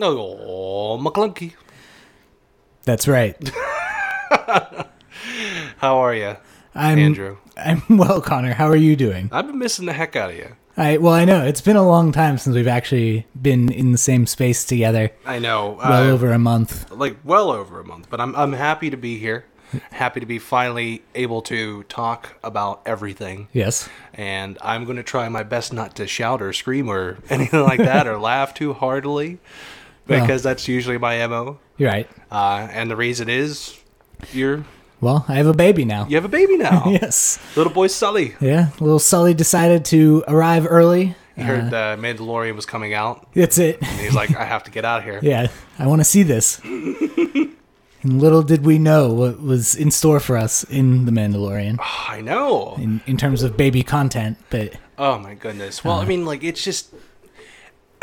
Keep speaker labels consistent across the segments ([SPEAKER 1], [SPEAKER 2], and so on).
[SPEAKER 1] Oh, McClunky.
[SPEAKER 2] That's right.
[SPEAKER 1] How are you?
[SPEAKER 2] I'm
[SPEAKER 1] Andrew.
[SPEAKER 2] I'm well, Connor. How are you doing?
[SPEAKER 1] I've been missing the heck out of you.
[SPEAKER 2] I well, I know it's been a long time since we've actually been in the same space together.
[SPEAKER 1] I know.
[SPEAKER 2] Well
[SPEAKER 1] uh,
[SPEAKER 2] over a month.
[SPEAKER 1] Like, well over a month, but I'm, I'm happy to be here. Happy to be finally able to talk about everything.
[SPEAKER 2] Yes.
[SPEAKER 1] And I'm going to try my best not to shout or scream or anything like that or laugh too heartily because that's usually my MO.
[SPEAKER 2] You're right.
[SPEAKER 1] Uh, and the reason is you're.
[SPEAKER 2] Well, I have a baby now.
[SPEAKER 1] You have a baby now.
[SPEAKER 2] Yes.
[SPEAKER 1] Little boy Sully.
[SPEAKER 2] Yeah. Little Sully decided to arrive early.
[SPEAKER 1] He heard the Mandalorian was coming out.
[SPEAKER 2] That's it.
[SPEAKER 1] And he's like, I have to get out of here.
[SPEAKER 2] Yeah. I want to see this. and little did we know what was in store for us in The Mandalorian
[SPEAKER 1] I know.
[SPEAKER 2] in, in terms of baby content, but
[SPEAKER 1] Oh my goodness.
[SPEAKER 2] Uh-huh.
[SPEAKER 1] Well, I mean, like it's just.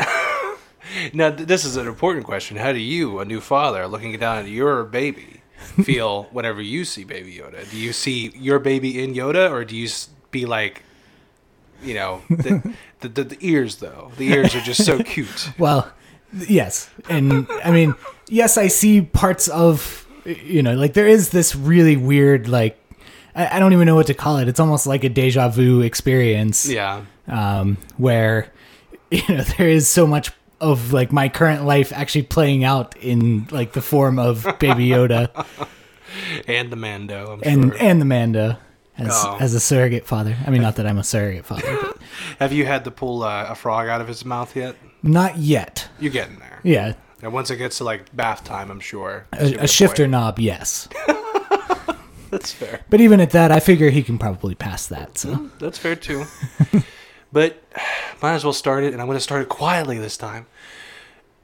[SPEAKER 1] now th- this is an important question. How do you, a new father, looking down at your baby, feel whenever you see Baby Yoda? Do you see your baby in Yoda, or do you s- be like, you know, the, the, the, the ears though? The ears are just so cute.
[SPEAKER 2] Well, th- yes. And I mean, yes, I see parts of, you know, like there is this really weird, like, I, I don't even know what to call it. It's almost like a deja vu experience
[SPEAKER 1] Yeah.
[SPEAKER 2] um, where, you know, there is so much of like my current life actually playing out in like the form of Baby Yoda
[SPEAKER 1] And the Mando. I'm
[SPEAKER 2] and,
[SPEAKER 1] sure.
[SPEAKER 2] and the Manda. As,
[SPEAKER 1] Oh.
[SPEAKER 2] as a surrogate father. I mean, not that I'm a surrogate father. but-
[SPEAKER 1] Have you had to pull uh, a frog out of his mouth yet?
[SPEAKER 2] not yet.
[SPEAKER 1] You're getting there.
[SPEAKER 2] Yeah.
[SPEAKER 1] And once it gets to like bath time, I'm sure it's gonna be
[SPEAKER 2] A, a shifter knob, yes.
[SPEAKER 1] That's fair.
[SPEAKER 2] But even at that, I figure he can probably pass that. So.
[SPEAKER 1] That's fair too. but might as well start it, and I'm going to start it quietly this time.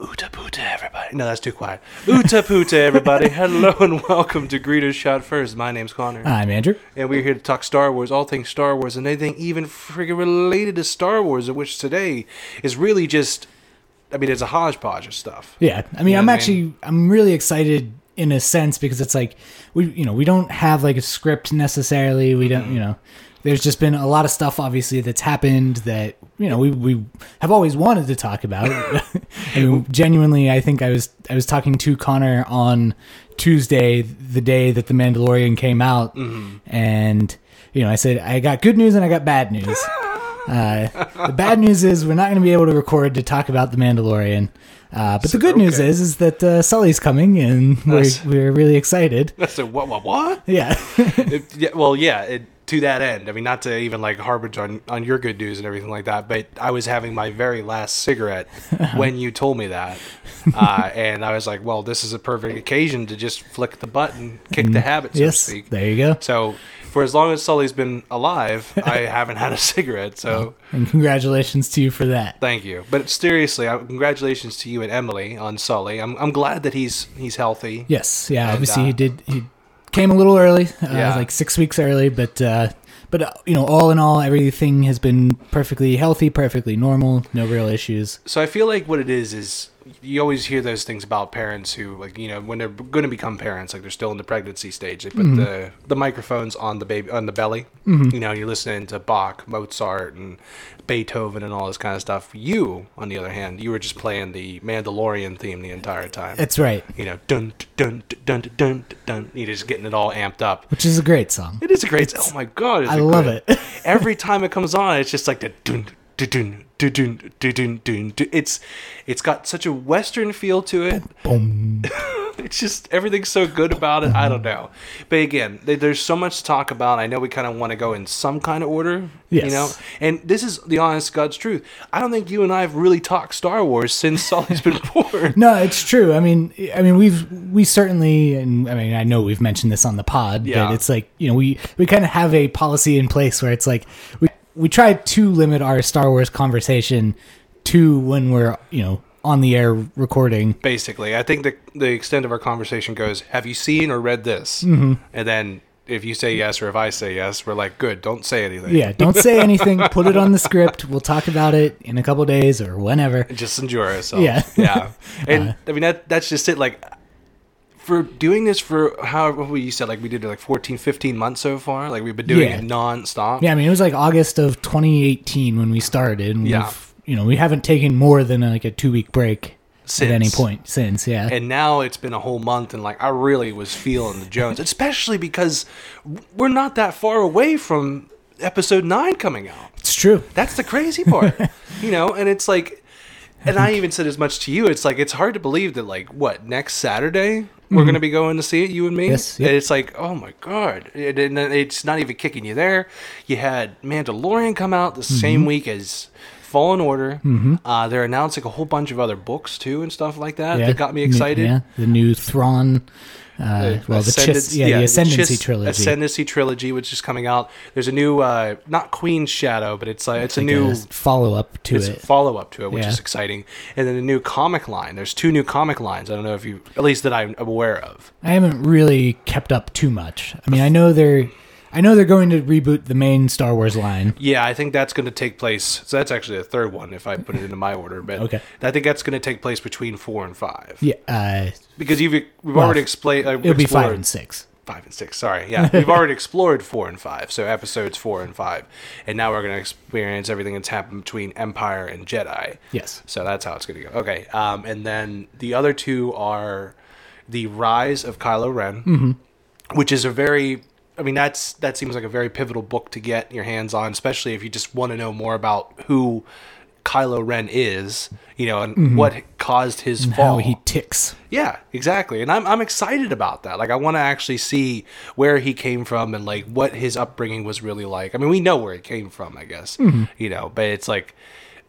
[SPEAKER 1] Uta puta, everybody. No, that's too quiet. Uta puta, everybody. Hello and welcome to Greeters Shot First. My name's Connor,
[SPEAKER 2] I'm Andrew.
[SPEAKER 1] and we're here to talk Star Wars, all things Star Wars, and anything even friggin' related to Star Wars, which today is really just, I mean, it's a hodgepodge of stuff.
[SPEAKER 2] Yeah, I mean,
[SPEAKER 1] know
[SPEAKER 2] I'm
[SPEAKER 1] what I
[SPEAKER 2] actually I'm really excited in a sense because it's like we you know we don't have like a script necessarily. We
[SPEAKER 1] Mm-hmm.
[SPEAKER 2] don't you know there's just been a lot of stuff obviously that's happened that you know we we have always wanted to talk about. I mean, genuinely, I think I was I was talking to Connor on Tuesday, the day that the Mandalorian came out,
[SPEAKER 1] Mm-hmm.
[SPEAKER 2] and you know I said I got good news and I got bad news. Uh, the bad news is we're not going to be able to record to talk about the Mandalorian. Uh, but the good news
[SPEAKER 1] okay.
[SPEAKER 2] is is that uh, Sully's coming, and we're
[SPEAKER 1] Nice.
[SPEAKER 2] we're really excited.
[SPEAKER 1] That's a what, what, what?
[SPEAKER 2] Yeah,
[SPEAKER 1] It- yeah, well, yeah, it, to that end. I mean, not to even like harbage on, on your good news and everything like that, but I was having my very last cigarette when you told me that. Uh, and I was like, well, this is a perfect occasion to just flick the button, kick the habit, so
[SPEAKER 2] yes,
[SPEAKER 1] to speak.
[SPEAKER 2] there you go.
[SPEAKER 1] So, for as long as Sully's been alive, I haven't had a cigarette. So,
[SPEAKER 2] And congratulations to you for that.
[SPEAKER 1] thank you. But seriously, I, congratulations to you and Emily on Sully. I'm, I'm glad that he's he's healthy.
[SPEAKER 2] Yes, yeah. Obviously,
[SPEAKER 1] uh,
[SPEAKER 2] he did. He came a little early, uh,
[SPEAKER 1] Yeah.
[SPEAKER 2] like six weeks early, but uh, but uh, you know, all in all, everything has been perfectly healthy, perfectly normal, no real issues.
[SPEAKER 1] So I feel like what it is is you always hear those things about parents who like you know when they're going to become parents like they're still in the pregnancy stage they
[SPEAKER 2] Mm-hmm.
[SPEAKER 1] put the the microphones on the baby on the belly you know you're listening to Bach Mozart and Beethoven and all this kind of stuff you on the other hand you were just playing the Mandalorian theme the entire time
[SPEAKER 2] That's right,
[SPEAKER 1] you know dun dun dun dun dun dun you're just getting it all amped up
[SPEAKER 2] which is a great song.
[SPEAKER 1] it is a great oh my god is
[SPEAKER 2] I love
[SPEAKER 1] good.
[SPEAKER 2] it.
[SPEAKER 1] every time it comes on, it's just like the dun dun dun dun dun dun dun. dun. It's it's got such a western feel to it.
[SPEAKER 2] Boom.
[SPEAKER 1] It's just everything's so good about it. I don't know, but again, th- there's so much to talk about. I know we kind of want to go in some kind of order, you
[SPEAKER 2] Yes.
[SPEAKER 1] know. And this is the honest God's truth. I don't think you and I have really talked Star Wars since Sully's been born.
[SPEAKER 2] No, it's true. I mean, I mean, we've we certainly, and I mean, I know we've mentioned this on the pod,
[SPEAKER 1] Yeah.
[SPEAKER 2] but it's like you know, we we kind of have a policy in place where it's like we we try to limit our Star Wars conversation to when we're you know on the air recording.
[SPEAKER 1] Basically, I think the the extent of our conversation goes: Have you seen or read this?
[SPEAKER 2] Mm-hmm.
[SPEAKER 1] And then if you say yes or if I say yes, we're like, good. Don't say anything.
[SPEAKER 2] Yeah, don't say anything. put it on the script. We'll talk about it in a couple days or whenever.
[SPEAKER 1] just enjoy ourselves.
[SPEAKER 2] Yeah. Uh-huh.
[SPEAKER 1] yeah. And I mean that that's just it. Like for doing this for however what you said, like we did it like 14, 15 months so far. Like we've been doing
[SPEAKER 2] Yeah.
[SPEAKER 1] it nonstop.
[SPEAKER 2] Yeah, I mean, it was like August of 2018 when we started. And
[SPEAKER 1] Yeah.
[SPEAKER 2] We've, you know, we haven't taken more than like a two week break. at any
[SPEAKER 1] since.
[SPEAKER 2] point since. Yeah.
[SPEAKER 1] and now it's been a whole month and like i really was feeling the jones especially because we're not that far away from episode 9 coming out
[SPEAKER 2] it's true.
[SPEAKER 1] that's the crazy part you know and it's like and i even said as much to you it's like it's hard to believe that like what next saturday we're gonna be going to see it, you and me.
[SPEAKER 2] Mm-hmm. Yes, yep.
[SPEAKER 1] And it's like, oh my god! And and then it's not even kicking you there. You had Mandalorian come out the
[SPEAKER 2] Mm-hmm.
[SPEAKER 1] same week as Fallen Order. Uh, they're announcing a whole bunch of other books too and stuff like that that got me
[SPEAKER 2] N-
[SPEAKER 1] excited.
[SPEAKER 2] Yeah. The new Thrawn. Uh, well, the
[SPEAKER 1] Ascendant-
[SPEAKER 2] Chis, yeah, the
[SPEAKER 1] the
[SPEAKER 2] Ascendancy
[SPEAKER 1] Chis-
[SPEAKER 2] trilogy.
[SPEAKER 1] Ascendancy trilogy, which is coming out. There's a new, uh, not Queen's Shadow, but it's uh, it's a new
[SPEAKER 2] follow up to
[SPEAKER 1] it's a
[SPEAKER 2] it.
[SPEAKER 1] follow up to it, which
[SPEAKER 2] Yeah.
[SPEAKER 1] is exciting. And then a new comic line. There's two new comic lines. I don't know if you, at least that I'm aware of.
[SPEAKER 2] I haven't really kept up too much. I mean, I know they're, I know they're going to reboot the main Star Wars line.
[SPEAKER 1] Yeah, I think that's going to take place. So that's actually the third one if I put it into my order. But
[SPEAKER 2] Okay.
[SPEAKER 1] I think that's going to take place between four and five
[SPEAKER 2] Yeah, uh,
[SPEAKER 1] because you've we've already explained. Uh,
[SPEAKER 2] it'll be five
[SPEAKER 1] explored-
[SPEAKER 2] and six.
[SPEAKER 1] five and six. Sorry, yeah, we've already explored four and five, so episodes four and five, and now we're gonna experience everything that's happened between Empire and Jedi.
[SPEAKER 2] Yes.
[SPEAKER 1] So that's how it's gonna go. Okay, um, and then the other two are the Rise of Kylo Ren,
[SPEAKER 2] Mm-hmm.
[SPEAKER 1] which is a very I mean that's that seems like a very pivotal book to get your hands on, especially if you just want to know more about who Kylo Ren is, you know, and what caused his fall.
[SPEAKER 2] Mm-hmm. How he ticks.
[SPEAKER 1] Yeah, exactly. And I'm I'm excited about that. Like I want to actually see where he came from and like what his upbringing was really like. I mean, we know where it came from, I guess. You know, but it's like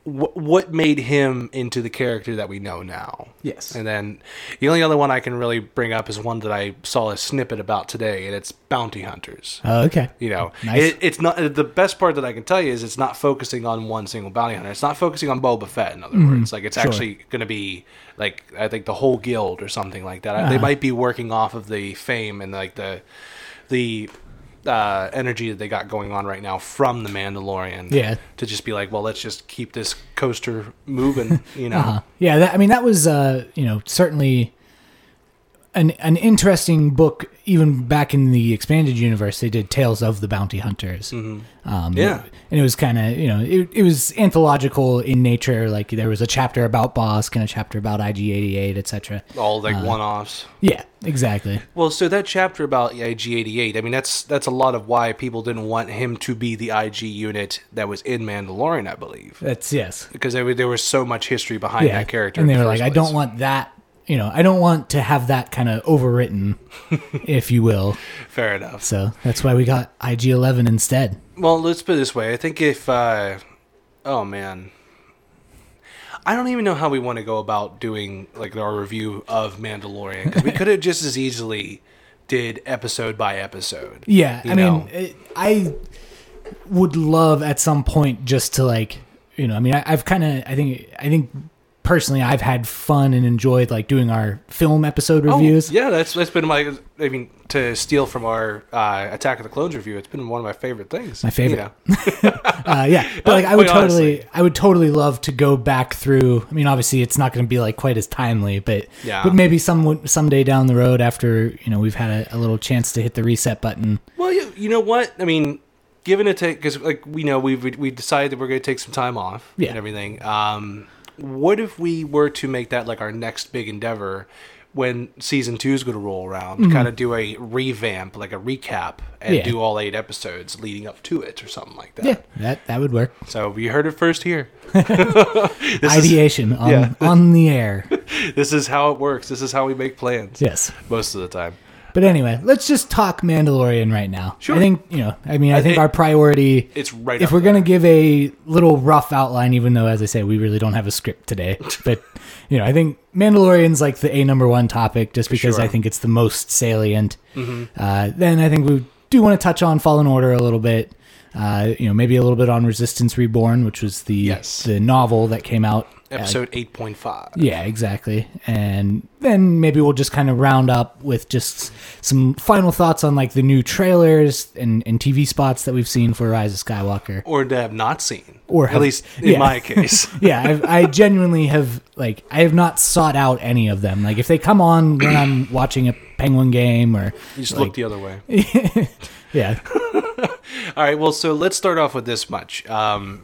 [SPEAKER 1] wh- what made him into the character that we know now?
[SPEAKER 2] Yes.
[SPEAKER 1] And then the only other one I can really bring up is one that I saw a snippet about today, and it's bounty hunters.
[SPEAKER 2] Oh, okay.
[SPEAKER 1] You know,
[SPEAKER 2] Nice.
[SPEAKER 1] it, it's not the best part that I can tell you is it's not focusing on one single bounty hunter. It's not focusing on Boba Fett. In other
[SPEAKER 2] Mm-hmm.
[SPEAKER 1] words, like it's actually going to be like I think the whole guild or something like that.
[SPEAKER 2] Uh-huh.
[SPEAKER 1] They might be working off of the fame and like the the uh, energy that they got going on right now from the Mandalorian.
[SPEAKER 2] Yeah.
[SPEAKER 1] to just be like, well, let's just keep this coaster moving. You know,
[SPEAKER 2] Uh, yeah, that, I mean that was uh, you know certainly an an interesting book. Even back in the expanded universe, they did Tales of the Bounty Hunters. Um,
[SPEAKER 1] Yeah.
[SPEAKER 2] and it was kind of you know it, it was anthological in nature. Like there was a chapter about Bosk and a chapter about IG88, etc.
[SPEAKER 1] all
[SPEAKER 2] uh,
[SPEAKER 1] like one offs.
[SPEAKER 2] Yeah, exactly.
[SPEAKER 1] Well, so that chapter about IG88, I mean, that's that's a lot of why people didn't want him to be the IG unit that was in Mandalorian, I believe,
[SPEAKER 2] That's yes.
[SPEAKER 1] because there, wa- there was so much history behind that character.
[SPEAKER 2] And
[SPEAKER 1] in
[SPEAKER 2] they
[SPEAKER 1] the
[SPEAKER 2] were like,
[SPEAKER 1] first
[SPEAKER 2] I
[SPEAKER 1] place.
[SPEAKER 2] don't want that. You know, I don't want to have that kind of overwritten, if you will.
[SPEAKER 1] Fair enough.
[SPEAKER 2] So that's why we got IG Eleven instead.
[SPEAKER 1] Well, let's put it this way. I think if, uh, oh man, I don't even know how we want to go about doing like our review of Mandalorian because we could have just as easily did episode by episode.
[SPEAKER 2] Yeah,
[SPEAKER 1] you
[SPEAKER 2] I
[SPEAKER 1] know?
[SPEAKER 2] mean, it, I would love at some point just to like, you know, I mean, I, I've kind of, I think, I think personally, I've had fun and enjoyed like doing our film episode
[SPEAKER 1] Oh,
[SPEAKER 2] reviews.
[SPEAKER 1] yeah, that's that's been my. I mean, to steal from our uh, Attack of the Clones review, it's been one of my favorite things.
[SPEAKER 2] My favorite.
[SPEAKER 1] know.
[SPEAKER 2] Uh, yeah, but like, I would
[SPEAKER 1] Wait,
[SPEAKER 2] totally, I would totally love to go back through. I mean, obviously, it's not going to be like quite as timely, but
[SPEAKER 1] Yeah.
[SPEAKER 2] but maybe some someday down the road after you know we've had a, a little chance to hit the reset button.
[SPEAKER 1] Well, you, you know what? I mean, given it take because like we know we we decided that we're going to take some time off
[SPEAKER 2] Yeah.
[SPEAKER 1] and everything. Um, what if we were to make that like our next big endeavor? When season two is going to roll around, kind of do a revamp, like a recap, and
[SPEAKER 2] Mm-hmm. Yeah.
[SPEAKER 1] do all eight episodes leading up to it or something like that.
[SPEAKER 2] Yeah, that that would work.
[SPEAKER 1] So you heard it first here.
[SPEAKER 2] Ideation on
[SPEAKER 1] yeah.
[SPEAKER 2] on the air.
[SPEAKER 1] This is how it works. This is how we make plans.
[SPEAKER 2] Yes.
[SPEAKER 1] Most of the time.
[SPEAKER 2] But anyway, let's just talk Mandalorian right now.
[SPEAKER 1] Sure.
[SPEAKER 2] I think you know. I mean, I think
[SPEAKER 1] think-
[SPEAKER 2] our priority.
[SPEAKER 1] It's right
[SPEAKER 2] if
[SPEAKER 1] up
[SPEAKER 2] we're gonna give a little rough outline, even though as I say we really don't have a script today, but you know, I think Mandalorian's like the a number one topic just because
[SPEAKER 1] sure. Mm-hmm.
[SPEAKER 2] I think it's the most salient. Uh, then I think we do want to touch on Fallen Order a little bit. Uh, you know, maybe a little bit on Resistance Reborn, which was the
[SPEAKER 1] Yes.
[SPEAKER 2] the novel that came out uh,
[SPEAKER 1] episode 8.5
[SPEAKER 2] yeah, exactly. And then maybe we'll just kind of round up with just some final thoughts on like the new trailers and, and TV spots that we've seen for Rise of Skywalker.
[SPEAKER 1] or to have not seen
[SPEAKER 2] Or
[SPEAKER 1] at
[SPEAKER 2] have-
[SPEAKER 1] least in
[SPEAKER 2] yeah.
[SPEAKER 1] my case
[SPEAKER 2] Yeah, I've, I genuinely have like I have not sought out any of them. Like if they come on when I'm watching a Penguin game or
[SPEAKER 1] you just
[SPEAKER 2] like,
[SPEAKER 1] look the other way
[SPEAKER 2] yeah,
[SPEAKER 1] all right well so let's start off with this much um,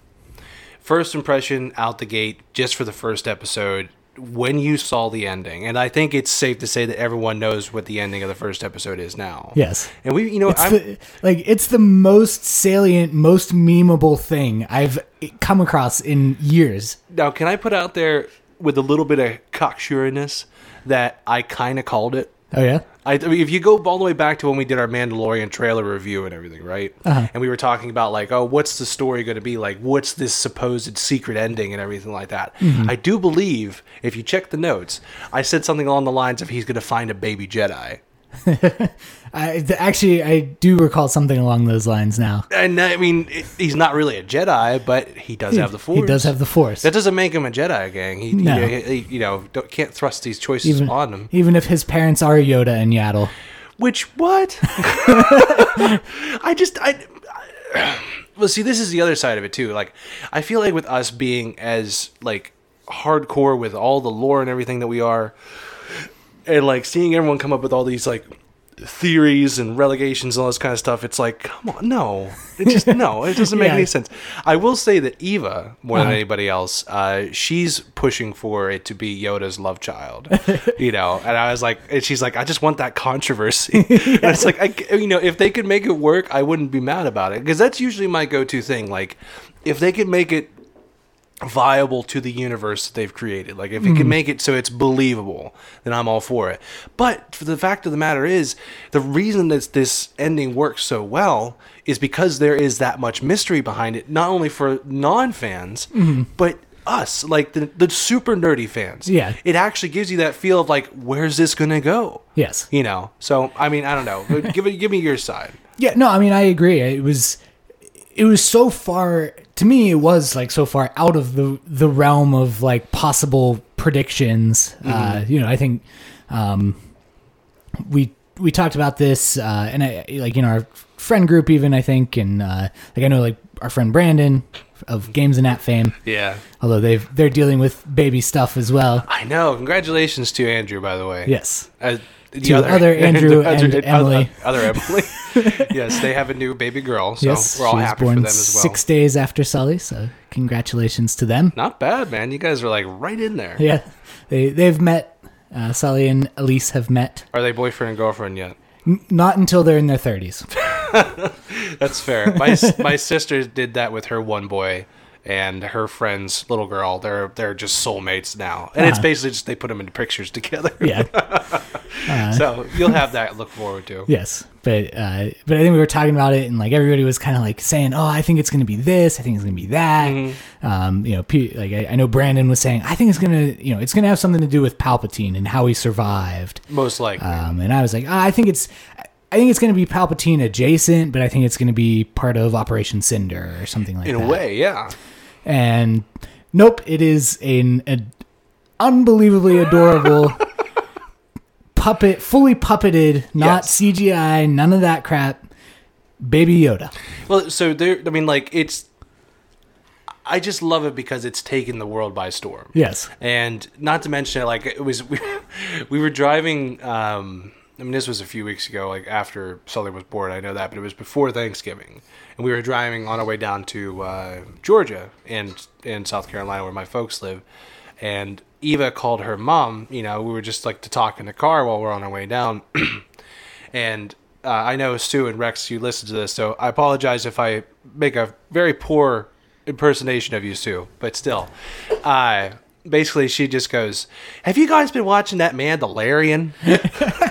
[SPEAKER 1] first impression out the gate just for the first episode when you saw the ending, and I think it's safe to say that everyone knows what the ending of the first episode is now.
[SPEAKER 2] Yes.
[SPEAKER 1] And we, you know,
[SPEAKER 2] It's
[SPEAKER 1] I'm,
[SPEAKER 2] the, like it's the most salient, most memeable thing I've come across in years.
[SPEAKER 1] now can I put out there with a little bit of cocksureness that I kind of called it.
[SPEAKER 2] Oh yeah,
[SPEAKER 1] I, I mean, if you go all the way back to when we did our Mandalorian trailer review and everything, right?
[SPEAKER 2] Uh-huh.
[SPEAKER 1] And we were talking about like, oh, what's the story going to be like? What's this supposed secret ending and everything like that?
[SPEAKER 2] Mm-hmm.
[SPEAKER 1] I do believe if you check the notes, I said something along the lines of he's going to find a baby Jedi.
[SPEAKER 2] I th- actually I do recall something along those lines now.
[SPEAKER 1] And I mean, it, he's not really a Jedi, but he does have the Force.
[SPEAKER 2] He does have the force.
[SPEAKER 1] That doesn't make him a Jedi, gang. He,
[SPEAKER 2] No.
[SPEAKER 1] he, he- you know, don't, can't thrust these choices
[SPEAKER 2] even,
[SPEAKER 1] on him.
[SPEAKER 2] even if his parents are Yoda and Yaddle.
[SPEAKER 1] Which what? I just I, I- well see this is the other side of it too. Like I feel like with us being as like hardcore with all the lore and everything that we are, and like seeing everyone come up with all these like theories and relegations and all this kind of stuff, it's like come on, no, it just no, it doesn't make
[SPEAKER 2] Yeah.
[SPEAKER 1] any sense. I will say that Eva more than anybody else, uh, she's pushing for it to be Yoda's love child, you know. And I was like, and she's like, I just want that controversy. and it's like, I, c- you know, if they could make it work, I wouldn't be mad about it because that's usually my go-to thing. Like, if they could make it viable to the universe that they've created. Like if it can make it so it's believable, then I'm all for it. But for the fact of the matter is, the reason that this ending works so well is because there is that much mystery behind it, not only for non-fans, but us, like the the super nerdy fans.
[SPEAKER 2] Yeah.
[SPEAKER 1] It actually gives you that feel of like where's this going to go?
[SPEAKER 2] Yes.
[SPEAKER 1] You know. So, I mean, I don't know. give it, give me your side.
[SPEAKER 2] Yeah, no, I mean I agree. It was it was so far to me it was like so far out of the the realm of like possible predictions.
[SPEAKER 1] Mm-hmm.
[SPEAKER 2] Uh you know, I think um we we talked about this uh and I like in our friend group even I think and uh like I know like our friend Brandon of Games and App fame,
[SPEAKER 1] Yeah.
[SPEAKER 2] although they've they're dealing with baby stuff as well.
[SPEAKER 1] I know. Congratulations to Andrew by the way.
[SPEAKER 2] Yes.
[SPEAKER 1] Uh, the
[SPEAKER 2] To other Andrew and Emily.
[SPEAKER 1] Other, Emily. yes, they have a new baby girl, so
[SPEAKER 2] yes.
[SPEAKER 1] we're all
[SPEAKER 2] she was
[SPEAKER 1] happy for
[SPEAKER 2] born
[SPEAKER 1] them as well.
[SPEAKER 2] Six days after Sully, so congratulations to them.
[SPEAKER 1] Not bad, man. You guys are like right in there.
[SPEAKER 2] Yeah, they they've met. Uh, Sally and Elise have met.
[SPEAKER 1] Are they boyfriend and girlfriend yet?
[SPEAKER 2] N- not until they're in their thirties.
[SPEAKER 1] That's fair. My s- my sister did that with her one boy and her friend's little girl. They're they're just soulmates now, and it's
[SPEAKER 2] Uh-huh.
[SPEAKER 1] basically just they put them in pictures together.
[SPEAKER 2] Yeah.
[SPEAKER 1] so you'll have that to look forward to.
[SPEAKER 2] yes, but uh, but I think we were talking about it, and like everybody was kind of like saying, "Oh, I think it's going to be this. I think it's going to be that."
[SPEAKER 1] Mm-hmm.
[SPEAKER 2] Um, you know, P- like I, I know Brandon was saying, "I think it's going to, you know, it's going to have something to do with Palpatine and how he survived."
[SPEAKER 1] Most likely.
[SPEAKER 2] Um, and I was like, ah, "I think it's." I think it's going to be Palpatine adjacent, but I think it's going to be part of Operation Cinder or something like
[SPEAKER 1] in a
[SPEAKER 2] that.
[SPEAKER 1] way, yeah.
[SPEAKER 2] and nope, it is an, an unbelievably adorable puppet, fully puppeted, not
[SPEAKER 1] Yes.
[SPEAKER 2] CGI, none of that crap. Baby Yoda.
[SPEAKER 1] Well, so there. I mean, like it's. I just love it because it's taken the world by storm.
[SPEAKER 2] Yes.
[SPEAKER 1] and not to mention like it was we, we were driving um i mean this was a few weeks ago like after sully was born i know that but it was before thanksgiving and we were driving on our way down to uh, georgia and in south carolina where my folks live and eva called her mom you know we were just like to talk in the car while we're on our way down and uh, I know Sue and Rex, you listen to this, so I apologize if I make a very poor impersonation of you, Sue. But still, uh, basically, she just goes, "Have you guys been watching that Mandalorian?"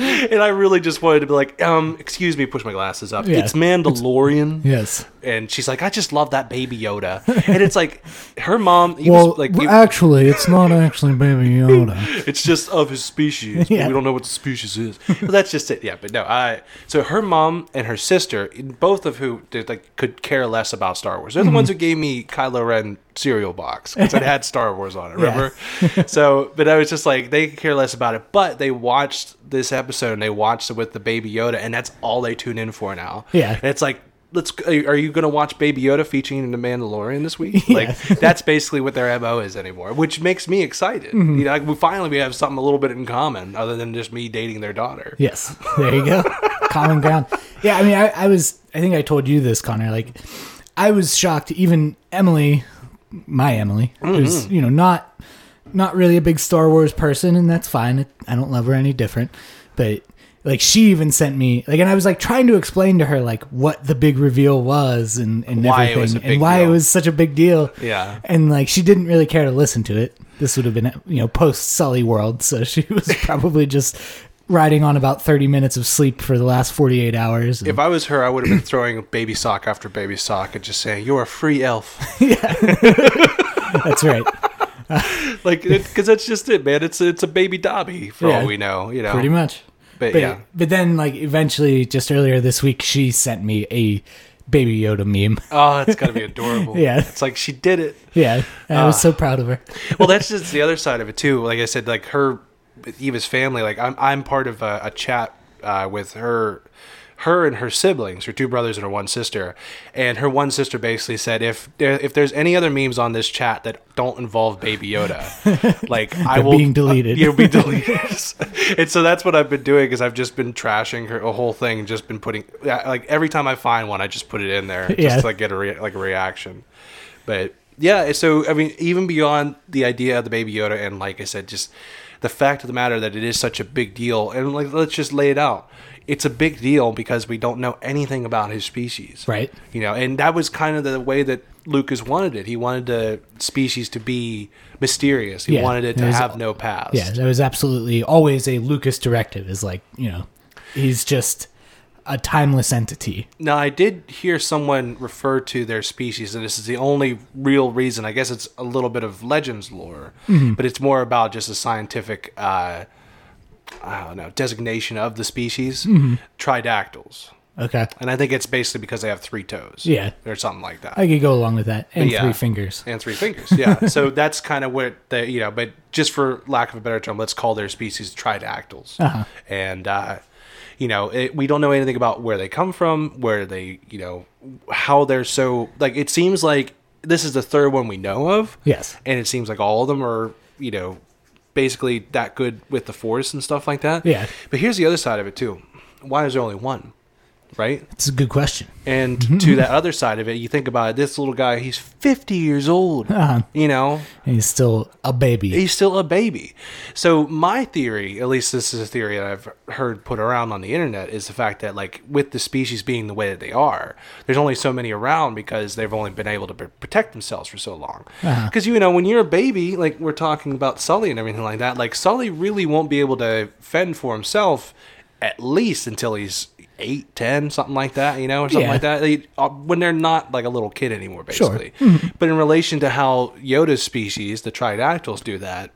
[SPEAKER 1] and I really just wanted to be like, um, "Excuse me," push my glasses up.
[SPEAKER 2] Yeah.
[SPEAKER 1] It's Mandalorian.
[SPEAKER 2] Yes.
[SPEAKER 1] And she's like, "I just love that baby Yoda," and it's like her mom. He
[SPEAKER 2] Well,
[SPEAKER 1] was like, he-
[SPEAKER 2] actually, it's not actually Baby Yoda.
[SPEAKER 1] it's just of his species. but
[SPEAKER 2] Yeah.
[SPEAKER 1] We don't know what the species is. But that's just it. Yeah, but no. I so her mom and her sister, both of who did, like could care less about Star Wars. They're the
[SPEAKER 2] Mm-hmm.
[SPEAKER 1] ones who gave me Kylo Ren cereal box because it had Star Wars on it. Remember? so, but I was just like, they could care less about it. But they watched this episode and they watched it with the Baby Yoda, and that's all they tune in for now.
[SPEAKER 2] Yeah.
[SPEAKER 1] and it's like. Let's. Are you going to watch Baby Yoda featuring in the Mandalorian this week? Like, that's basically what their mo is anymore, which makes me excited.
[SPEAKER 2] Mm-hmm.
[SPEAKER 1] You know, like we finally we have something a little bit in common other than just me dating their daughter.
[SPEAKER 2] Yes. There you go. Common ground. Yeah, I mean, I, I was, I think I told you this, Connor. Like,
[SPEAKER 1] Mm-hmm.
[SPEAKER 2] I was shocked, even Emily, my Emily, who's, you know, not not really a big Star Wars person, and that's fine. I don't love her any different. But like she even sent me like, and I was like trying to explain to her like what the big reveal was and and
[SPEAKER 1] Why it
[SPEAKER 2] everything,
[SPEAKER 1] was a big
[SPEAKER 2] and why
[SPEAKER 1] deal.
[SPEAKER 2] it was such a big deal.
[SPEAKER 1] Yeah.
[SPEAKER 2] and like she didn't really care to listen to it. This would have been you know post Sully world, so she was probably just riding on about thirty minutes of sleep for the last forty eight hours. and-
[SPEAKER 1] If I was her, I would have been throwing baby sock after baby sock and just saying, "You're a free elf,"
[SPEAKER 2] that's right.
[SPEAKER 1] like because that's just it, man. It's it's a baby Dobby for
[SPEAKER 2] Yeah.
[SPEAKER 1] all we know, you know.
[SPEAKER 2] pretty much.
[SPEAKER 1] But yeah.
[SPEAKER 2] but then like eventually, just earlier this week, she sent me a Baby Yoda meme.
[SPEAKER 1] Oh, it's gotta be adorable.
[SPEAKER 2] Yeah.
[SPEAKER 1] it's like she did it.
[SPEAKER 2] Yeah, and I was so proud of her.
[SPEAKER 1] well, that's just the other side of it too. Like I said, like her Eva's family. Like I'm, I'm part of a, a chat uh, with her, her and her siblings, her two brothers and her one sister. And her one sister basically said, if there, if there's any other memes on this chat that don't involve Baby Yoda, like I
[SPEAKER 2] They're
[SPEAKER 1] will
[SPEAKER 2] being deleted.
[SPEAKER 1] you'll be deleted. and so that's what I've been doing is I've just been trashing her a whole thing, and just been putting like every time I find one, I just put it in there just
[SPEAKER 2] Yeah.
[SPEAKER 1] to like get a re- like a reaction. But yeah, so I mean, even beyond the idea of the Baby Yoda, and like I said, just the fact of the matter that it is such a big deal, and like let's just lay it out. It's a big deal because we don't know anything about his species,
[SPEAKER 2] Right.
[SPEAKER 1] You know, and that was kind of the way that Lucas wanted it. He wanted the species to be mysterious. He
[SPEAKER 2] Yeah,
[SPEAKER 1] wanted it
[SPEAKER 2] it
[SPEAKER 1] to
[SPEAKER 2] was-
[SPEAKER 1] have no past.
[SPEAKER 2] Yeah, that was absolutely always a Lucas directive. Is like you know, he's just a timeless entity.
[SPEAKER 1] Now, I did hear someone refer to their species, and this is the only real reason. I guess it's a little bit of Legends lore, but it's more about just a scientific, uh, I don't know, designation of the species, tridactyls.
[SPEAKER 2] Okay,
[SPEAKER 1] And I think it's basically because they have three toes.
[SPEAKER 2] Yeah.
[SPEAKER 1] Or something like that.
[SPEAKER 2] I could go along with that. And
[SPEAKER 1] yeah.
[SPEAKER 2] three fingers.
[SPEAKER 1] and three fingers. Yeah. so that's kind of what the, you know, but just for lack of a better term, let's call their species tridactyls.
[SPEAKER 2] Uh-huh.
[SPEAKER 1] And, uh, you know, it, we don't know anything about where they come from, where they, you know, how they're so, like, it seems like this is the third one we know of.
[SPEAKER 2] Yes.
[SPEAKER 1] And it seems like all of them are, you know, basically that good with the force and stuff like that.
[SPEAKER 2] Yeah.
[SPEAKER 1] But here's the other side of it, too. Why is there only one? Right?
[SPEAKER 2] It's a good question.
[SPEAKER 1] And to that other side of it, you think about it, this little guy, he's 50 years old.
[SPEAKER 2] Uh-huh.
[SPEAKER 1] You know,
[SPEAKER 2] And he's still a baby.
[SPEAKER 1] he's still a baby. So, my theory, at least this is a theory that I've heard put around on the internet, is the fact that, like, with the species being the way that they are, there's only so many around because they've only been able to pr- protect themselves for so long.
[SPEAKER 2] Uh-huh.
[SPEAKER 1] Because, you know, when you're a baby, like, we're talking about Sully and everything like that, like, Sully really won't be able to fend for himself at least until he's eight, ten, something like that, you know, or something
[SPEAKER 2] Yeah.
[SPEAKER 1] like that. They, uh, when they're not like a little kid anymore, basically.
[SPEAKER 2] Mm-hmm.
[SPEAKER 1] But in relation to how Yoda's species, the tridactyls, do that,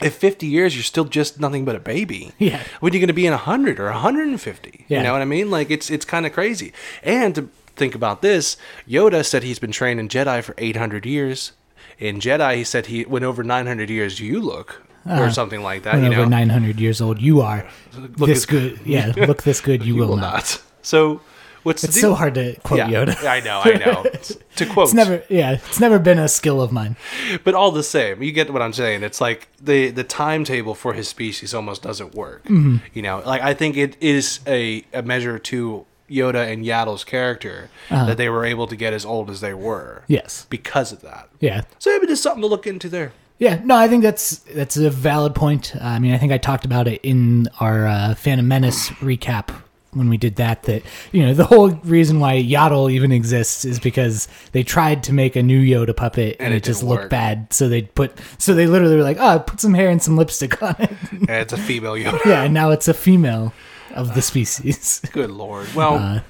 [SPEAKER 1] at 50 years, you're still just nothing but a baby.
[SPEAKER 2] Yeah.
[SPEAKER 1] When you're going to be in 100 or 150.
[SPEAKER 2] Yeah.
[SPEAKER 1] You know what I mean? Like, it's, it's kind of crazy. And to think about this, Yoda said he's been trained in Jedi for 800 years. In Jedi, he said he went over 900 years, you look, or something like that.
[SPEAKER 2] And
[SPEAKER 1] You know?
[SPEAKER 2] Uh-huh. over 900 years old, you are
[SPEAKER 1] as-
[SPEAKER 2] this good. Yeah, look this good, you, will,
[SPEAKER 1] will
[SPEAKER 2] not.
[SPEAKER 1] not. So, what's
[SPEAKER 2] It's
[SPEAKER 1] the
[SPEAKER 2] so
[SPEAKER 1] deal?
[SPEAKER 2] hard to quote
[SPEAKER 1] yeah,
[SPEAKER 2] Yoda.
[SPEAKER 1] I know, I know. It's- to quote,
[SPEAKER 2] It's never, yeah, it's never been a skill of mine.
[SPEAKER 1] but all the same, you get what I'm saying. It's like the the timetable for his species almost doesn't work. You know, like I think it is a, a measure to Yoda and Yaddle's character that they were able to get as old as they were.
[SPEAKER 2] Yes.
[SPEAKER 1] because of that.
[SPEAKER 2] Yeah.
[SPEAKER 1] So maybe there's something to look into there.
[SPEAKER 2] Yeah, no, I think that's that's a valid point. I mean, I think I talked about it in our uh, Phantom Menace recap when we did that. That you know, the whole reason why Yaddle even exists is because they tried to make a new Yoda puppet and,
[SPEAKER 1] And it
[SPEAKER 2] it, just
[SPEAKER 1] didn't
[SPEAKER 2] looked
[SPEAKER 1] work.
[SPEAKER 2] bad, so they put so they literally were like, "Oh, put some hair and some lipstick on it."
[SPEAKER 1] And it's a female Yoda.
[SPEAKER 2] yeah, and now it's a female of the species.
[SPEAKER 1] Good lord. Well,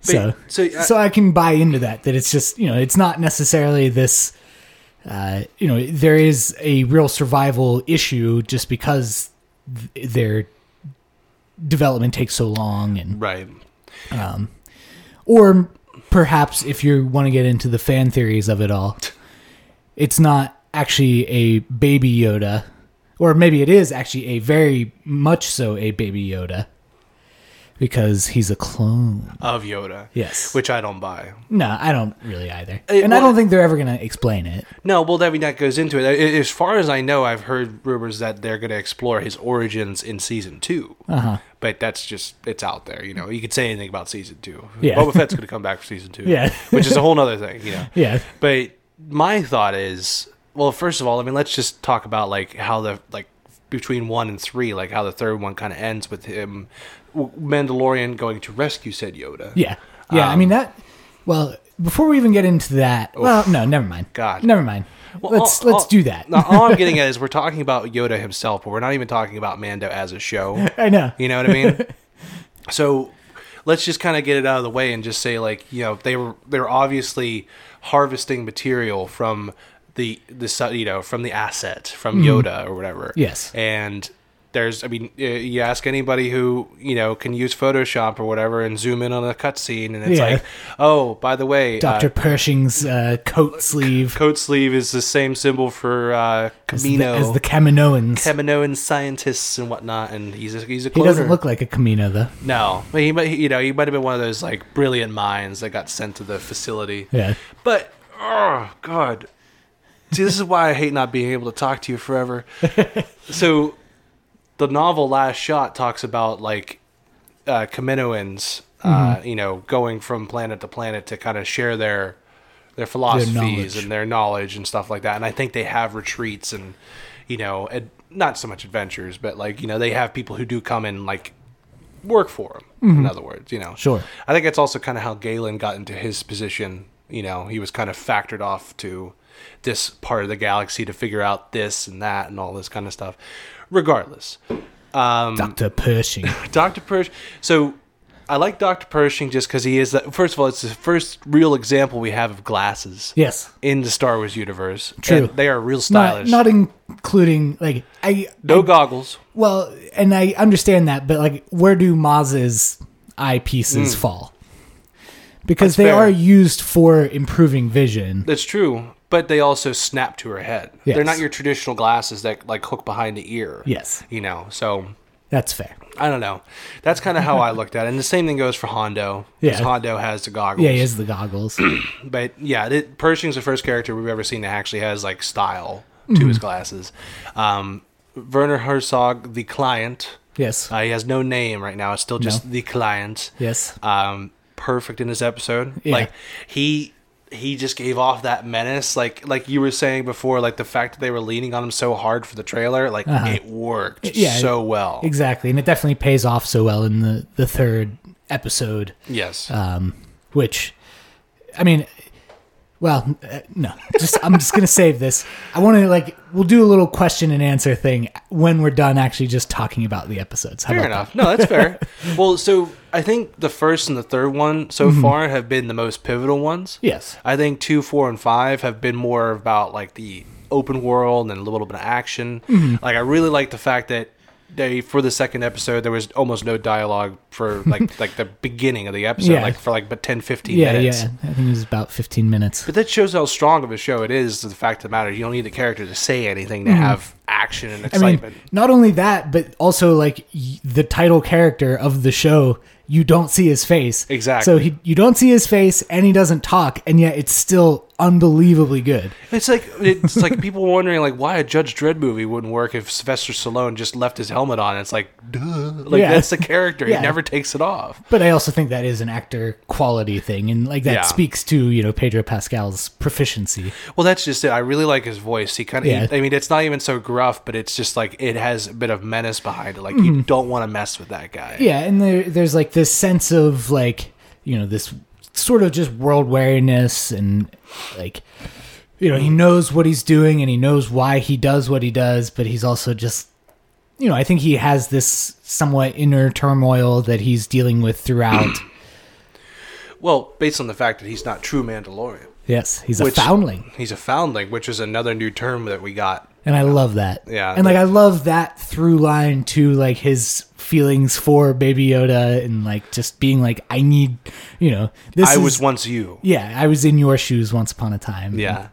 [SPEAKER 2] so
[SPEAKER 1] so,
[SPEAKER 2] so,
[SPEAKER 1] uh,
[SPEAKER 2] I can buy into that that it's just you know it's not necessarily this uh, you know there is a real survival issue just because th- their development takes so long and
[SPEAKER 1] right.
[SPEAKER 2] or perhaps if you want to get into the fan theories of it all it's not actually a baby Yoda or maybe it is actually a very much so a baby Yoda because he's a clone
[SPEAKER 1] Of Yoda.
[SPEAKER 2] Yes.
[SPEAKER 1] Which I don't buy.
[SPEAKER 2] No, I don't really either.
[SPEAKER 1] It-
[SPEAKER 2] and I
[SPEAKER 1] Uh, well-
[SPEAKER 2] don't think they're ever going to explain it.
[SPEAKER 1] No, well, that, I mean, that goes into it. A- As far as I know, I've heard rumors that they're going to explore his origins in season 2
[SPEAKER 2] Uh-huh.
[SPEAKER 1] But that's just, it's out there. You know, you could say anything about season two.
[SPEAKER 2] Yeah.
[SPEAKER 1] Boba Fett's going to come back for season two.
[SPEAKER 2] Yeah.
[SPEAKER 1] which is a whole other thing. You know.
[SPEAKER 2] Yeah.
[SPEAKER 1] But my thought is well, first of all, I mean, let's just talk about like how the like between one and three, like how the third one kind of ends with him, Mandalorian going to rescue said Yoda.
[SPEAKER 2] Yeah. Yeah. I mean,
[SPEAKER 1] Um,
[SPEAKER 2] that. Well, before we even get into that. Well, no, never mind.
[SPEAKER 1] God.
[SPEAKER 2] Never mind.
[SPEAKER 1] Well,
[SPEAKER 2] let's
[SPEAKER 1] all-
[SPEAKER 2] let's
[SPEAKER 1] all-
[SPEAKER 2] do that.
[SPEAKER 1] no, all I'm getting at is we're talking about Yoda himself, but we're not even talking about Mando as a show.
[SPEAKER 2] I know.
[SPEAKER 1] You know what I mean? so let's just kind of get it out of the way and just say like, you know, they were they're obviously harvesting material from the the su- you know, from the asset from Yoda or whatever.
[SPEAKER 2] Mm-hmm. Yes.
[SPEAKER 1] And there's I mean, uh, you ask anybody who, you know, can use Photoshop or whatever and zoom in on a cutscene and it's
[SPEAKER 2] Yeah.
[SPEAKER 1] like, "Oh, by the way,
[SPEAKER 2] Doctor
[SPEAKER 1] uh,
[SPEAKER 2] Pershing's uh, coat sleeve
[SPEAKER 1] coat sleeve is the same symbol for uh
[SPEAKER 2] as the,
[SPEAKER 1] Camino.
[SPEAKER 2] as the Kaminoans.
[SPEAKER 1] Kaminoan scientists and whatnot, and he's a, he's a
[SPEAKER 2] he
[SPEAKER 1] cloner.
[SPEAKER 2] doesn't look like a Camino though.
[SPEAKER 1] No, but he might, you know, he might have been one of those like brilliant minds that got sent to the facility.
[SPEAKER 2] Yeah.
[SPEAKER 1] But oh god, see, this is why I hate not being able to talk to you forever. so, the novel Last Shot talks about like uh, Kaminoans, uh, you know, going from planet to planet to kind of share their their philosophies
[SPEAKER 2] knowledge.
[SPEAKER 1] and their knowledge and stuff like that. And I think they have retreats and you know, ad- not so much adventures, but like you know, they have people who do come and like work for them. In other words, you know,
[SPEAKER 2] Mm-hmm. Sure.
[SPEAKER 1] I think that's also kind of how Galen got into his position. You know, he was kind of factored off to this part of the galaxy to figure out this and that and all this kind of stuff. Regardless, Um,
[SPEAKER 2] Doctor Pershing.
[SPEAKER 1] Dr. Pershing. So I like Dr. Pershing just because he is, the, first of all, it's the first real example we have of glasses
[SPEAKER 2] Yes.
[SPEAKER 1] in the Star Wars universe.
[SPEAKER 2] True.
[SPEAKER 1] And they are real
[SPEAKER 2] Not,
[SPEAKER 1] stylish.
[SPEAKER 2] not including like I
[SPEAKER 1] no goggles.
[SPEAKER 2] well, and I understand that, but like where do Maz's eyepieces fall? Because they
[SPEAKER 1] Hmm. fair.
[SPEAKER 2] are used for improving vision.
[SPEAKER 1] That's true. But they also snap to her head. They're
[SPEAKER 2] Yes.
[SPEAKER 1] not your traditional glasses that like hook behind the ear.
[SPEAKER 2] Yes.
[SPEAKER 1] You know, so
[SPEAKER 2] That's fair.
[SPEAKER 1] I don't know. That's kind of how I looked at it. And the same thing goes for Hondo. 'cause
[SPEAKER 2] Yeah.
[SPEAKER 1] Hondo has the goggles.
[SPEAKER 2] Yeah, he has the goggles.
[SPEAKER 1] but yeah, it, Pershing's the first character we've ever seen that actually has like style to
[SPEAKER 2] Mm-hmm.
[SPEAKER 1] his glasses. Um, Werner Herzog, the client,
[SPEAKER 2] yes.
[SPEAKER 1] uh, he has no name right now. It's still just the client.
[SPEAKER 2] yes.
[SPEAKER 1] Um, perfect in this episode.
[SPEAKER 2] Yeah.
[SPEAKER 1] Like he he just gave off that menace. Like like you were saying before, like the fact that they were leaning on him so hard for the trailer, like it worked
[SPEAKER 2] Uh-huh. Yeah,
[SPEAKER 1] so well.
[SPEAKER 2] Exactly. And it definitely pays off so well in the, the third episode,
[SPEAKER 1] yes.
[SPEAKER 2] um, which, I mean, well, uh, no, just I'm just gonna save this. I want to like we'll do a little question and answer thing when we're done actually just talking about the episodes. How
[SPEAKER 1] Fair
[SPEAKER 2] about
[SPEAKER 1] enough. No, that's fair. well, so I think the first and the third one so
[SPEAKER 2] Mm-hmm.
[SPEAKER 1] far have been the most pivotal ones.
[SPEAKER 2] that? Yes.
[SPEAKER 1] I think two, four, and five have been more about like the open world and a little bit of action.
[SPEAKER 2] Mm-hmm.
[SPEAKER 1] Like I really like the fact that they for the second episode there was almost no dialogue for like like the beginning of the episode,
[SPEAKER 2] Yeah.
[SPEAKER 1] like for like but 10, 15
[SPEAKER 2] Yeah,
[SPEAKER 1] minutes.
[SPEAKER 2] yeah. I think it was about 15 minutes.
[SPEAKER 1] But that shows how strong of a show it is. To the fact of the matter, you don't need the character to say anything to have action and
[SPEAKER 2] Mm-hmm. I mean,
[SPEAKER 1] excitement.
[SPEAKER 2] not only that, but also like y- the title character of the show, you don't see his face.
[SPEAKER 1] Exactly.
[SPEAKER 2] So he, you don't see his face, and he doesn't talk, and yet it's still unbelievably good.
[SPEAKER 1] It's like it's like people wondering like why a Judge Dredd movie wouldn't work if Sylvester Stallone just left his helmet on. It's like, duh, like
[SPEAKER 2] Yeah.
[SPEAKER 1] that's the character.
[SPEAKER 2] Yeah.
[SPEAKER 1] He never takes it off.
[SPEAKER 2] But I also think that is an actor quality thing, and like that
[SPEAKER 1] Yeah.
[SPEAKER 2] speaks to you know Pedro Pascal's proficiency.
[SPEAKER 1] Well, that's just it. I really like his voice. He kind of.
[SPEAKER 2] Yeah.
[SPEAKER 1] I mean, it's not even so gruff, but it's just like it has a bit of menace behind it. Like you don't want to mess with that guy.
[SPEAKER 2] Mm-hmm. Yeah, and there, there's like this sense of like you know this sort of just world wariness and like you know he knows what he's doing and he knows why he does what he does, but he's also just you know I think he has this somewhat inner turmoil that he's dealing with throughout.
[SPEAKER 1] Well, based on the fact that he's not true Mandalorian,
[SPEAKER 2] yes, he's
[SPEAKER 1] Which-
[SPEAKER 2] a foundling.
[SPEAKER 1] he's a foundling, which is another new term that we got.
[SPEAKER 2] And I love that.
[SPEAKER 1] Yeah,
[SPEAKER 2] And like
[SPEAKER 1] that-
[SPEAKER 2] I love that through line to like his feelings for Baby Yoda and like just being like, I need you know, this
[SPEAKER 1] I
[SPEAKER 2] is,
[SPEAKER 1] was once you.
[SPEAKER 2] Yeah, I was in your shoes once upon a time.
[SPEAKER 1] Yeah. Mm.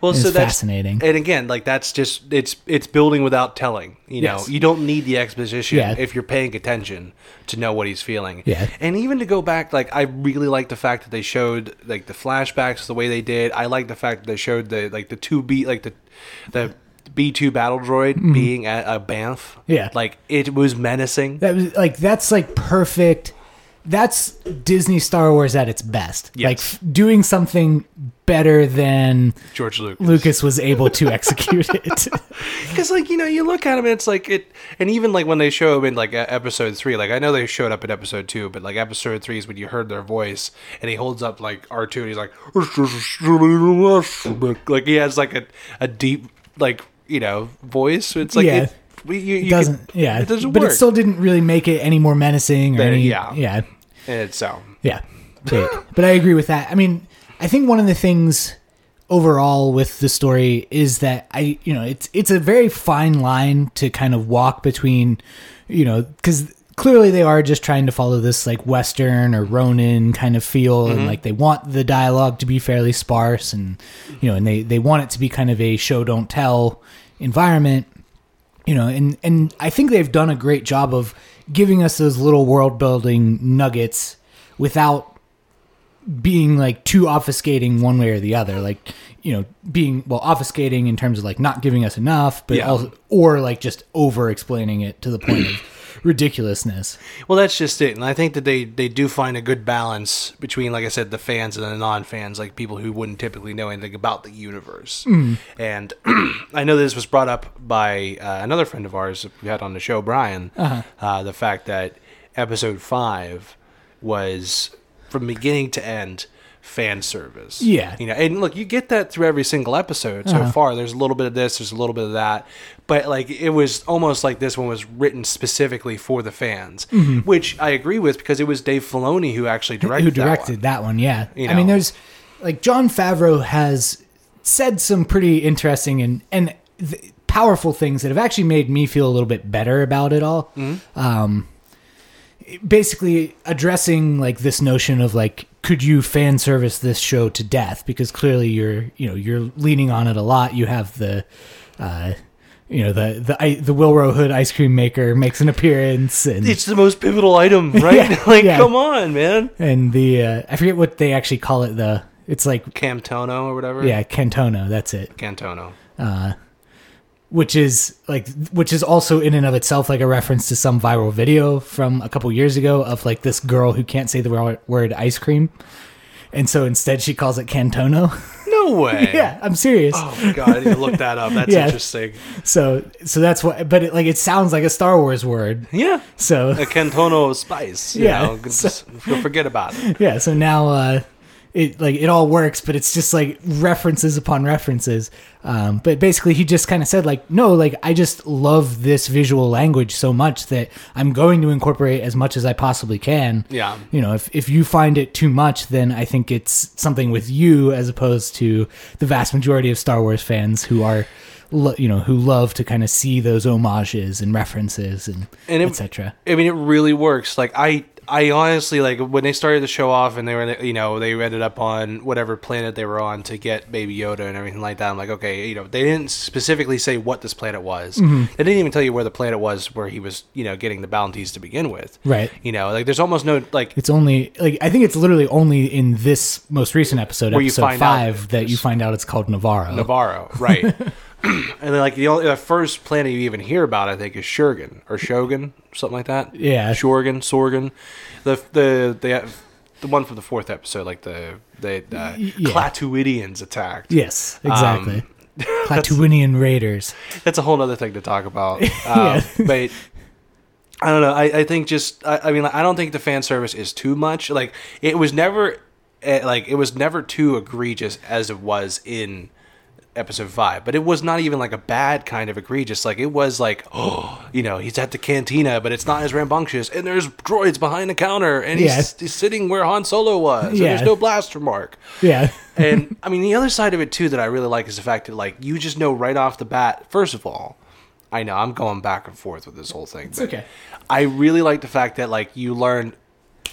[SPEAKER 1] Well,
[SPEAKER 2] It's
[SPEAKER 1] so that's
[SPEAKER 2] fascinating.
[SPEAKER 1] And again, like that's just it's it's building without telling. You know,
[SPEAKER 2] Yes.
[SPEAKER 1] you don't need the exposition
[SPEAKER 2] Yeah.
[SPEAKER 1] if you're paying attention to know what he's feeling.
[SPEAKER 2] Yeah.
[SPEAKER 1] And even to go back, like I really like the fact that they showed like the flashbacks the way they did. I like the fact that they showed the like the two B like the the B two battle droid being at a Banff.
[SPEAKER 2] Mm-hmm. Yeah.
[SPEAKER 1] Like it was menacing.
[SPEAKER 2] That was like that's like perfect that's Disney Star Wars at its best.
[SPEAKER 1] Yes.
[SPEAKER 2] Like f- doing something better than
[SPEAKER 1] George Lucas.
[SPEAKER 2] Lucas was able to execute it.
[SPEAKER 1] Because like you know, you look at him and it's like it, and even like when they show him in like e- episode three, like I know they showed up in episode two, but like episode three is when you heard their voice, and he holds up like R two, and he's like, like he has like a, a deep like you know voice. It's like
[SPEAKER 2] Yeah.
[SPEAKER 1] it, we- you, you
[SPEAKER 2] It
[SPEAKER 1] can-
[SPEAKER 2] doesn't, yeah.
[SPEAKER 1] it doesn't
[SPEAKER 2] but
[SPEAKER 1] work.
[SPEAKER 2] it still didn't really make it any more menacing or
[SPEAKER 1] Then,
[SPEAKER 2] any,
[SPEAKER 1] yeah.
[SPEAKER 2] yeah.
[SPEAKER 1] and so
[SPEAKER 2] Yeah. But, but I agree with that. I mean, I think one of the things overall with the story is that I, you know, it's it's a very fine line to kind of walk between, you know, cuz clearly they are just trying to follow this like western or ronin kind of feel and like they want the dialogue to be fairly sparse and you know, and they they want it to be kind of a show don't tell environment you know and and i think they've done a great job of giving us those little world building nuggets without being like too obfuscating one way or the other like you know being well obfuscating in terms of like not giving us enough but
[SPEAKER 1] Yeah.
[SPEAKER 2] also, or like just over explaining it to the point of ridiculousness
[SPEAKER 1] Well, that's just it, and I think that they they do find a good balance between, like I said, the fans and the non-fans, like people who wouldn't typically know anything about the universe. And I know this was brought up by uh, another friend of ours we had on the show, Brian. uh the fact that episode five was from beginning to end fan service.
[SPEAKER 2] Yeah.
[SPEAKER 1] you know, and look, you get that through every single episode so far. There's a little bit of this, there's a little bit of that, but like it was almost like this one was written specifically for the fans, which I agree with because it was Dave Filoni who actually directed.
[SPEAKER 2] Mm-hmm. who
[SPEAKER 1] that
[SPEAKER 2] directed
[SPEAKER 1] one.
[SPEAKER 2] that one, yeah
[SPEAKER 1] You
[SPEAKER 2] i mean
[SPEAKER 1] know.
[SPEAKER 2] there's like john favreau has said some pretty interesting and and th- powerful things that have actually made me feel a little bit better about it all
[SPEAKER 1] Mm-hmm.
[SPEAKER 2] um basically addressing like this notion of like could you fan service this show to death because clearly you're you know you're leaning on it a lot you have the uh you know the the i- the Wilrow Hood ice cream maker makes an appearance and
[SPEAKER 1] It's the most pivotal item, right?
[SPEAKER 2] Yeah,
[SPEAKER 1] like,
[SPEAKER 2] yeah.
[SPEAKER 1] come on, man.
[SPEAKER 2] and the uh, I forget what they actually call it. The it's like
[SPEAKER 1] Camtono or whatever.
[SPEAKER 2] yeah, Cantono. That's it.
[SPEAKER 1] Cantono.
[SPEAKER 2] Which is like which is also in and of itself like a reference to some viral video from a couple years ago of like this girl who can't say the wor- word ice cream, and so instead she calls it Cantono.
[SPEAKER 1] No way.
[SPEAKER 2] yeah, I'm serious.
[SPEAKER 1] Oh my god, I need to look that up. That's
[SPEAKER 2] Yeah.
[SPEAKER 1] interesting.
[SPEAKER 2] So so that's what. But it, like it sounds like a Star Wars word.
[SPEAKER 1] Yeah.
[SPEAKER 2] So
[SPEAKER 1] A Cantono spice. You
[SPEAKER 2] Yeah,
[SPEAKER 1] Know? Just forget about it.
[SPEAKER 2] yeah so now uh it like it all works but it's just like references upon references um but basically he just kind of said like no like i just love this visual language so much that i'm going to incorporate as much as i possibly can
[SPEAKER 1] Yeah.
[SPEAKER 2] you know if, if you find it too much then i think it's something with you as opposed to the vast majority of star wars fans who are lo- you know who love to kind of see those homages and references and,
[SPEAKER 1] And it-
[SPEAKER 2] etc
[SPEAKER 1] I mean, it really works. Like I, I honestly like when they started the show off, and they were, you know, they ended up on whatever planet they were on to get Baby Yoda and everything like that. I'm like, okay, you know, they didn't specifically say what this planet was. They didn't even tell you where the planet was where he was, you know, getting the bounties to begin with.
[SPEAKER 2] Right.
[SPEAKER 1] You know, like there's almost no like
[SPEAKER 2] It's only like I think it's literally only in this most recent episode,
[SPEAKER 1] you
[SPEAKER 2] episode
[SPEAKER 1] find out
[SPEAKER 2] five, that you find out it's called Navarro.
[SPEAKER 1] Navarro, right? and then like the only the first planet you even hear about, I think, is Shurgen or Shogun, something like that.
[SPEAKER 2] Yeah.
[SPEAKER 1] Shurgen, Sorgan, the the the the one from the fourth episode, like the the uh,
[SPEAKER 2] yeah.
[SPEAKER 1] Clatuidians attacked.
[SPEAKER 2] Yes, exactly.
[SPEAKER 1] Um,
[SPEAKER 2] Clatuinian Raiders.
[SPEAKER 1] that's a whole other thing to talk about. Um, But I don't know. I, I think just I, I mean I don't think the fan service is too much. Like it was never eh, like it was never too egregious as it was in episode five. But it was not even like a bad kind of egregious. Like it was like oh you know he's at the cantina, but it's not as rambunctious. And there's droids behind the counter, and he's,
[SPEAKER 2] Yeah.
[SPEAKER 1] he's sitting where Han Solo was.
[SPEAKER 2] Yeah.
[SPEAKER 1] And there's no blaster mark
[SPEAKER 2] Yeah,
[SPEAKER 1] and I mean, the other side of it too that I really like is the fact that like you just know right off the bat. First of all, I know I'm going back and forth with this whole thing. It's
[SPEAKER 2] okay.
[SPEAKER 1] I really like the fact that like you learn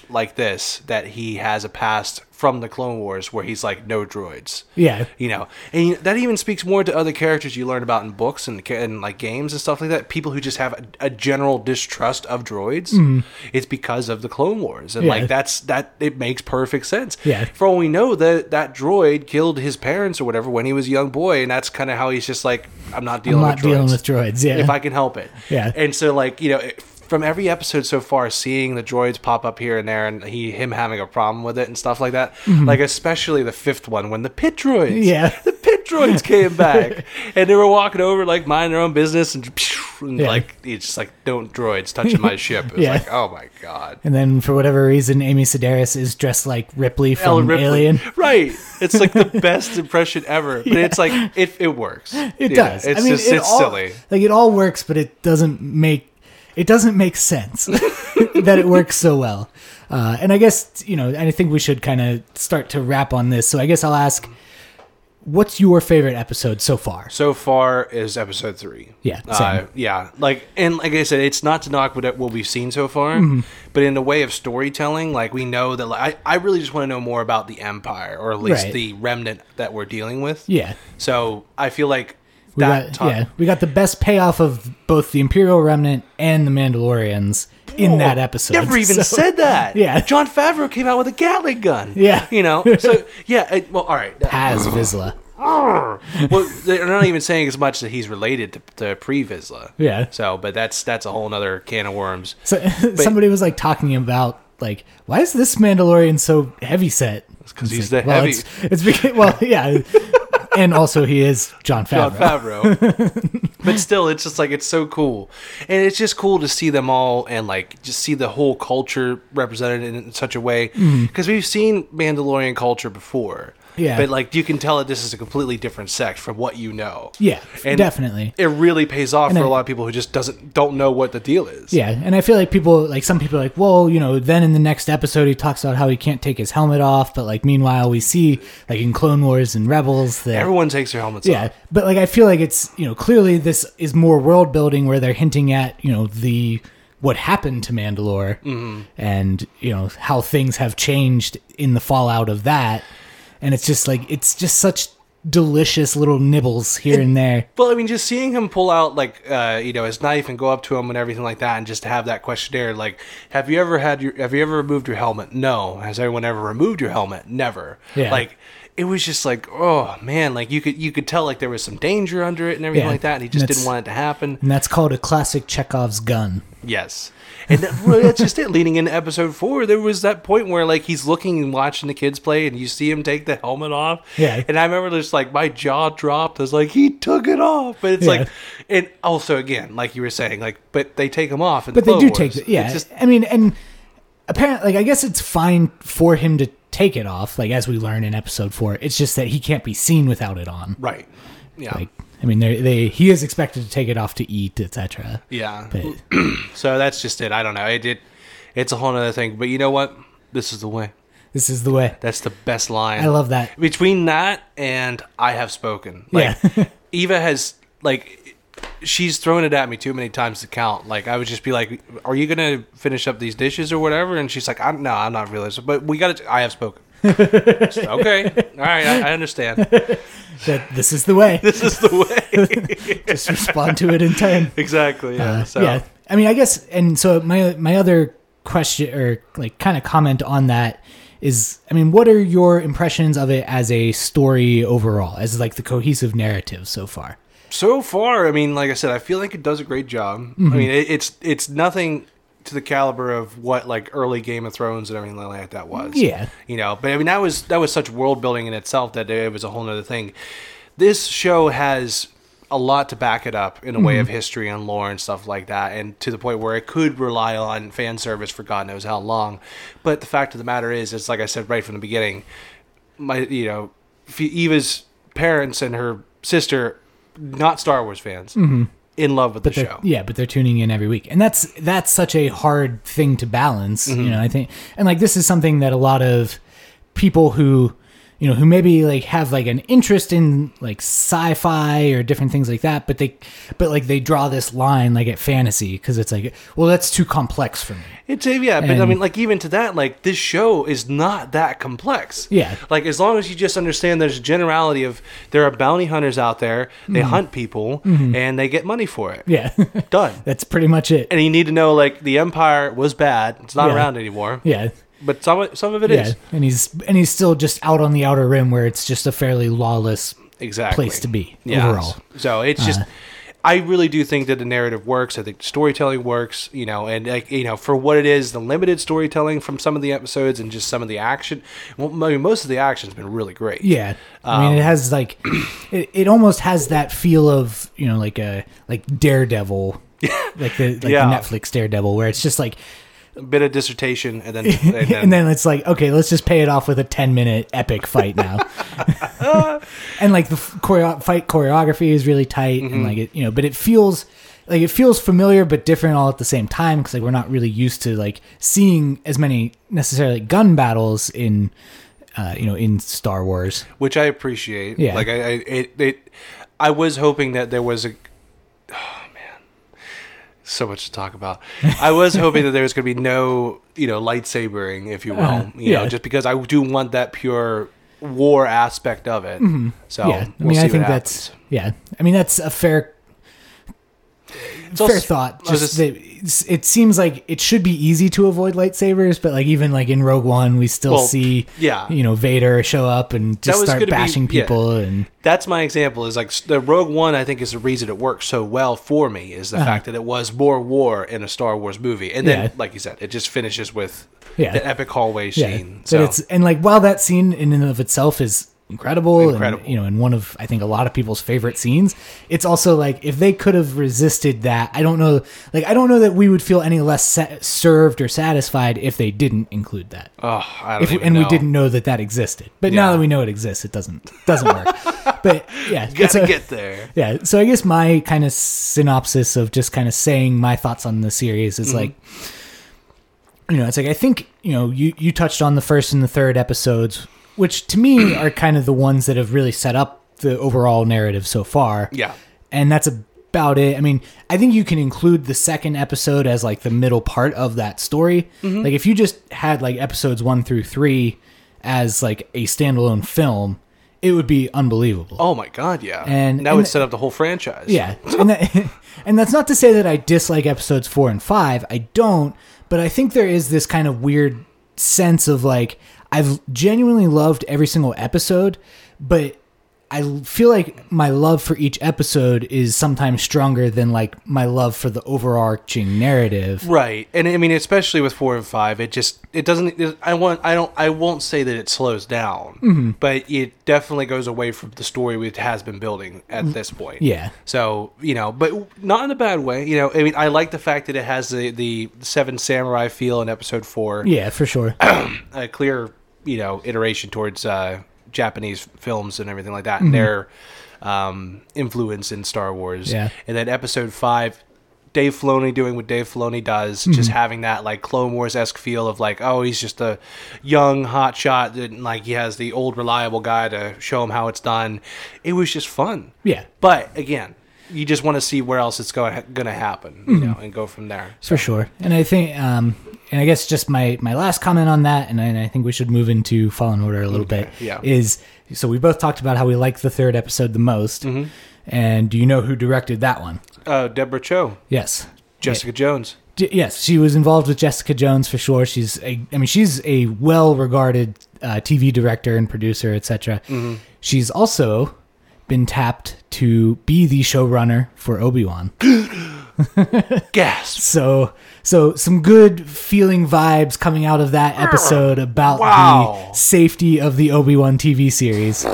[SPEAKER 1] like this that he has a past from the Clone Wars where he's like no droids.
[SPEAKER 2] yeah,
[SPEAKER 1] You know, and you- that even speaks more to other characters you learn about in books and, ca- and like games and stuff like that. People who just have a, a general distrust of droids, it's because of the Clone Wars, and
[SPEAKER 2] Mm-hmm. Yeah.
[SPEAKER 1] like that's that it makes perfect sense.
[SPEAKER 2] Yeah.
[SPEAKER 1] For all we know, that that droid killed his parents or whatever when he was a young boy, and that's kind of how he's just like, I'm not
[SPEAKER 2] I'm
[SPEAKER 1] dealing
[SPEAKER 2] not
[SPEAKER 1] with droids
[SPEAKER 2] dealing with droids. Yeah,
[SPEAKER 1] if I can help it.
[SPEAKER 2] Yeah.
[SPEAKER 1] And so like you know. It, from every episode so far, seeing the droids pop up here and there, and he him having a problem with it and stuff like that. Like especially the fifth one when the pit droids,
[SPEAKER 2] Mm-hmm. Yeah.
[SPEAKER 1] the pit droids came back and they were walking over like minding their own business and, and
[SPEAKER 2] Yeah.
[SPEAKER 1] like it's just like don't droids touching my ship. It's
[SPEAKER 2] Yeah.
[SPEAKER 1] like oh my god.
[SPEAKER 2] And then for whatever reason, Amy Sedaris is dressed like Ripley from
[SPEAKER 1] Ellen Ripley.
[SPEAKER 2] Alien.
[SPEAKER 1] Right. It's like the best impression ever. But it's like it, it works.
[SPEAKER 2] It
[SPEAKER 1] You know,
[SPEAKER 2] does.
[SPEAKER 1] It's
[SPEAKER 2] I mean,
[SPEAKER 1] just
[SPEAKER 2] it
[SPEAKER 1] it's
[SPEAKER 2] all,
[SPEAKER 1] silly.
[SPEAKER 2] Like it all works, but it doesn't make it doesn't make sense that it works so well. Uh, and I guess you know, and I think we should kind of start to wrap on this. So I guess I'll ask, what's your favorite episode so far?
[SPEAKER 1] So far is episode three.
[SPEAKER 2] Yeah,
[SPEAKER 1] Uh,
[SPEAKER 2] same.
[SPEAKER 1] yeah. Like and like I said, it's not to knock what what we've seen so far,
[SPEAKER 2] Mm-hmm.
[SPEAKER 1] but in the way of storytelling, like we know that like, I I really just want to know more about the Empire or at least
[SPEAKER 2] Right.
[SPEAKER 1] the remnant that we're dealing with.
[SPEAKER 2] Yeah,
[SPEAKER 1] So I feel like
[SPEAKER 2] we
[SPEAKER 1] that
[SPEAKER 2] got
[SPEAKER 1] time.
[SPEAKER 2] yeah, we got the best payoff of both the Imperial Remnant and the Mandalorians in that
[SPEAKER 1] Oh,
[SPEAKER 2] episode.
[SPEAKER 1] Never even
[SPEAKER 2] So-
[SPEAKER 1] said that.
[SPEAKER 2] Yeah.
[SPEAKER 1] John Favreau came out with a Gatling gun.
[SPEAKER 2] Yeah.
[SPEAKER 1] You know. So yeah. It, well, all right.
[SPEAKER 2] Paz Vizsla.
[SPEAKER 1] well, they're not even saying as much that he's related to, to pre Vizsla.
[SPEAKER 2] Yeah.
[SPEAKER 1] So, but that's that's a whole other can of worms.
[SPEAKER 2] So, somebody was like talking about like why is this Mandalorian so heavy set? Because
[SPEAKER 1] he's the
[SPEAKER 2] well,
[SPEAKER 1] heavy-
[SPEAKER 2] It's, it's because, well, yeah, and also he is John
[SPEAKER 1] John
[SPEAKER 2] Favreau.
[SPEAKER 1] Favreau. but still, it's just like it's so cool, and it's just cool to see them all and like just see the whole culture represented in, in such a way because we've seen Mandalorian culture before.
[SPEAKER 2] Mm-hmm. Yeah.
[SPEAKER 1] But like you can tell that this is a completely different sect from what you know.
[SPEAKER 2] yeah,
[SPEAKER 1] And
[SPEAKER 2] definitely.
[SPEAKER 1] It really pays off
[SPEAKER 2] And
[SPEAKER 1] for a
[SPEAKER 2] I-
[SPEAKER 1] lot of people who just doesn't don't know what the deal is.
[SPEAKER 2] Yeah, and I feel like people like some people are like, well, you know, then in the next episode he talks about how he can't take his helmet off, but like meanwhile we see like in Clone Wars and Rebels that
[SPEAKER 1] Everyone takes their helmets
[SPEAKER 2] Yeah,
[SPEAKER 1] off.
[SPEAKER 2] but like I feel like it's you know clearly this is more world building where they're hinting at you know the what happened to Mandalore
[SPEAKER 1] Mm-hmm.
[SPEAKER 2] and you know how things have changed in the fallout of that, and it's just like it's just such delicious little nibbles here and there.
[SPEAKER 1] Well, I mean, just seeing him pull out like uh, you know his knife and go up to him and everything like that, and just to have that questionnaire like, have you ever had your have you ever removed your helmet? No. Has everyone ever removed your helmet? Never.
[SPEAKER 2] Yeah.
[SPEAKER 1] Like it was just like oh man, like you could you could tell like there was some danger under it and everything
[SPEAKER 2] Yeah.
[SPEAKER 1] like that, and he just
[SPEAKER 2] And
[SPEAKER 1] didn't
[SPEAKER 2] it's-
[SPEAKER 1] want it to happen.
[SPEAKER 2] And that's called a classic Chekhov's gun.
[SPEAKER 1] Yes. And that, well, that's just it. Leading into episode four, there was that point where like he's looking and watching the kids play, and you see him take the helmet off.
[SPEAKER 2] Yeah.
[SPEAKER 1] And I remember just like my jaw dropped. I was like, he took it off. But it's
[SPEAKER 2] Yeah.
[SPEAKER 1] like, and also again, like you were saying, like, but they take him off. In the
[SPEAKER 2] But they
[SPEAKER 1] Clone
[SPEAKER 2] do
[SPEAKER 1] Wars.
[SPEAKER 2] take it. Yeah,
[SPEAKER 1] It's just
[SPEAKER 2] I mean, and apparently, like I guess it's fine for him to take it off. Like as we learn in episode four, it's just that he can't be seen without it on.
[SPEAKER 1] right. Yeah.
[SPEAKER 2] Like, I mean, they they he is expected to take it off to eat, etc.
[SPEAKER 1] yeah.
[SPEAKER 2] But
[SPEAKER 1] So that's just it. I don't know. It, it it's a whole other thing. But you know what? This is the way.
[SPEAKER 2] this is the way.
[SPEAKER 1] That's the best line.
[SPEAKER 2] I love that.
[SPEAKER 1] between that and I have spoken. Like
[SPEAKER 2] Yeah.
[SPEAKER 1] Eva has like she's thrown it at me too many times to count. Like I would just be like, "Are you gonna finish up these dishes or whatever?" And she's like, "I'm no, I'm not realizing." But we got to. I have spoken. Just, okay, all right, I, I understand.
[SPEAKER 2] That this is the way.
[SPEAKER 1] This is the way.
[SPEAKER 2] Just respond to it in time.
[SPEAKER 1] exactly. Yeah.
[SPEAKER 2] Uh,
[SPEAKER 1] so
[SPEAKER 2] Yeah, I mean, I guess, and so my my other question or like kind of comment on that is, I mean, what are your impressions of it as a story overall, as like the cohesive narrative so far?
[SPEAKER 1] so far, I mean, like I said, I feel like it does a great job. I mean, it, it's it's nothing to the caliber of what like early Game of Thrones and everything like that was.
[SPEAKER 2] Yeah.
[SPEAKER 1] you know. But I mean, that was that was such world building in itself that it was a whole nother thing. This show has a lot to back it up in a way of history and lore and stuff like that, and to the point where it could rely on fan service for God knows how long. But the fact of the matter is, it's like I said right from the beginning, my you know, F- Eva's parents and her sister, not Star Wars fans, in love with the
[SPEAKER 2] They're-
[SPEAKER 1] show.
[SPEAKER 2] Yeah, Mm-hmm. but they're tuning in every week, and that's that's such a hard thing to balance. You
[SPEAKER 1] Mm-hmm.
[SPEAKER 2] know, I think, and like this is something that a lot of people who you know who maybe like have like an interest in like sci-fi or different things like that but they but like they draw this line like at fantasy because it's like well that's too complex for me
[SPEAKER 1] It's a, yeah, but I
[SPEAKER 2] And-
[SPEAKER 1] mean, like even to that, like this show is not that complex.
[SPEAKER 2] Yeah.
[SPEAKER 1] like as long as you just understand there's a generality of there are bounty hunters out there, they hunt people and they get money for it.
[SPEAKER 2] Mm-hmm. yeah
[SPEAKER 1] Done.
[SPEAKER 2] that's pretty much it
[SPEAKER 1] And you need to know like the empire was bad; it's not
[SPEAKER 2] Yeah.
[SPEAKER 1] around anymore.
[SPEAKER 2] yeah
[SPEAKER 1] But some of- some of it is
[SPEAKER 2] yeah and he's and he's still just out on the outer rim where it's just a fairly lawless
[SPEAKER 1] exactly
[SPEAKER 2] place to be
[SPEAKER 1] Yeah.
[SPEAKER 2] overall Uh,
[SPEAKER 1] So it's just. I I really do think that the narrative works. I think storytelling works, you know, and like you know, for what it is, the limited storytelling from some of the episodes and just some of the action. Well, I mean, most of the action's been really great.
[SPEAKER 2] Yeah, I
[SPEAKER 1] Um,
[SPEAKER 2] mean, it has like, it, it almost has that feel of you know like a like Daredevil, like the like
[SPEAKER 1] Yeah.
[SPEAKER 2] the Netflix Daredevil, where it's just like,
[SPEAKER 1] A bit of dissertation, and then and then,
[SPEAKER 2] and then it's like, okay, let's just pay it off with a ten minute epic fight now, and like the f- choreo- fight choreography is really tight,
[SPEAKER 1] Mm-hmm.
[SPEAKER 2] and like it, you know, but it feels. Like it feels familiar but different all at the same time because like we're not really used to like seeing as many necessarily gun battles in, uh, you know, in Star Wars.
[SPEAKER 1] which I appreciate.
[SPEAKER 2] Yeah.
[SPEAKER 1] like I, I it, it, I was hoping that there was a. Oh man, so much to talk about. I was hoping that there was going to be no, you know, lightsabering, if you will,
[SPEAKER 2] Uh-huh.
[SPEAKER 1] you know,
[SPEAKER 2] Yeah.
[SPEAKER 1] just because I do want that pure war aspect of it. So
[SPEAKER 2] Mm-hmm. yeah, I
[SPEAKER 1] we'll
[SPEAKER 2] mean,
[SPEAKER 1] see
[SPEAKER 2] I
[SPEAKER 1] what
[SPEAKER 2] think
[SPEAKER 1] happens.
[SPEAKER 2] that's yeah. I mean, that's a fair
[SPEAKER 1] It's
[SPEAKER 2] fair
[SPEAKER 1] also-
[SPEAKER 2] thought.
[SPEAKER 1] I was
[SPEAKER 2] Just that it's- it seems like it should be easy to avoid lightsabers, but like even like in Rogue One, we still
[SPEAKER 1] Well,
[SPEAKER 2] see
[SPEAKER 1] yeah.
[SPEAKER 2] you know Vader show up and just
[SPEAKER 1] was
[SPEAKER 2] start
[SPEAKER 1] gonna be-
[SPEAKER 2] bashing
[SPEAKER 1] yeah.
[SPEAKER 2] people and
[SPEAKER 1] that's my example is like the rogue one i think is the reason it worked so well for me is the fact that it was more war in a star wars movie and then
[SPEAKER 2] Uh-huh. Yeah.
[SPEAKER 1] like you said it just finishes with
[SPEAKER 2] Yeah.
[SPEAKER 1] the epic hallway
[SPEAKER 2] yeah.
[SPEAKER 1] scene
[SPEAKER 2] But
[SPEAKER 1] so
[SPEAKER 2] it's and like while that scene in and of itself is incredible,
[SPEAKER 1] Incredible.
[SPEAKER 2] and you know, and one of I think a lot of people's favorite scenes, it's also like if they could have resisted that, I don't know, like I don't know that we would feel any less sa- served or satisfied if they didn't include that.
[SPEAKER 1] oh i don't
[SPEAKER 2] if we,
[SPEAKER 1] even
[SPEAKER 2] and
[SPEAKER 1] know.
[SPEAKER 2] we didn't know that that existed. But now
[SPEAKER 1] Yeah.
[SPEAKER 2] that we know it exists, it doesn't doesn't work. but yeah,
[SPEAKER 1] got
[SPEAKER 2] it's
[SPEAKER 1] to
[SPEAKER 2] a-
[SPEAKER 1] get there
[SPEAKER 2] yeah. So I guess my kind of synopsis of just kind of saying my thoughts on the series is like, you know, it's like I think you know you you touched on the first and the third episodes, which to me are kind of the ones that have really set up the overall narrative so far
[SPEAKER 1] yeah
[SPEAKER 2] and that's about it. I mean, I think you can include the second episode as like the middle part of that story. Like if you just had like episodes 1 through 3 as like a standalone film, it would be unbelievable.
[SPEAKER 1] oh my god yeah
[SPEAKER 2] And-
[SPEAKER 1] that
[SPEAKER 2] and
[SPEAKER 1] would
[SPEAKER 2] the-
[SPEAKER 1] set up the whole franchise
[SPEAKER 2] Yeah. And that, and that's not to say that I dislike episodes 4 and 5. I don't, but I think there is this kind of weird sense of like I've genuinely loved every single episode, but I l- feel like my love for each episode is sometimes stronger than like my love for the overarching narrative.
[SPEAKER 1] right and i mean especially with four and five it just it doesn't it- i want i don't i won't say that it slows down
[SPEAKER 2] Mm-hmm.
[SPEAKER 1] but it definitely goes away from the story it has been building at this point
[SPEAKER 2] Mm, Yeah.
[SPEAKER 1] so you know but not in a bad way you know i mean i like the fact that it has the the seven samurai feel in episode four
[SPEAKER 2] Yeah, for sure.
[SPEAKER 1] a clear you know iteration towards uh japanese films and everything like that and
[SPEAKER 2] Mm-hmm.
[SPEAKER 1] their um influence in star wars
[SPEAKER 2] Yeah.
[SPEAKER 1] and then episode five Dave Filoni doing what Dave Filoni does,
[SPEAKER 2] Mm-hmm.
[SPEAKER 1] just having that like Clone Wars esque feel of like, oh, he's just a young hot shot, and like he has the old reliable guy to show him how it's done. It was just fun,
[SPEAKER 2] Yeah.
[SPEAKER 1] But again, you just want to see where else it's going to happen,
[SPEAKER 2] Mm-hmm.
[SPEAKER 1] you know, and go from there.
[SPEAKER 2] For sure. And I think, um, and I guess just my, my last comment on that, and I, and I think we should move into Fallen Order a little bit,
[SPEAKER 1] yeah.
[SPEAKER 2] is so we both talked about how we like the third episode the most. And do you know who directed that one?
[SPEAKER 1] Uh, Deborah Cho,
[SPEAKER 2] Yes.
[SPEAKER 1] Jessica Jones.
[SPEAKER 2] J- yes, she was involved with Jessica Jones for sure. She's a, I mean, she's a well-regarded uh, TV director and producer, etc. She's also been tapped to be the showrunner for Obi Wan.
[SPEAKER 1] Gasp!
[SPEAKER 2] So, so some good feeling vibes coming out of that episode about
[SPEAKER 1] Wow.
[SPEAKER 2] the safety of the Obi Wan TV series.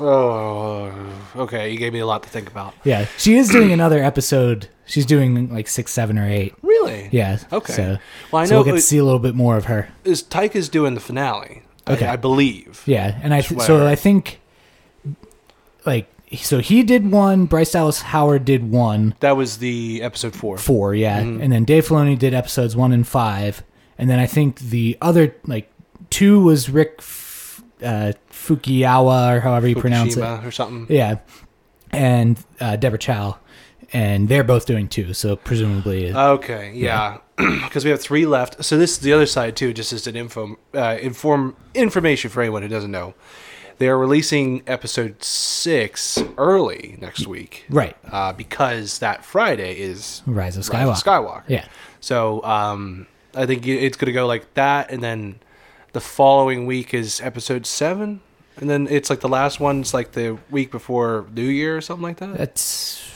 [SPEAKER 1] Oh, okay. You gave me a lot to think about.
[SPEAKER 2] Yeah, she is doing another episode. She's doing like six, seven, or eight.
[SPEAKER 1] Really?
[SPEAKER 2] Yeah.
[SPEAKER 1] Okay.
[SPEAKER 2] So,
[SPEAKER 1] Well, I
[SPEAKER 2] so
[SPEAKER 1] know
[SPEAKER 2] we'll get to
[SPEAKER 1] it-
[SPEAKER 2] see a little bit more of her.
[SPEAKER 1] Is Tyka's doing the finale?
[SPEAKER 2] Okay.
[SPEAKER 1] I, I believe.
[SPEAKER 2] Yeah, and I th- so
[SPEAKER 1] Swear.
[SPEAKER 2] I think like so he did one. Bryce Dallas Howard did one.
[SPEAKER 1] That was the episode four.
[SPEAKER 2] four, yeah.
[SPEAKER 1] Mm-hmm.
[SPEAKER 2] And then Dave Filoni did episodes one and five, and then I think the other like two was Rick F- uh, Fukiyawa or however you pronounce it,
[SPEAKER 1] Fukushima or something.
[SPEAKER 2] yeah, and uh, Deborah Chow, and they're both doing two, so presumably
[SPEAKER 1] Uh, Okay. Yeah. Because we have three left. So this is the other side too. Just as an info, uh, inform information for anyone who doesn't know, they are releasing episode six early next week.
[SPEAKER 2] right.
[SPEAKER 1] Uh, because that Friday is
[SPEAKER 2] Rise of Skywalker.
[SPEAKER 1] Rise of Skywalker.
[SPEAKER 2] Yeah,
[SPEAKER 1] So um, I think it's going to go like that, and then the following week is episode seven. And then it's like the last one's like the week before New Year or something like that.
[SPEAKER 2] That's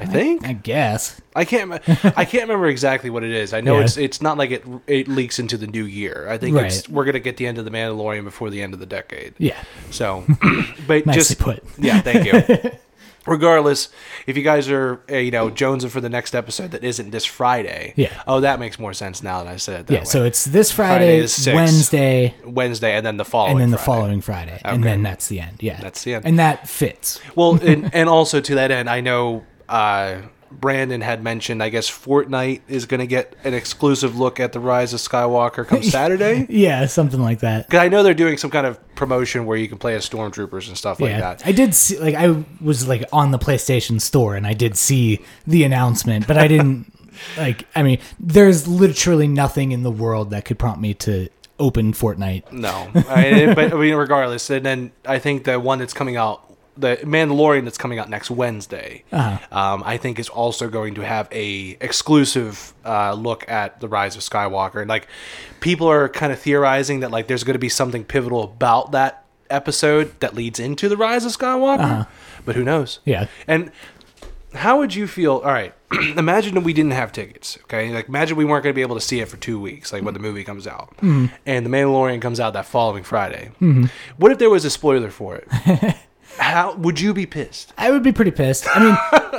[SPEAKER 1] I think
[SPEAKER 2] I guess.
[SPEAKER 1] I can't. me- I can't remember exactly what it is. I know
[SPEAKER 2] Yeah.
[SPEAKER 1] it's. It's not like it. It leaks into the new year. I think it's.
[SPEAKER 2] Right.
[SPEAKER 1] We're gonna get the end of the Mandalorian before the end of the decade.
[SPEAKER 2] Yeah.
[SPEAKER 1] So, but
[SPEAKER 2] Nicely
[SPEAKER 1] just
[SPEAKER 2] put.
[SPEAKER 1] Yeah, thank you. Regardless, if you guys are uh, you know jonesing for the next episode that isn't this Friday,
[SPEAKER 2] Yeah.
[SPEAKER 1] Oh, that makes more sense now that I said it. That
[SPEAKER 2] Yeah.
[SPEAKER 1] way.
[SPEAKER 2] So it's this
[SPEAKER 1] Friday
[SPEAKER 2] Friday,
[SPEAKER 1] is six.
[SPEAKER 2] Wednesday,
[SPEAKER 1] Wednesday and then the following.
[SPEAKER 2] and then the
[SPEAKER 1] Friday.
[SPEAKER 2] following Friday, and then that's the end. Yeah.
[SPEAKER 1] That's the end.
[SPEAKER 2] And that fits.
[SPEAKER 1] Well, and, and also to that end, I know uh, Brandon had mentioned. I guess Fortnite is going to get an exclusive look at the Rise of Skywalker come Saturday.
[SPEAKER 2] Yeah, something like that.
[SPEAKER 1] Because I know they're doing some kind of promotion where you can play as stormtroopers and stuff like
[SPEAKER 2] yeah,
[SPEAKER 1] that.
[SPEAKER 2] I did see. Like, I was like on the PlayStation Store, and I did see the announcement, but I didn't. like, I mean, there's literally nothing in the world that could prompt me to open Fortnite.
[SPEAKER 1] No, I, but I mean, regardless, and then I think the one that's coming out, the Mandalorian that's coming out next Wednesday, um, I think is also going to have a exclusive uh, look at the Rise of Skywalker, and like people are kind of theorizing that like there's going to be something pivotal about that episode that leads into the Rise of Skywalker, but who knows?
[SPEAKER 2] Yeah.
[SPEAKER 1] and. How would you feel? All right, imagine that we didn't have tickets. Okay, like imagine we weren't going to be able to see it for two weeks, like when the movie comes out,
[SPEAKER 2] Mm-hmm.
[SPEAKER 1] and the Mandalorian comes out that following Friday. What if there was a spoiler for it? How would you be pissed?
[SPEAKER 2] I would be pretty pissed. I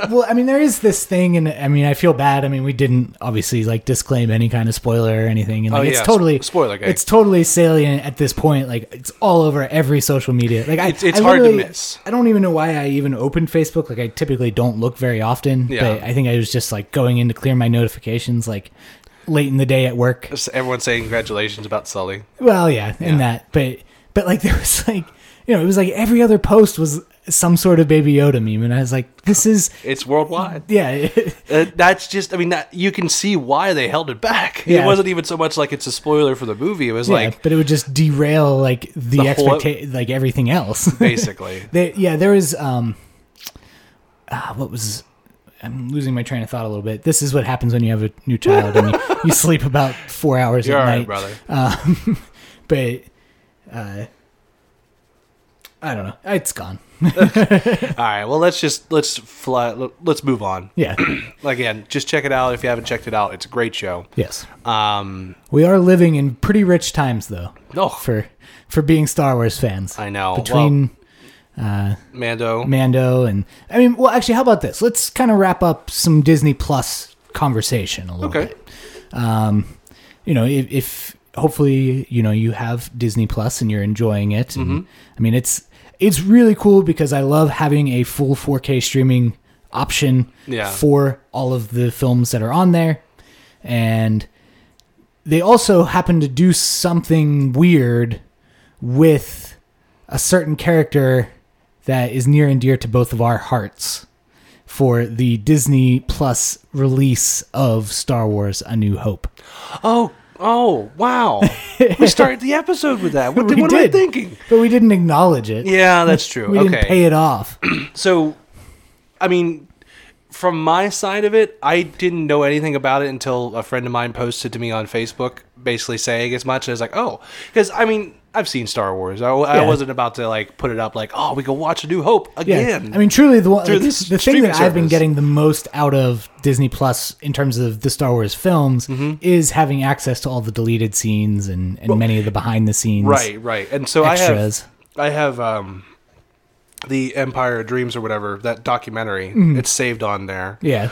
[SPEAKER 2] mean, well, I mean, there is this thing, and I mean, I feel bad. I mean, we didn't obviously like disclaim any kind of spoiler or anything, and like
[SPEAKER 1] Oh,
[SPEAKER 2] it's
[SPEAKER 1] yeah,
[SPEAKER 2] totally
[SPEAKER 1] sp- spoiler gang.
[SPEAKER 2] It's totally salient at this point. Like it's all over every social media. Like I,
[SPEAKER 1] It's- it's
[SPEAKER 2] I
[SPEAKER 1] hard to
[SPEAKER 2] literally-
[SPEAKER 1] miss.
[SPEAKER 2] I don't even know why I even opened Facebook. Like I typically don't look very often,
[SPEAKER 1] Yeah.
[SPEAKER 2] but I think I was just like going in to clear my notifications, like late in the day at work.
[SPEAKER 1] Just Everyone saying congratulations about Sully.
[SPEAKER 2] Well, yeah, and that, but but like there was like you know it was like every other post was some sort of Baby Yoda meme, and I was like, this is.
[SPEAKER 1] It's worldwide.
[SPEAKER 2] Yeah,
[SPEAKER 1] Uh, that's just. I mean, that you can see why they held it back. It
[SPEAKER 2] Yeah.
[SPEAKER 1] wasn't even so much like it's a spoiler for the movie. It was
[SPEAKER 2] like,
[SPEAKER 1] like
[SPEAKER 2] but it would just derail like the,
[SPEAKER 1] The whole-
[SPEAKER 2] expectation, like everything else.
[SPEAKER 1] basically.
[SPEAKER 2] There- yeah, there is. Um, ah, what was? I'm losing my train of thought a little bit. This is what happens when you have a new child and you, you sleep about four hours
[SPEAKER 1] You're
[SPEAKER 2] at
[SPEAKER 1] all right,
[SPEAKER 2] night.
[SPEAKER 1] brother.
[SPEAKER 2] But uh, I don't know. It's gone.
[SPEAKER 1] All right. Well, let's just let's fly. Let's move on.
[SPEAKER 2] Yeah.
[SPEAKER 1] Again, just check it out if you haven't checked it out. It's a great show.
[SPEAKER 2] yes.
[SPEAKER 1] Um,
[SPEAKER 2] We are living in pretty rich times, though.
[SPEAKER 1] Oh.
[SPEAKER 2] For for being Star Wars fans,
[SPEAKER 1] I know.
[SPEAKER 2] between.
[SPEAKER 1] well, Mando.
[SPEAKER 2] Mando and I mean, well, actually, how about this? Let's kind of wrap up some Disney Plus conversation a little
[SPEAKER 1] okay.
[SPEAKER 2] bit. Um, you know, if, if hopefully you know you have Disney Plus and you're enjoying it, and, I mean, it's it's really cool because I love having a full 4K streaming option
[SPEAKER 1] Yeah.
[SPEAKER 2] for all of the films that are on there, and they also happen to do something weird with a certain character that is near and dear to both of our hearts for the Disney Plus release of Star Wars A New Hope.
[SPEAKER 1] Oh, oh, wow. we started the episode with that. What,
[SPEAKER 2] We
[SPEAKER 1] what am I
[SPEAKER 2] did.
[SPEAKER 1] thinking?
[SPEAKER 2] But we didn't acknowledge it.
[SPEAKER 1] Yeah, that's true.
[SPEAKER 2] We
[SPEAKER 1] okay.
[SPEAKER 2] didn't pay it off.
[SPEAKER 1] So, I mean, from my side of it, I didn't know anything about it until a friend of mine posted to me on Facebook, basically saying as much. I was like, oh, because I mean, I've seen Star Wars. I, I
[SPEAKER 2] Yeah.
[SPEAKER 1] wasn't about to like put it up like, oh, we can watch A New Hope
[SPEAKER 2] Yeah.
[SPEAKER 1] again.
[SPEAKER 2] I mean, truly, the, one,
[SPEAKER 1] Through
[SPEAKER 2] like,
[SPEAKER 1] this
[SPEAKER 2] the thing
[SPEAKER 1] streaming
[SPEAKER 2] that I've been
[SPEAKER 1] service.
[SPEAKER 2] getting the most out of Disney Plus in terms of the Star Wars films
[SPEAKER 1] Mm-hmm.
[SPEAKER 2] is having access to all the deleted scenes and, and many of the behind the scenes.
[SPEAKER 1] right, right. And so
[SPEAKER 2] Extras.
[SPEAKER 1] I have, I have um, the Empire of Dreams or whatever that documentary.
[SPEAKER 2] Mm.
[SPEAKER 1] It's saved on there.
[SPEAKER 2] Yeah.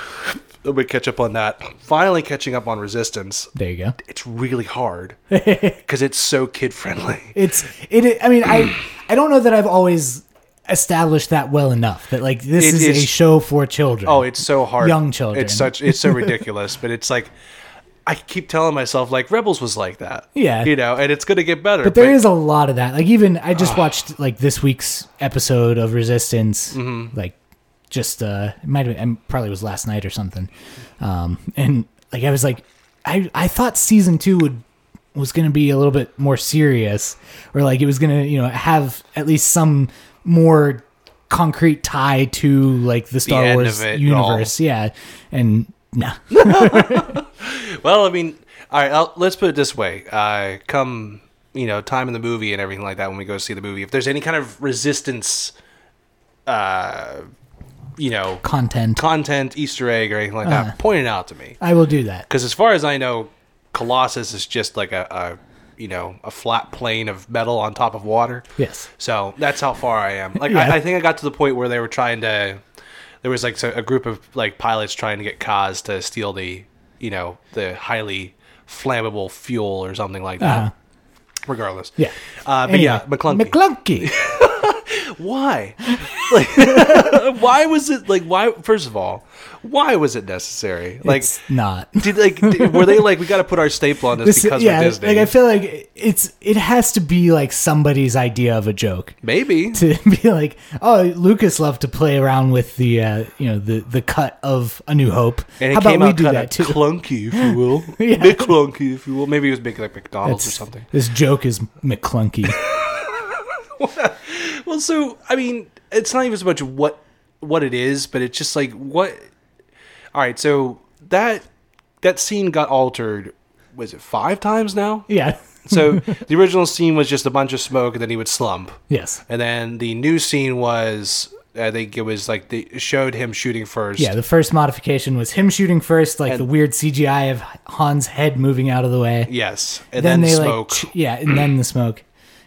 [SPEAKER 1] We catch up on that. Finally, catching up on Resistance.
[SPEAKER 2] There you go.
[SPEAKER 1] It's really hard because it's so kid friendly.
[SPEAKER 2] It's it. I mean, I I don't know that I've always established that well enough that like this
[SPEAKER 1] It
[SPEAKER 2] is
[SPEAKER 1] is-
[SPEAKER 2] a show for children.
[SPEAKER 1] Oh, it's so hard.
[SPEAKER 2] Young children.
[SPEAKER 1] It's such. It's so ridiculous. but it's like, I keep telling myself like Rebels was like that.
[SPEAKER 2] Yeah.
[SPEAKER 1] You know, and it's gonna get better.
[SPEAKER 2] But there is a lot of that. Like even I just
[SPEAKER 1] Ah.
[SPEAKER 2] watched like this week's episode of Resistance.
[SPEAKER 1] Mm-hmm.
[SPEAKER 2] Like just uh it might have been, probably was last night or something. Um and like I was like I I thought season 2 would was going to be a little bit more serious or like it was going to, you know, have at least some more concrete tie to like the Star
[SPEAKER 1] end
[SPEAKER 2] Wars
[SPEAKER 1] of it
[SPEAKER 2] universe. Yeah. And no.
[SPEAKER 1] Well, I mean, all right. I'll, let's put it this way. Uh, come. you know time in the movie and everything like that when we go see the movie if there's any kind of resistance uh you know
[SPEAKER 2] content.
[SPEAKER 1] content easter egg or anything like
[SPEAKER 2] Uh-huh.
[SPEAKER 1] that point it out to me
[SPEAKER 2] I will do that.
[SPEAKER 1] because as far as i know colossus is just like a, a you know a flat plane of metal on top of water
[SPEAKER 2] Yes.
[SPEAKER 1] so that's how far I am. Like
[SPEAKER 2] Yeah.
[SPEAKER 1] I, I think I got to the point where they were trying to. There was like so- a group of like pilots trying to get Kaz to steal the, you know, the highly flammable fuel or something like that.
[SPEAKER 2] Uh-huh.
[SPEAKER 1] Regardless.
[SPEAKER 2] Yeah.
[SPEAKER 1] Uh, but yeah, McClunky.
[SPEAKER 2] McClunky.
[SPEAKER 1] why? Like, why was it like? Why? First of all, why was it necessary? Like,
[SPEAKER 2] it's not.
[SPEAKER 1] did like did- were they like we got to put our staple on this,
[SPEAKER 2] This,
[SPEAKER 1] because
[SPEAKER 2] yeah,
[SPEAKER 1] we're Disney?
[SPEAKER 2] like I feel like it's it has to be like somebody's idea of a joke
[SPEAKER 1] Maybe.
[SPEAKER 2] to be like, oh, Lucas loved to play around with the uh, you know the the cut of A New Hope.
[SPEAKER 1] And it
[SPEAKER 2] How
[SPEAKER 1] came
[SPEAKER 2] about we
[SPEAKER 1] out
[SPEAKER 2] do
[SPEAKER 1] kind
[SPEAKER 2] that
[SPEAKER 1] of
[SPEAKER 2] too?
[SPEAKER 1] clunky, if you will.
[SPEAKER 2] Yeah.
[SPEAKER 1] Bit clunky, if you will. Maybe it was big like McDonald's or
[SPEAKER 2] It's-
[SPEAKER 1] something.
[SPEAKER 2] This joke is McClunky.
[SPEAKER 1] Well, so I mean, it's not even so much what what it is, but it's just like what. All right, so that that scene got altered. Was it five times now?
[SPEAKER 2] yeah.
[SPEAKER 1] So the original scene was just a bunch of smoke, and then he would slump,
[SPEAKER 2] Yes.
[SPEAKER 1] and then the new scene was I think it was like they showed him shooting first.
[SPEAKER 2] Yeah, the first modification was him shooting first, like the weird CGI of Han's head moving out of the way.
[SPEAKER 1] Yes, and
[SPEAKER 2] then,
[SPEAKER 1] then,
[SPEAKER 2] they
[SPEAKER 1] smoke. Mm.
[SPEAKER 2] like ch- yeah, and then the smoke,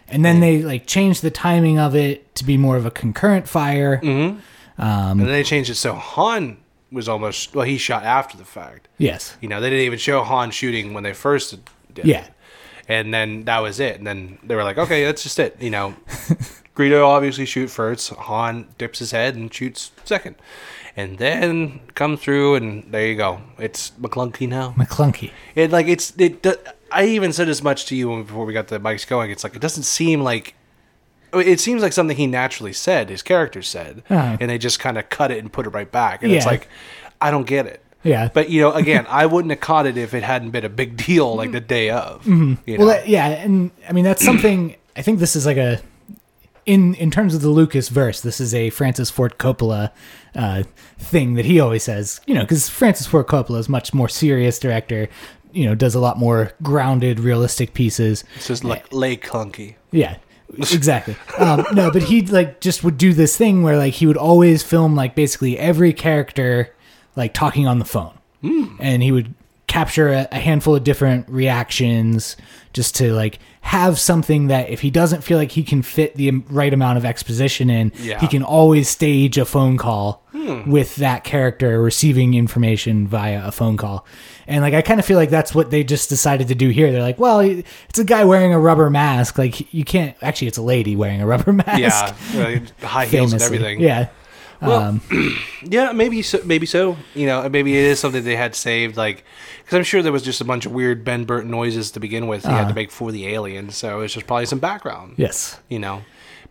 [SPEAKER 2] and then they like changed the timing of it to be more of a concurrent fire.
[SPEAKER 1] Mm-hmm. And then they changed it so Han was almost well, he shot after the fact.
[SPEAKER 2] Yes,
[SPEAKER 1] You know, they didn't even show Han shooting when they first did. it.
[SPEAKER 2] Yeah.
[SPEAKER 1] And then that was it. And then they were like, okay, that's just it. You know, Greedo obviously shoot first. Han dips his head and shoots second. And then come through, and there you go. It's McClunky now.
[SPEAKER 2] McClunky.
[SPEAKER 1] It like it's it. do- I even said as much to you when- before we got the mics going. It's like it doesn't seem like. I mean, It seems like something he naturally said, his character said,
[SPEAKER 2] Uh-huh.
[SPEAKER 1] and they just kind of cut it and put it right back. And it's
[SPEAKER 2] Yeah.
[SPEAKER 1] like, I don't get it.
[SPEAKER 2] Yeah.
[SPEAKER 1] But you know, again, I wouldn't have caught it if it hadn't been a big deal like the day of. You know?
[SPEAKER 2] Mm-hmm. Well, that, yeah, and I mean that's something. I think this is like a in in terms of the Lucas verse. This is a Francis Ford Coppola uh, thing that he always says. You know, because Francis Ford Coppola is much more serious director. You know, does a lot more grounded, realistic pieces.
[SPEAKER 1] it's just like lay clunky.
[SPEAKER 2] Yeah, exactly. um, no, but he like just would do this thing where like he would always film like basically every character like talking on the phone, and he would capture a, a handful of different reactions just to like have something that if he doesn't feel like he can fit the am- right amount of exposition in
[SPEAKER 1] Yeah.
[SPEAKER 2] he can always stage a phone call
[SPEAKER 1] Hmm.
[SPEAKER 2] with that character receiving information via a phone call and like i kind of feel like that's what they just decided to do here they're like well it's a guy wearing a rubber mask like you can't actually it's a lady wearing a rubber mask
[SPEAKER 1] Yeah, really high heels and
[SPEAKER 2] famously
[SPEAKER 1] everything.
[SPEAKER 2] yeah
[SPEAKER 1] Well,
[SPEAKER 2] Um,
[SPEAKER 1] yeah, maybe so. Maybe so. You know, maybe it is something they had saved, like because I'm sure there was just a bunch of weird Ben Burton noises to begin with. He had
[SPEAKER 2] Uh.
[SPEAKER 1] to make for the alien, so it's just probably some background.
[SPEAKER 2] yes
[SPEAKER 1] you know,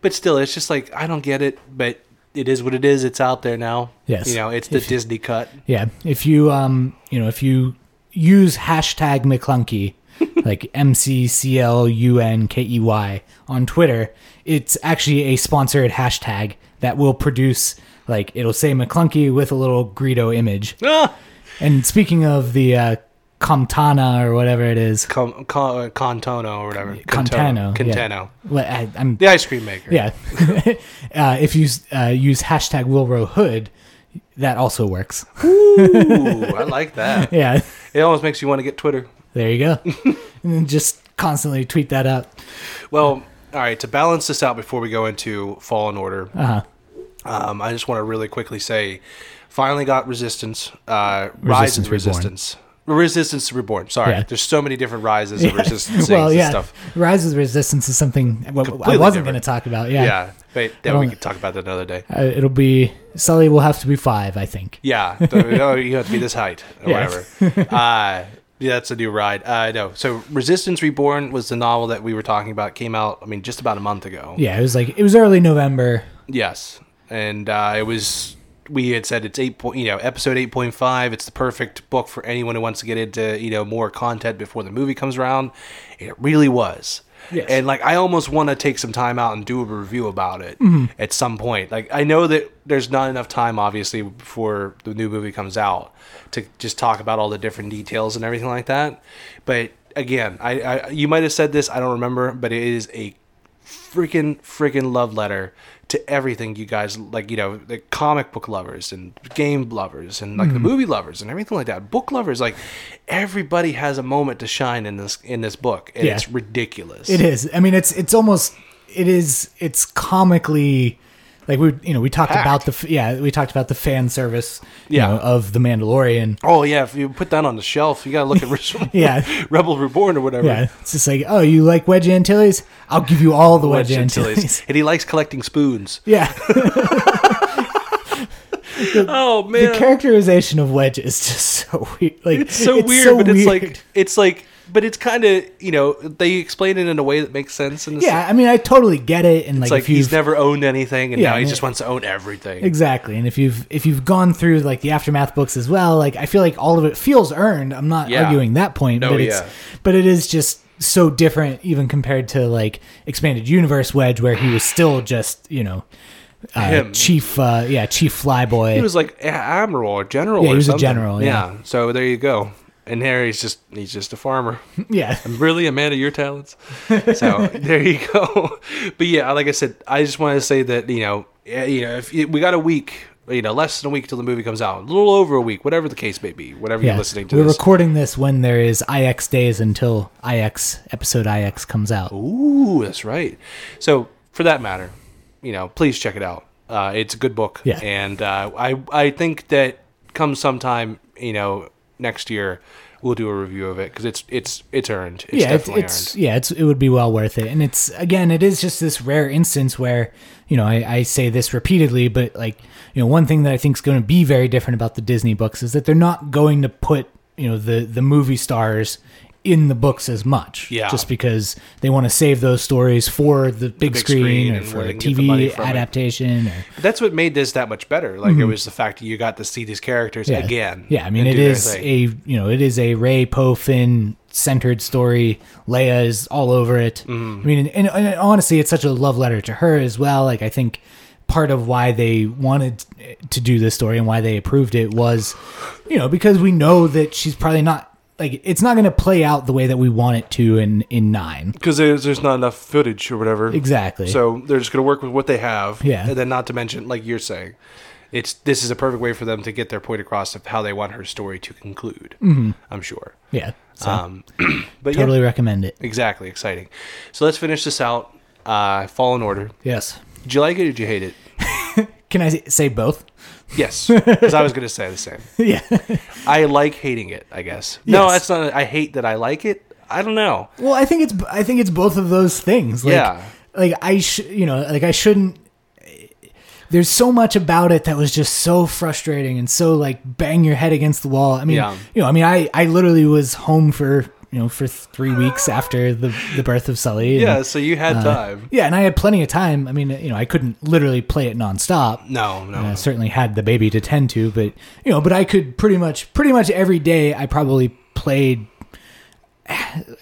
[SPEAKER 1] but still, it's just like I don't get it, but it is what it is. It's out there now.
[SPEAKER 2] Yes.
[SPEAKER 1] you know, it's the Disney cut.
[SPEAKER 2] Yeah, if you um, you know, if you use hashtag McClunky, like M C C L U N K E Y on Twitter, it's actually a sponsored hashtag that will produce like it'll say McClunky with a little Greedo image.
[SPEAKER 1] Ah,
[SPEAKER 2] And speaking of the uh, Comtana or whatever it is,
[SPEAKER 1] Com, con, uh, Contono or whatever.
[SPEAKER 2] Contano, yeah.
[SPEAKER 1] Contano.
[SPEAKER 2] what I, I'm
[SPEAKER 1] The ice cream maker.
[SPEAKER 2] yeah, uh, if you uh, use hashtag Wilro Hood, that also works.
[SPEAKER 1] Ooh, I like that.
[SPEAKER 2] Yeah.
[SPEAKER 1] It almost makes you want to get Twitter.
[SPEAKER 2] There you go. and then just constantly tweet that out.
[SPEAKER 1] Well, all right. To balance this out before we go into Fallen Order,
[SPEAKER 2] Uh-huh.
[SPEAKER 1] um, I just want to really quickly say, finally got Resistance, uh, Rise of the
[SPEAKER 2] Resistance Reborn.
[SPEAKER 1] Resistance, Resistance Reborn. Sorry,
[SPEAKER 2] Yeah.
[SPEAKER 1] there's so many different rises of Resistance
[SPEAKER 2] well,
[SPEAKER 1] things
[SPEAKER 2] yeah.
[SPEAKER 1] and stuff.
[SPEAKER 2] Rise of the Resistance is something what I
[SPEAKER 1] Completely different.
[SPEAKER 2] wasn't going to talk about.
[SPEAKER 1] Yeah,
[SPEAKER 2] Yeah.
[SPEAKER 1] but yeah, we
[SPEAKER 2] don't-
[SPEAKER 1] can talk about that another day.
[SPEAKER 2] Uh, it'll be Sully will have to be five, I think.
[SPEAKER 1] Yeah, the- oh, you have to be this height or
[SPEAKER 2] Yeah.
[SPEAKER 1] whatever. Uh, yeah, that's a new ride. Uh, no, so Resistance Reborn was the novel that we were talking about. Came out, I mean, just about a month ago.
[SPEAKER 2] Yeah, it was like it was early November.
[SPEAKER 1] Yes, and uh, it was we had said it's eight point, you know, episode eight point five. It's the perfect book for anyone who wants to get into you know more content before the movie comes around. It really was.
[SPEAKER 2] Yes.
[SPEAKER 1] And like I almost want to take some time out and do a review about it at some point. Like I know that there's not enough time obviously before the new movie comes out to just talk about all the different details and everything like that. But again, I, I you might have said this, I don't remember, but it is a freaking freaking love letter to everything you guys like you know the comic book lovers and game lovers and like
[SPEAKER 2] Mm-hmm.
[SPEAKER 1] the movie lovers and everything like that book lovers like everybody has a moment to shine in this in this book and
[SPEAKER 2] Yeah.
[SPEAKER 1] it's ridiculous
[SPEAKER 2] It is. I mean, it's it's almost it is it's comically like we you know we talked
[SPEAKER 1] Packed.
[SPEAKER 2] about the f- yeah we talked about the fan service you
[SPEAKER 1] Yeah.
[SPEAKER 2] know, of the Mandalorian.
[SPEAKER 1] oh yeah if you put that on the shelf you gotta look at Rebel-
[SPEAKER 2] Yeah.
[SPEAKER 1] rebel reborn or whatever
[SPEAKER 2] Yeah, it's just like oh, you like Wedge Antilles? I'll give you all the Wedge,
[SPEAKER 1] Wedge Antilles.
[SPEAKER 2] Antilles.
[SPEAKER 1] and he likes collecting spoons
[SPEAKER 2] Yeah,
[SPEAKER 1] oh man
[SPEAKER 2] the characterization of Wedge is just so weird. Like
[SPEAKER 1] it's so weird but it's like it's like but it's kind of you know they explain it in a way that makes sense and it's
[SPEAKER 2] yeah, I mean, I totally get it, and like,
[SPEAKER 1] It's like
[SPEAKER 2] if you've
[SPEAKER 1] he's never owned anything, and
[SPEAKER 2] Yeah,
[SPEAKER 1] now he
[SPEAKER 2] yeah.
[SPEAKER 1] just wants to own everything.
[SPEAKER 2] Exactly. And if you've if you've gone through like the aftermath books as well, like I feel like all of it feels earned. I'm not
[SPEAKER 1] Yeah.
[SPEAKER 2] arguing that point,
[SPEAKER 1] No,
[SPEAKER 2] but it's
[SPEAKER 1] yeah.
[SPEAKER 2] but it is just so different even compared to like expanded universe wedge where he was still just, you know, uh,
[SPEAKER 1] Him.
[SPEAKER 2] chief uh yeah, chief flyboy.
[SPEAKER 1] He was like a- admiral or general.
[SPEAKER 2] Yeah,
[SPEAKER 1] or
[SPEAKER 2] he was a
[SPEAKER 1] something.
[SPEAKER 2] general, yeah.
[SPEAKER 1] So there you go. And there he's just he's just a farmer.
[SPEAKER 2] yeah.
[SPEAKER 1] really, a man of your talents. So there you go. But yeah, like I said, I just want to say that you know, eh, you know, if you- we got a week, you know, less than a week till the movie comes out, a little over a week, whatever the case may be, whatever
[SPEAKER 2] Yeah.
[SPEAKER 1] you're listening to
[SPEAKER 2] We're
[SPEAKER 1] this.
[SPEAKER 2] recording this when there is IX days until IX episode IX comes out.
[SPEAKER 1] Ooh, that's right. So for that matter, you know, please check it out. Uh, it's a good book,
[SPEAKER 2] Yeah.
[SPEAKER 1] and uh, I I think that come sometime, you know, next year we'll do a review of it because it's it's it's earned. It's
[SPEAKER 2] yeah, it's,
[SPEAKER 1] definitely
[SPEAKER 2] it's
[SPEAKER 1] earned.
[SPEAKER 2] yeah, it's it would be well worth it. And it's again, it is just this rare instance where you know I, I say this repeatedly, but like you know, one thing that I think is going to be very different about the Disney books is that they're not going to put you know the the movie stars in the books as much,
[SPEAKER 1] Yeah.
[SPEAKER 2] just because they want to save those stories for the big,
[SPEAKER 1] big
[SPEAKER 2] screen,
[SPEAKER 1] screen
[SPEAKER 2] or
[SPEAKER 1] and
[SPEAKER 2] for
[SPEAKER 1] where they can get the money
[SPEAKER 2] TV
[SPEAKER 1] from it.
[SPEAKER 2] adaptation. Or,
[SPEAKER 1] But that's what made this that much better. Like it was the fact that you got to see these characters
[SPEAKER 2] Mm-hmm. yeah.
[SPEAKER 1] again.
[SPEAKER 2] yeah. I mean,
[SPEAKER 1] and
[SPEAKER 2] it
[SPEAKER 1] do their
[SPEAKER 2] is
[SPEAKER 1] thing.
[SPEAKER 2] a you know it is a Ray Poe Finn centered story. Leia is all over it.
[SPEAKER 1] Mm-hmm.
[SPEAKER 2] I mean, and, and, and honestly, it's such a love letter to her as well. Like I think part of why they wanted to do this story and why they approved it was, you know, because we know that she's probably not. Like it's not going to play out the way that we want it to in in nine
[SPEAKER 1] because there's, there's not enough footage or whatever.
[SPEAKER 2] exactly.
[SPEAKER 1] So they're just going to work with what they have.
[SPEAKER 2] Yeah.
[SPEAKER 1] And then not to mention, like you're saying, it's this is a perfect way for them to get their point across of how they want her story to conclude. Mm-hmm. I'm sure.
[SPEAKER 2] yeah, so
[SPEAKER 1] Um, but
[SPEAKER 2] totally recommend it.
[SPEAKER 1] yeah, exactly exciting. So let's finish this out. Uh, Fallen Order.
[SPEAKER 2] Yes,
[SPEAKER 1] Did you like it or did you hate it?
[SPEAKER 2] can I s- say both?
[SPEAKER 1] Yes, because I was going to say the same.
[SPEAKER 2] yeah.
[SPEAKER 1] I
[SPEAKER 2] I
[SPEAKER 1] like hating it. I guess. No,
[SPEAKER 2] Yes.
[SPEAKER 1] that's not. I hate that I like it. I don't know.
[SPEAKER 2] Well, I think it's I think it's both of those things. Like,
[SPEAKER 1] Yeah.
[SPEAKER 2] Like I sh- you know like I shouldn't. There's so much about it that was just so frustrating and so like bang your head against the wall. I mean,
[SPEAKER 1] Yeah.
[SPEAKER 2] you know, I mean, I I literally was home for you know for three weeks after the the birth of Sully. and-
[SPEAKER 1] Yeah. So you had
[SPEAKER 2] Uh,
[SPEAKER 1] time.
[SPEAKER 2] Yeah, and I had plenty of time. I mean, you know, I couldn't literally play it nonstop.
[SPEAKER 1] No, no.
[SPEAKER 2] And I certainly had the baby to tend to, but you know, but I could pretty much pretty much every day I probably played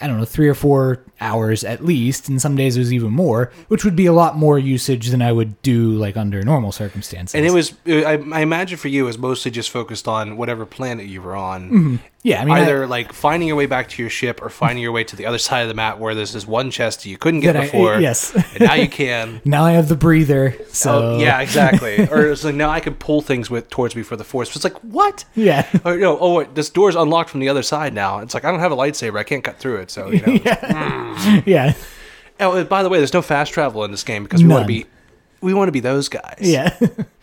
[SPEAKER 2] I don't know, three or four hours at least, and some days it was even more, which would be a lot more usage than I would do like under normal circumstances.
[SPEAKER 1] And it was. I, I imagine for you, it was mostly just focused on whatever planet you were on.
[SPEAKER 2] Mm-hmm. yeah, I mean I-
[SPEAKER 1] either like finding your way back to your ship or finding your way to the other side of the map where there's this one chest that you couldn't get
[SPEAKER 2] That I-
[SPEAKER 1] before.
[SPEAKER 2] yes.
[SPEAKER 1] and now you can.
[SPEAKER 2] now I have the breather. So
[SPEAKER 1] Oh, yeah, exactly. or it's like now I can pull things with towards me for the force. It's like what?
[SPEAKER 2] Yeah.
[SPEAKER 1] Or you know, oh wait, this door's unlocked from the other side now. It's like I don't have a lightsaber. I can't cut through it. So you know.
[SPEAKER 2] Yeah.
[SPEAKER 1] Oh, and by the way, there's no fast travel in this game because we want to
[SPEAKER 2] None.
[SPEAKER 1] be, we want to be those guys.
[SPEAKER 2] Yeah.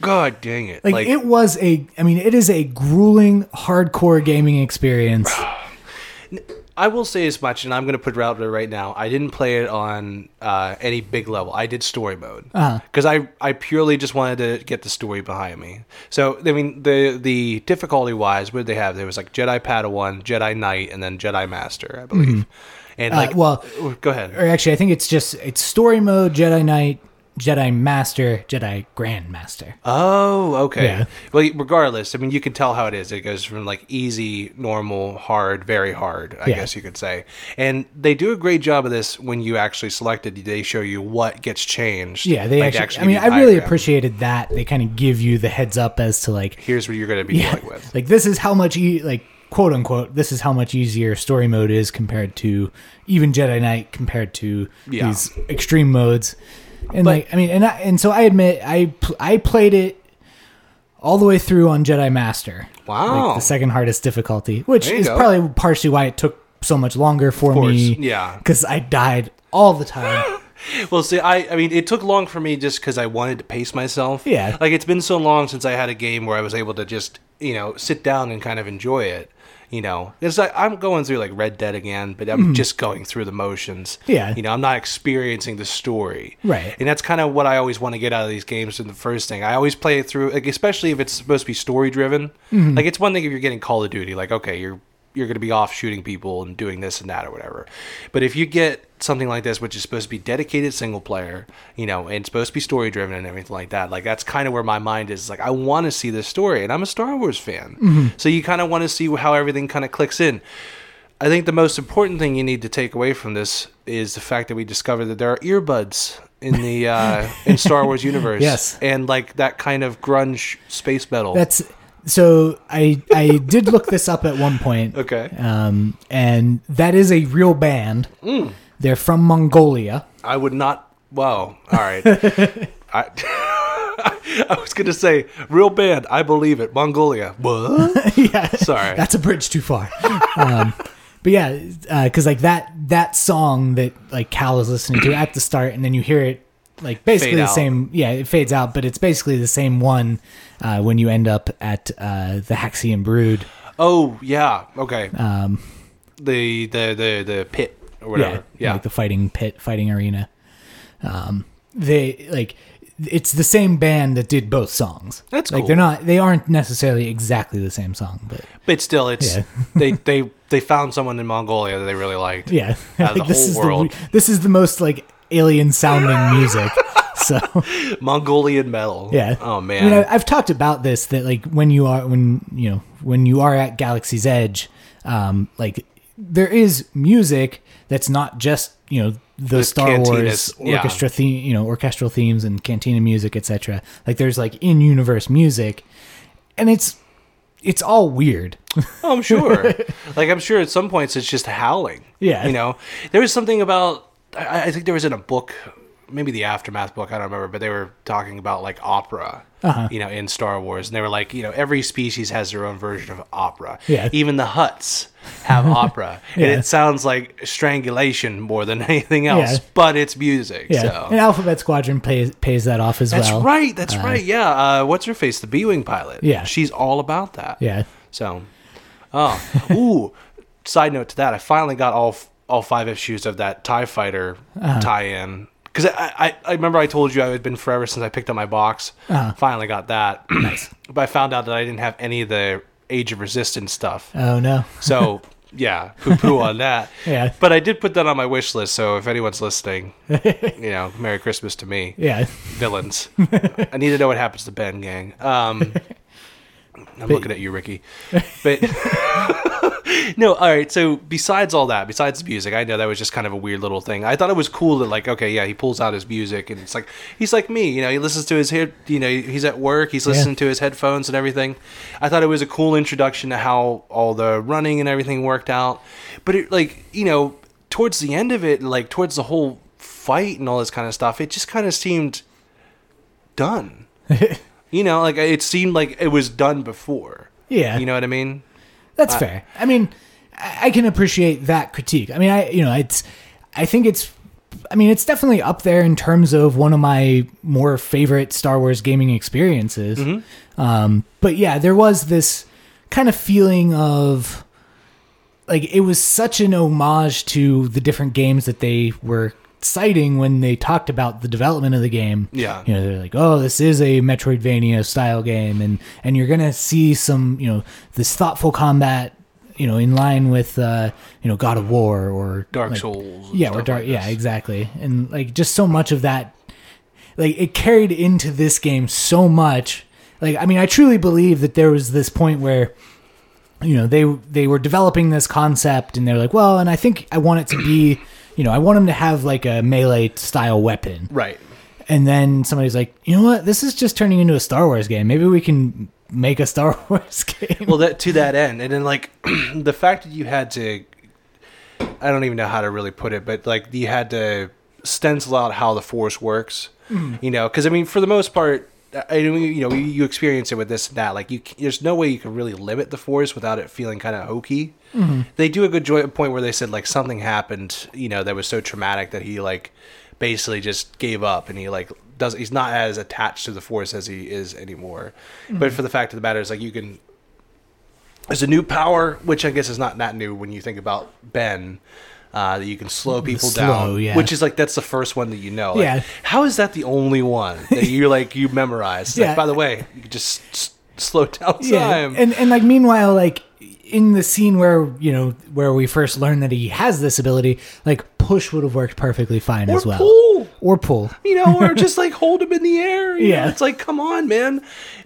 [SPEAKER 1] God dang it!
[SPEAKER 2] like, it was a i mean it is a grueling hardcore gaming experience
[SPEAKER 1] I will say as much, and I'm going to put it out there right now. I didn't play it on uh, any big level. I did story mode because I I purely just wanted to get the story behind me. So I mean, the the difficulty wise, what did they have? There was like Jedi Padawan, Jedi Knight, and then Jedi Master, I believe. And like,
[SPEAKER 2] well-
[SPEAKER 1] go ahead.
[SPEAKER 2] or actually i think it's just it's story mode jedi knight jedi master jedi grandmaster
[SPEAKER 1] Oh, okay.
[SPEAKER 2] Yeah.
[SPEAKER 1] Well, regardless, I mean, you can tell how it is. It goes from like easy, normal, hard, very hard, I
[SPEAKER 2] Yeah.
[SPEAKER 1] guess you could say. And they do a great job of this when you actually select it. They show you what gets changed.
[SPEAKER 2] yeah they
[SPEAKER 1] Like,
[SPEAKER 2] actually i
[SPEAKER 1] give you
[SPEAKER 2] mean i
[SPEAKER 1] the
[SPEAKER 2] really
[SPEAKER 1] diagram.
[SPEAKER 2] appreciated that they kind of give you the heads up as to like
[SPEAKER 1] Here's what you're going to be dealing with.
[SPEAKER 2] like this is how much you like quote unquote, this is how much easier story mode is compared to even Jedi Knight compared to
[SPEAKER 1] Yeah.
[SPEAKER 2] these extreme modes. And like, I mean, and I, and so I admit, I pl- I played it all the way through on Jedi Master,
[SPEAKER 1] Wow.
[SPEAKER 2] like the second hardest difficulty, which
[SPEAKER 1] Oh. There you
[SPEAKER 2] is
[SPEAKER 1] go.
[SPEAKER 2] probably partially why it took so much longer for
[SPEAKER 1] course,
[SPEAKER 2] me.
[SPEAKER 1] yeah.
[SPEAKER 2] because I died all the time.
[SPEAKER 1] Well, see, I, I mean, it took long for me just because I wanted to pace myself.
[SPEAKER 2] Yeah.
[SPEAKER 1] Like, it's been so long since I had a game where I was able to just, you know, sit down and kind of enjoy it. You know, it's like I'm going through like Red Dead again, but I'm just going through the motions.
[SPEAKER 2] Mm-hmm. Yeah.
[SPEAKER 1] You know, I'm not experiencing the story.
[SPEAKER 2] Right.
[SPEAKER 1] And that's kind of what I always want to get out of these games. And the first thing I always play it through, like, especially if it's supposed to be story driven. Like, it's one thing if you're getting Call of Duty, like, okay, you're you're going to be off shooting people and doing this and that or whatever. But if you get something like this, which is supposed to be dedicated single player, you know, and supposed to be story driven and everything like that, like that's kind of where my mind is. Like, I want to see this story, and I'm a Star Wars fan, so you kind of want to see how everything kind of clicks in. I think the most important thing you need to take away from this is the fact that we discovered that there are earbuds in the uh, in Star Wars universe.
[SPEAKER 2] Yes.
[SPEAKER 1] and like that kind of grunge space metal.
[SPEAKER 2] That's so I I did look this up at one point.
[SPEAKER 1] okay.
[SPEAKER 2] Um, and that is a real band.
[SPEAKER 1] Mm.
[SPEAKER 2] They're from Mongolia.
[SPEAKER 1] I would not. Wow. All right. I, I was gonna say real band. I believe it. Mongolia. What?
[SPEAKER 2] yeah,
[SPEAKER 1] Sorry.
[SPEAKER 2] that's a bridge too far. um, but yeah, because like that that song that like Cal is listening to at the start, and then you hear it like basically
[SPEAKER 1] Fade
[SPEAKER 2] the
[SPEAKER 1] out.
[SPEAKER 2] same. Yeah, it fades out, but it's basically the same one uh, when you end up at uh, the Haxian Brood.
[SPEAKER 1] oh yeah. Okay.
[SPEAKER 2] Um,
[SPEAKER 1] The the the the pit or whatever. Yeah.
[SPEAKER 2] like the fighting pit, fighting arena. Um, they like it's the same band that did both songs.
[SPEAKER 1] That's
[SPEAKER 2] like
[SPEAKER 1] cool.
[SPEAKER 2] they're not they aren't necessarily exactly the same song, but
[SPEAKER 1] but still, it's
[SPEAKER 2] Yeah.
[SPEAKER 1] they they they found someone in Mongolia that they really liked.
[SPEAKER 2] yeah,
[SPEAKER 1] Out of the
[SPEAKER 2] Like, this
[SPEAKER 1] whole
[SPEAKER 2] is
[SPEAKER 1] world.
[SPEAKER 2] the we- this is the most like alien sounding music. So
[SPEAKER 1] Mongolian metal.
[SPEAKER 2] yeah.
[SPEAKER 1] Oh man.
[SPEAKER 2] I mean, I, I've talked about this that like when you are when you know when you are at Galaxy's Edge, um, like there is music that's not just you know the, Star
[SPEAKER 1] cantinas,
[SPEAKER 2] Wars
[SPEAKER 1] yeah.
[SPEAKER 2] orchestra theme, you know, orchestral themes and cantina music, etc. Like there's like in universe music, and it's it's all weird.
[SPEAKER 1] Oh, I'm sure. like I'm sure at some points it's just howling.
[SPEAKER 2] Yeah.
[SPEAKER 1] You know, there was something about I, I think there was in a book, maybe the aftermath book. I don't remember, but they were talking about like opera.
[SPEAKER 2] Uh-huh.
[SPEAKER 1] You know, in Star Wars, and they were like, you know, every species has their own version of opera.
[SPEAKER 2] Yeah.
[SPEAKER 1] Even the huts have opera,
[SPEAKER 2] Yeah.
[SPEAKER 1] and it sounds like strangulation more than anything else.
[SPEAKER 2] Yeah.
[SPEAKER 1] But it's music.
[SPEAKER 2] Yeah,
[SPEAKER 1] So.
[SPEAKER 2] and Alphabet Squadron pays pays that off as
[SPEAKER 1] that's
[SPEAKER 2] well.
[SPEAKER 1] right. That's right. Yeah. Uh, what's her face? The B-wing pilot.
[SPEAKER 2] Yeah.
[SPEAKER 1] She's all about that.
[SPEAKER 2] Yeah.
[SPEAKER 1] So, oh, ooh. Side note to that, I finally got all f- all five issues of that Tie Fighter tie-in because I, I I remember I told you I had been forever since I picked up my box. Finally got that. Nice. but I found out that I didn't have any of the Age of Resistance stuff.
[SPEAKER 2] Oh no.
[SPEAKER 1] So. Yeah, poo poo on that.
[SPEAKER 2] Yeah.
[SPEAKER 1] But I did put that on my wish list, so if anyone's listening, you know, Merry Christmas to me
[SPEAKER 2] Yeah.
[SPEAKER 1] villains. I need to know what happens to Ben Gang. Um, I'm looking at you, Ricky. But no, all right. So besides all that, besides the music, I know that was just kind of a weird little thing. I thought it was cool that like, okay, yeah, he pulls out his music and it's like he's like me, you know, he listens to his head, you know, he's at work, he's listening to his headphones and everything. I thought it was a cool introduction to how all the running and everything worked out. But it like, you know, towards the end of it, like towards the whole fight and all this kind of stuff, it just kind of seemed done. you know, like it seemed like it was done before.
[SPEAKER 2] Yeah.
[SPEAKER 1] You know what I mean?
[SPEAKER 2] That's fair. I mean, I I can appreciate that critique. I mean, I you know, it's I think it's I mean, it's definitely up there in terms of one of my more favorite Star Wars gaming experiences. Um, but yeah, there was this kind of feeling of like it was such an homage to the different games that they were citing when they talked about the development of the game.
[SPEAKER 1] Yeah.
[SPEAKER 2] You know, they're like, "Oh, this is a Metroidvania style game and and you're going to see some, you know, this thoughtful combat, you know, in line with uh, you know, God of War or
[SPEAKER 1] Dark
[SPEAKER 2] like,
[SPEAKER 1] Souls. and
[SPEAKER 2] Yeah, or
[SPEAKER 1] stuff
[SPEAKER 2] Dark
[SPEAKER 1] like
[SPEAKER 2] Yeah,
[SPEAKER 1] this.
[SPEAKER 2] exactly. And like just so much of that like it carried into this game so much. Like I mean, I truly believe that there was this point where you know they they were developing this concept and they're like well and i think i want it to be you know i want them to have like a melee style weapon
[SPEAKER 1] Right.
[SPEAKER 2] and then somebody's like you know what this is just turning into a star wars game maybe we can make a Star Wars game.
[SPEAKER 1] well that to that end and then like the fact that you had to i don't even know how to really put it but like you had to stencil out how the force works
[SPEAKER 2] Hmm.
[SPEAKER 1] you know because i mean for the most part I I mean, you know, you- you experience it with this and that. Like, you, c- there's no way you can really limit the force without it feeling kind of hokey.
[SPEAKER 2] Hmm.
[SPEAKER 1] They do a good joy, point where they said like something happened, you know, that was so traumatic that he like basically just gave up and he like does. He's not as attached to the force as he is anymore.
[SPEAKER 2] Mm-hmm.
[SPEAKER 1] But for the fact of the matter is, like, you can there's a new power, which I guess is not that new when you think about Ben. Uh, that you can slow people
[SPEAKER 2] slow,
[SPEAKER 1] down,
[SPEAKER 2] yeah.
[SPEAKER 1] which is like that's the first one that you know. Like,
[SPEAKER 2] Yeah.
[SPEAKER 1] How is that the only one that you like you memorize? It's
[SPEAKER 2] Yeah.
[SPEAKER 1] Like, by the way, you could just s- slow down
[SPEAKER 2] yeah,
[SPEAKER 1] time.
[SPEAKER 2] and and like meanwhile, like in the scene where you know where we first learn that he has this ability, like push would have worked perfectly fine
[SPEAKER 1] or
[SPEAKER 2] as well,
[SPEAKER 1] pull,
[SPEAKER 2] or pull.
[SPEAKER 1] you know, or just like hold him in the air. yeah.
[SPEAKER 2] Yeah.
[SPEAKER 1] It's like, come on, man.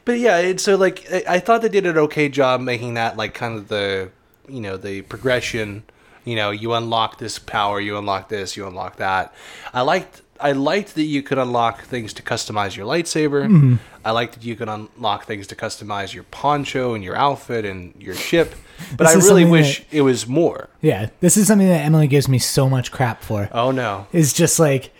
[SPEAKER 1] But yeah, it's so like I, I thought they did an okay job making that like kind of the you know the progression. You know, you unlock this power, you unlock this, you unlock that. I liked. I liked that you could unlock things to customize your lightsaber.
[SPEAKER 2] Mm-hmm.
[SPEAKER 1] I liked that you could unlock things to customize your poncho and your outfit and your ship. But I
[SPEAKER 2] This is
[SPEAKER 1] really
[SPEAKER 2] something
[SPEAKER 1] wish it was more.
[SPEAKER 2] Yeah, this is something that Emily gives me so much crap for.
[SPEAKER 1] Oh no.
[SPEAKER 2] is just like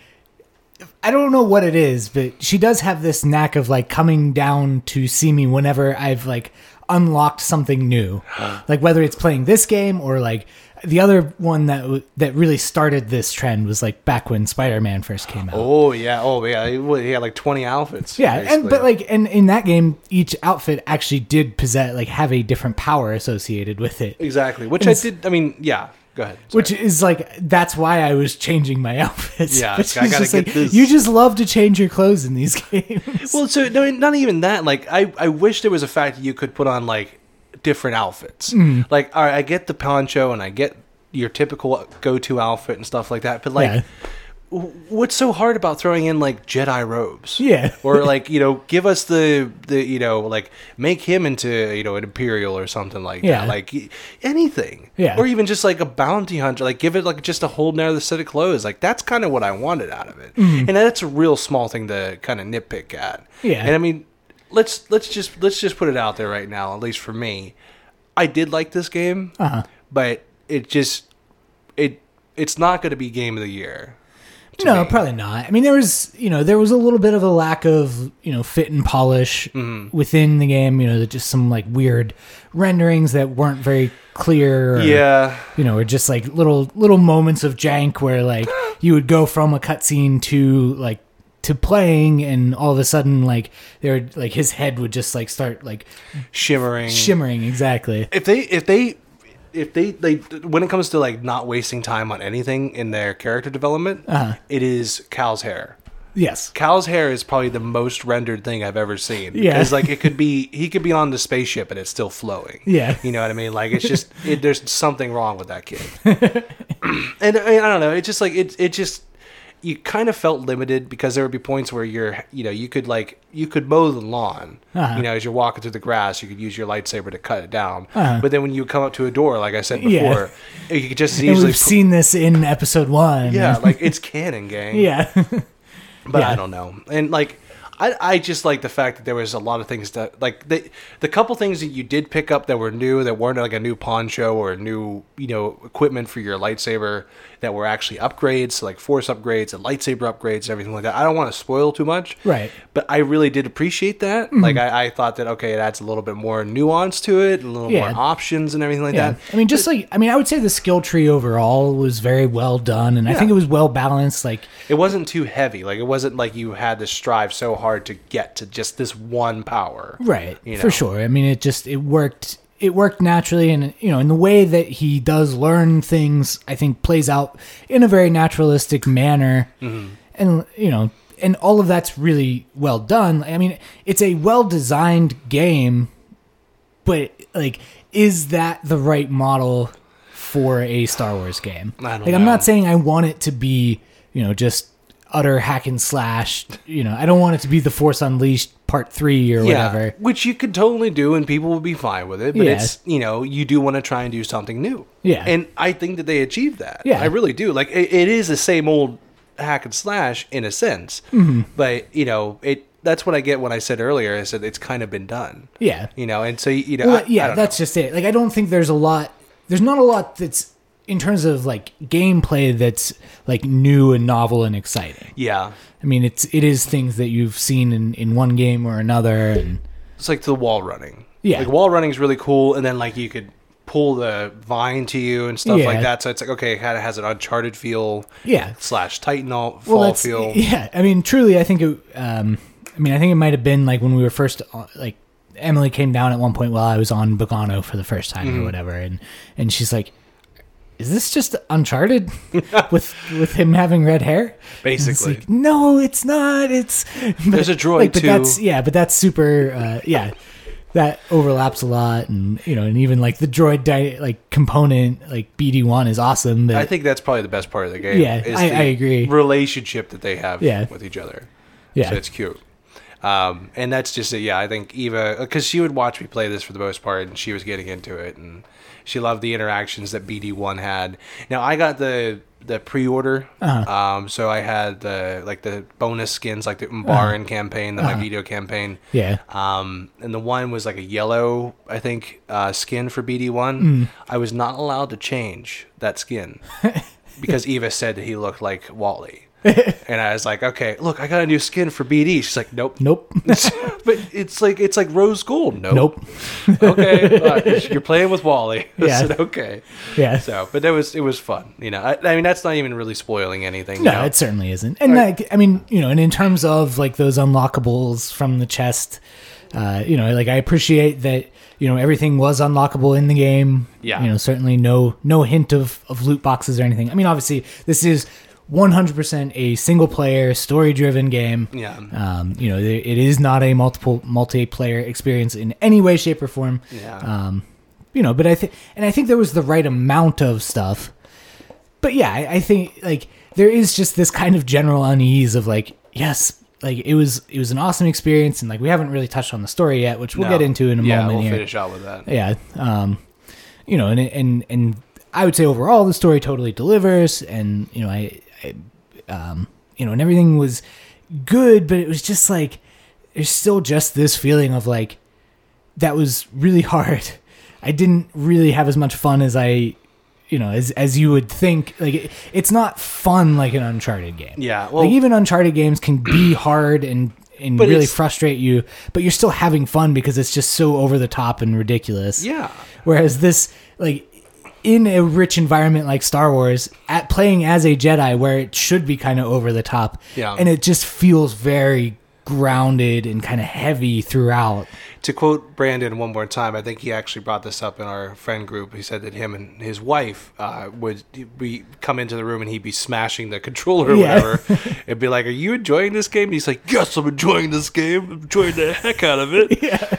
[SPEAKER 2] I don't know what it is, but she does have this knack of like coming down to see me whenever I've like unlocked something new. like whether it's playing this game or like the other one that w- that really started this trend was like back when Spider-Man first came out.
[SPEAKER 1] Oh yeah. Oh yeah. He well, he had like twenty outfits.
[SPEAKER 2] yeah, and
[SPEAKER 1] basically.
[SPEAKER 2] but like and in that game each outfit actually did possess like have a different power associated with it.
[SPEAKER 1] Exactly. Which
[SPEAKER 2] And
[SPEAKER 1] I
[SPEAKER 2] it's-
[SPEAKER 1] did. I mean, yeah. Go ahead. Sorry.
[SPEAKER 2] Which is like that's why I was changing my outfits.
[SPEAKER 1] Yeah,
[SPEAKER 2] Which
[SPEAKER 1] I
[SPEAKER 2] is
[SPEAKER 1] gotta
[SPEAKER 2] just,
[SPEAKER 1] get
[SPEAKER 2] like,
[SPEAKER 1] this.
[SPEAKER 2] You just love to change your clothes in these games.
[SPEAKER 1] well, so no, not even that. Like, I, I wish there was a fact that you could put on like different outfits.
[SPEAKER 2] Hmm.
[SPEAKER 1] Like, all right, I get the poncho and I get your typical go-to outfit and stuff like that. But like,
[SPEAKER 2] Yeah.
[SPEAKER 1] w- what's so hard about throwing in like Jedi robes?
[SPEAKER 2] Yeah.
[SPEAKER 1] or like you know, give us the the you know like make him into you know an imperial or something like
[SPEAKER 2] Yeah.
[SPEAKER 1] that. Like y- anything.
[SPEAKER 2] Yeah.
[SPEAKER 1] Or even just like a bounty hunter. Like give it like just a whole another set of clothes. Like that's kind of what I wanted out of it. And that's a real small thing to kind of nitpick at.
[SPEAKER 2] Mm-hmm. Yeah.
[SPEAKER 1] And I mean, let's let's just let's just put it out there right now. At least for me, I did like this game,
[SPEAKER 2] Uh-huh.
[SPEAKER 1] but it just it it's not going to be game of the year. to
[SPEAKER 2] No,
[SPEAKER 1] me.
[SPEAKER 2] probably not. I mean, there was you know there was a little bit of a lack of you know fit and polish
[SPEAKER 1] Mm-hmm.
[SPEAKER 2] within the game. You know, that just some like weird renderings that weren't very clear. Or,
[SPEAKER 1] Yeah.
[SPEAKER 2] you know, or just like little little moments of jank where like you would go from a cutscene to like to playing and all of a sudden like there would- like his head would just like start like
[SPEAKER 1] Shimmering.
[SPEAKER 2] shimmering exactly
[SPEAKER 1] if they if they if they they when it comes to like not wasting time on anything in their character development,
[SPEAKER 2] Uh-huh.
[SPEAKER 1] it is Cal's hair.
[SPEAKER 2] yes
[SPEAKER 1] Cal's hair is probably the most rendered thing I've ever seen.
[SPEAKER 2] Yeah.
[SPEAKER 1] because like it could be he could be on the spaceship and it's still flowing.
[SPEAKER 2] Yeah.
[SPEAKER 1] you know what I mean. Like it's just it, there's something wrong with that kid. and I, I don't know. It's just like it it just you kind of felt limited because there would be points where you're you know you could like you could mow the lawn
[SPEAKER 2] Uh-huh.
[SPEAKER 1] you know as you're walking through the grass you could use your lightsaber to cut it down
[SPEAKER 2] Uh-huh.
[SPEAKER 1] but then when you come up to a door like i said
[SPEAKER 2] Yeah.
[SPEAKER 1] before you could just as
[SPEAKER 2] and
[SPEAKER 1] easily
[SPEAKER 2] we've
[SPEAKER 1] pu-
[SPEAKER 2] seen this in episode one
[SPEAKER 1] yeah like it's canon gang
[SPEAKER 2] yeah
[SPEAKER 1] but
[SPEAKER 2] Yeah.
[SPEAKER 1] I don't know. And like, I, I just like the fact that there was a lot of things that like the the couple things that you did pick up that were new that weren't like a new poncho or a new you know equipment for your lightsaber that were actually upgrades so like force upgrades and lightsaber upgrades and everything like that. I don't want to spoil too much,
[SPEAKER 2] Right. Mm-hmm.
[SPEAKER 1] But I really did appreciate that. Like I, I thought that okay, it adds a little bit more nuance to it, a little
[SPEAKER 2] Yeah.
[SPEAKER 1] more options and everything like
[SPEAKER 2] Yeah.
[SPEAKER 1] that.
[SPEAKER 2] I mean, just like, I mean, I would say the skill tree overall was very well done, and I think it was well balanced. Like,
[SPEAKER 1] It wasn't too heavy. Like it wasn't like you had to strive so hard to get to just this one power.
[SPEAKER 2] right.
[SPEAKER 1] You
[SPEAKER 2] For
[SPEAKER 1] know.
[SPEAKER 2] sure. I mean, it just, it worked, it worked naturally, and, you know, in the way that he does learn things, I think plays out in a very naturalistic manner.
[SPEAKER 1] Mm-hmm.
[SPEAKER 2] And, you know, and all of that's really well done. I mean, it's a well designed game, but, like, is that the right model for a Star Wars game?
[SPEAKER 1] I don't
[SPEAKER 2] like, I'm
[SPEAKER 1] know.
[SPEAKER 2] not saying I want it to be, you know, just utter hack and slash. You know, I don't want it to be the Force Unleashed Part Three or whatever.
[SPEAKER 1] Which you could totally do and people will be fine with it. But
[SPEAKER 2] Yeah.
[SPEAKER 1] it's you know, you do want to try and do something new.
[SPEAKER 2] Yeah.
[SPEAKER 1] And I think that they achieved that.
[SPEAKER 2] Yeah.
[SPEAKER 1] I really do.
[SPEAKER 2] Mm-hmm.
[SPEAKER 1] Like it, it is the same old hack and slash in a sense. But, you know, it that's what I get when I said earlier. I said it's kind of been done,
[SPEAKER 2] Yeah.
[SPEAKER 1] you know. And so you know,
[SPEAKER 2] Well,
[SPEAKER 1] I- I
[SPEAKER 2] yeah,
[SPEAKER 1] don't
[SPEAKER 2] that's just it. Like, I don't think there's a lot. There's not a lot that's in terms of like gameplay that's like new and novel and exciting.
[SPEAKER 1] know. yeah.
[SPEAKER 2] I mean, it's it is things that you've seen in in one game or another, and
[SPEAKER 1] It's like the wall running.
[SPEAKER 2] Yeah.
[SPEAKER 1] like wall running is really cool, and then like you could pull the vine to you and stuff
[SPEAKER 2] Yeah.
[SPEAKER 1] like that. So it's like okay, it kind of has an uncharted feel
[SPEAKER 2] yeah,
[SPEAKER 1] slash Titan all
[SPEAKER 2] well,
[SPEAKER 1] fall
[SPEAKER 2] that's-
[SPEAKER 1] feel.
[SPEAKER 2] Yeah, I mean, truly, I think it. Um, I mean, I think it might have been like when we were first on- like Emily came down at one point while I was on Bogano for the first time
[SPEAKER 1] Mm-hmm.
[SPEAKER 2] or whatever, and and she's like, "Is this just Uncharted with with him having red hair?" And it's
[SPEAKER 1] Basically.
[SPEAKER 2] like, no, it's not. It's
[SPEAKER 1] There's a droid,
[SPEAKER 2] like, but
[SPEAKER 1] too.
[SPEAKER 2] That's, yeah, but that's super. Uh, yeah, that overlaps a lot, and you know, and even like the droid di- like component, like BD one is awesome. But
[SPEAKER 1] I think that's probably the best part of the game.
[SPEAKER 2] Yeah, I-
[SPEAKER 1] the
[SPEAKER 2] I agree.
[SPEAKER 1] Relationship that they have
[SPEAKER 2] Yeah.
[SPEAKER 1] with each other.
[SPEAKER 2] yeah,
[SPEAKER 1] So it's cute. Um, and that's just it. Yeah, I think Eva, because she would watch me play this for the most part, and she was getting into it, and she loved the interactions that BD One had. Now I got the the pre order,
[SPEAKER 2] Uh-huh.
[SPEAKER 1] um, so I had the like the bonus skins, like the Umbaran campaign, the My Video campaign.
[SPEAKER 2] Uh-huh. yeah.
[SPEAKER 1] Um, and the one was like a yellow, I think, uh, skin for
[SPEAKER 2] Mm.
[SPEAKER 1] BD1. I was not allowed to change that skin because Eva said that he looked like Wally. and I was like, okay, look, I got a new skin for BD. She's like, nope.
[SPEAKER 2] Nope.
[SPEAKER 1] but it's like it's like rose gold. Nope.
[SPEAKER 2] nope.
[SPEAKER 1] okay, look, you're playing with Wally. I
[SPEAKER 2] Yeah.
[SPEAKER 1] said, okay.
[SPEAKER 2] Yeah.
[SPEAKER 1] So, but that was it was fun. You know, I, I mean, that's not even really spoiling anything.
[SPEAKER 2] No,
[SPEAKER 1] you know?
[SPEAKER 2] it certainly isn't. And like, I mean, you know, and in terms of like those unlockables from the chest, uh, you know, like I appreciate that you know everything was unlockable in the game.
[SPEAKER 1] Yeah.
[SPEAKER 2] you know, certainly no no hint of of loot boxes or anything. I mean, obviously, this is 100% a single player story driven game.
[SPEAKER 1] yeah.
[SPEAKER 2] Um, you know, there, it is not a multiple multiplayer experience in any way, shape, or form.
[SPEAKER 1] Yeah.
[SPEAKER 2] Um, you know, but I think, and I think there was the right amount of stuff. But yeah, I, I think like there is just this kind of general unease of like, yes, like it was it was an awesome experience, and like we haven't really touched on the story yet, which we'll
[SPEAKER 1] No.
[SPEAKER 2] get into in a
[SPEAKER 1] yeah,
[SPEAKER 2] moment
[SPEAKER 1] we'll
[SPEAKER 2] here.
[SPEAKER 1] finish out with that.
[SPEAKER 2] Yeah. Um, you know, and and and I would say overall the story totally delivers, and you know, I, I um, you know, and everything was good, but it was just like there's still just this feeling of like that was really hard. I didn't really have as much fun as I, you know, as as you would think. Like it, it's not fun like an Uncharted game.
[SPEAKER 1] Yeah, well-
[SPEAKER 2] like even Uncharted games can be hard and and
[SPEAKER 1] But
[SPEAKER 2] really
[SPEAKER 1] it's-
[SPEAKER 2] frustrate you, but you're still having fun because it's just so over the top and ridiculous.
[SPEAKER 1] Yeah.
[SPEAKER 2] Whereas this, like, in a rich environment like Star Wars, at playing as a Jedi, where it should be kind of over the top,
[SPEAKER 1] Yeah.
[SPEAKER 2] and it just feels very grounded and kind of heavy throughout.
[SPEAKER 1] To quote Brandon one more time, I think he actually brought this up in our friend group. He said that him and his wife uh, would be come into the room and he'd be smashing the controller or
[SPEAKER 2] Yeah.
[SPEAKER 1] whatever. It'd be like, "Are you enjoying this game?" And he's like, "Yes, I'm enjoying this game. I'm enjoying the heck out of it."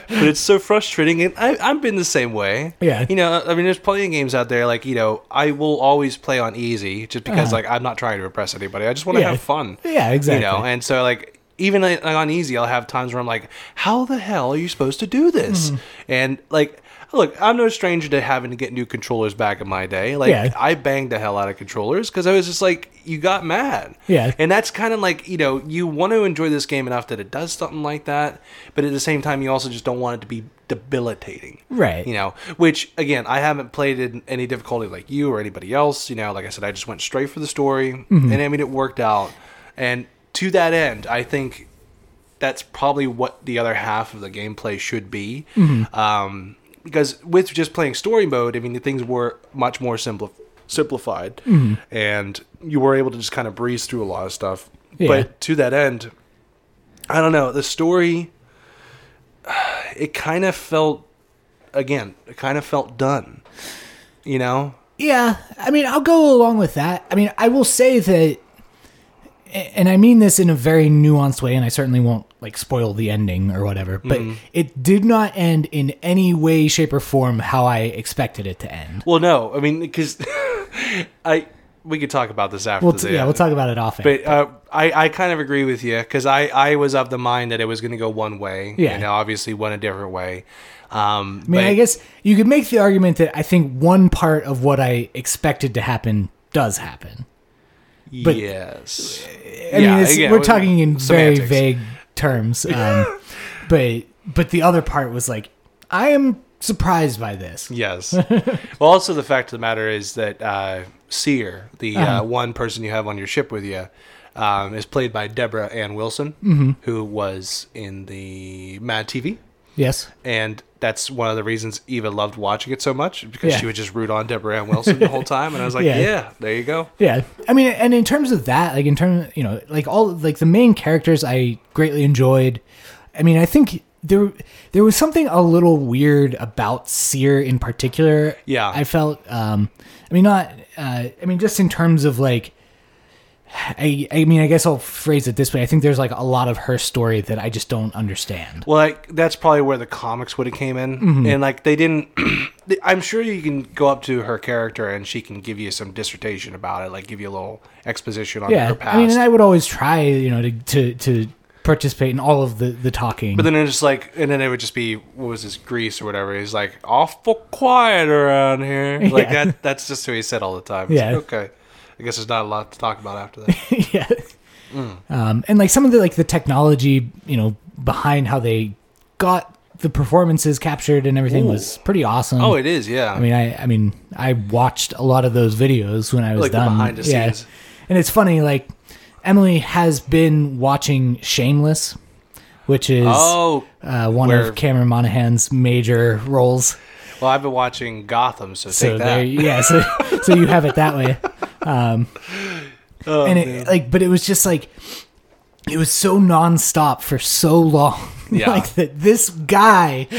[SPEAKER 1] But it's so frustrating, and I, I've been the same way.
[SPEAKER 2] Yeah.
[SPEAKER 1] you know, I mean, there's plenty of games out there like you know, I will always play on easy just because like I'm not trying to impress anybody. I just want to
[SPEAKER 2] Uh-huh. Yeah.
[SPEAKER 1] have fun.
[SPEAKER 2] Yeah, exactly.
[SPEAKER 1] You know, and so like even like, on easy, I'll have times where I'm like, "How the hell are you supposed to do this?"
[SPEAKER 2] Mm-hmm.
[SPEAKER 1] And like, look, I'm no stranger to having to get new controllers back in my day. Like,
[SPEAKER 2] Yeah.
[SPEAKER 1] I banged the hell out of controllers because I was just like, "You got mad."
[SPEAKER 2] Yeah.
[SPEAKER 1] and that's kind of like you know, you want to enjoy this game enough that it does something like that, but at the same time, you also just don't want it to be debilitating.
[SPEAKER 2] Right.
[SPEAKER 1] You know, which again, I haven't played in any difficulty like you or anybody else. You know, like I said, I just went straight for the story, and I mean, it worked out. And to that end, I think that's probably what the other half of the gameplay should be.
[SPEAKER 2] Mm-hmm.
[SPEAKER 1] Um, because with just playing story mode, I mean, the things were much more simpli- simplified,
[SPEAKER 2] Mm-hmm.
[SPEAKER 1] and you were able to just kind of breeze through a lot of stuff.
[SPEAKER 2] Yeah.
[SPEAKER 1] But to that end, I don't know. The story, it kind of felt, again, it kind of felt done. You know?
[SPEAKER 2] Yeah, I mean, I'll go along with that. I mean, I will say that, and I mean this in a very nuanced way, and I certainly won't like spoil the ending or whatever, but it did not end in any way, shape, or form how I expected it to end.
[SPEAKER 1] Well, no, I mean, because I we could talk about this after.
[SPEAKER 2] We'll
[SPEAKER 1] the
[SPEAKER 2] t- yeah, we'll
[SPEAKER 1] end.
[SPEAKER 2] talk about it off. air.
[SPEAKER 1] But uh, I, I kind of agree with you because I, I was of the mind that it was going to go one way.
[SPEAKER 2] Yeah.
[SPEAKER 1] And it obviously went a different way. Um,
[SPEAKER 2] I mean, I guess you could make the argument that I think one part of what I expected to happen does happen. but-
[SPEAKER 1] yes.
[SPEAKER 2] I mean, it's, we're talking in very vague terms. Um, but but the other part was like, I am surprised by this.
[SPEAKER 1] Yes. well, also the fact of the matter is that uh, Seer, the uh
[SPEAKER 2] Uh-huh.
[SPEAKER 1] one person you have on your ship with you, um, is played by Deborah Ann Wilson,
[SPEAKER 2] Mm-hmm.
[SPEAKER 1] who was in the Mad TV,
[SPEAKER 2] Yes.
[SPEAKER 1] and that's one of the reasons Eva loved watching it so much because
[SPEAKER 2] Yeah.
[SPEAKER 1] she would just root on Deborah Ann Wilson the whole time, and I was like,
[SPEAKER 2] Yeah.
[SPEAKER 1] yeah, there you go.
[SPEAKER 2] Yeah. I mean, and in terms of that, like in terms, you know, like all like the main characters, I greatly enjoyed. I mean, I think there there was something a little weird about Seer in particular.
[SPEAKER 1] Yeah.
[SPEAKER 2] I felt. Um, I mean, not. Uh, I mean, just in terms of like. I, I mean, I guess I'll phrase it this way. I think there's like a lot of her story that I just don't understand.
[SPEAKER 1] Well, like that's probably where the comics would have came in,
[SPEAKER 2] Mm-hmm.
[SPEAKER 1] and like they didn't. I'm sure you can go up to her character and she can give you some dissertation about it, like give you a little exposition on
[SPEAKER 2] Yeah,
[SPEAKER 1] her past.
[SPEAKER 2] I mean, and I would always try, you know, to to, to participate in all of the the talking.
[SPEAKER 1] But then it's just like, and then it would just be what was this Greece or whatever. He's like awful quiet around here, like
[SPEAKER 2] Yeah.
[SPEAKER 1] that. That's just who he said all the time. It's
[SPEAKER 2] Yeah.
[SPEAKER 1] like, okay. I guess there's not a lot to talk about after that.
[SPEAKER 2] yeah.
[SPEAKER 1] Mm.
[SPEAKER 2] Um, and like some of the like the technology, you know, behind how they got the performances captured and everything was pretty awesome.
[SPEAKER 1] oh, it is, yeah.
[SPEAKER 2] I mean, I I mean, I watched a lot of those videos when I was
[SPEAKER 1] Like the
[SPEAKER 2] done.
[SPEAKER 1] behind the
[SPEAKER 2] yeah.
[SPEAKER 1] scenes.
[SPEAKER 2] And it's funny like Emily has been watching Shameless, which is
[SPEAKER 1] oh,
[SPEAKER 2] uh, one
[SPEAKER 1] where-
[SPEAKER 2] of Cameron Monaghan's major roles.
[SPEAKER 1] well, I've been watching Gotham, so,
[SPEAKER 2] so
[SPEAKER 1] take
[SPEAKER 2] there
[SPEAKER 1] that.
[SPEAKER 2] yeah so, so you have it that way um
[SPEAKER 1] Oh,
[SPEAKER 2] and it like but it was just like it was so nonstop for so long
[SPEAKER 1] Yeah.
[SPEAKER 2] like that this guy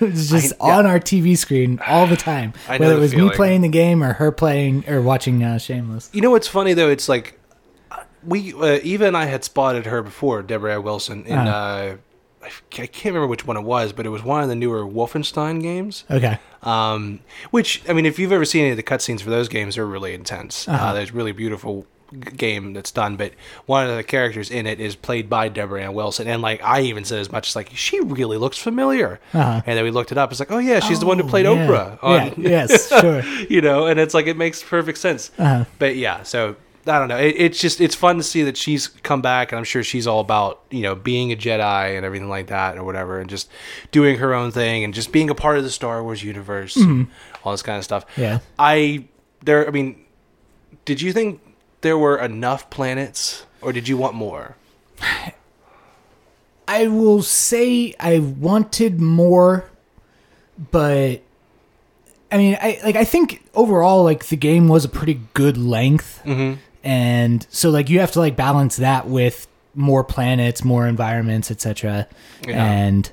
[SPEAKER 2] was just
[SPEAKER 1] I- yeah.
[SPEAKER 2] on our tv screen all the time
[SPEAKER 1] I know
[SPEAKER 2] whether it
[SPEAKER 1] the
[SPEAKER 2] was me
[SPEAKER 1] feeling.
[SPEAKER 2] playing the game or her playing or watching uh, shameless
[SPEAKER 1] You know what's funny though? It's like we uh, Eva and I had spotted her before Deborah Ann Wilson
[SPEAKER 2] Ah.
[SPEAKER 1] in uh, I f- I can't remember which one it was, but it was one of the newer Wolfenstein games.
[SPEAKER 2] okay
[SPEAKER 1] Um, which I mean, if you've ever seen any of the cutscenes for those games, they're really intense. uh
[SPEAKER 2] Uh-huh.
[SPEAKER 1] there's really beautiful g- game that's done, but one of the characters in it is played by Deborah Ann Wilson, and like I even said as much as like she really looks familiar.
[SPEAKER 2] Uh-huh.
[SPEAKER 1] And then we looked it up. It's like, oh yeah, she's the one who
[SPEAKER 2] Oh,
[SPEAKER 1] played
[SPEAKER 2] yeah.
[SPEAKER 1] Oprah. On,
[SPEAKER 2] yeah yes sure
[SPEAKER 1] you know, and it's like it makes perfect sense.
[SPEAKER 2] Uh-huh.
[SPEAKER 1] But yeah, so I don't know. It, it's just it's fun to see that she's come back, and I'm sure she's all about you know being a Jedi and everything like that, or whatever, and just doing her own thing and just being a part of the Star Wars universe, and all this kind of stuff.
[SPEAKER 2] Mm-hmm. Yeah.
[SPEAKER 1] I there. I mean, did you think there were enough planets, or did you want more?
[SPEAKER 2] I will say I wanted more, but I mean, I like I think overall like the game was a pretty good length,
[SPEAKER 1] Mm-hmm.
[SPEAKER 2] and so like you have to like balance that with more planets, more environments, etc.
[SPEAKER 1] Yeah.
[SPEAKER 2] And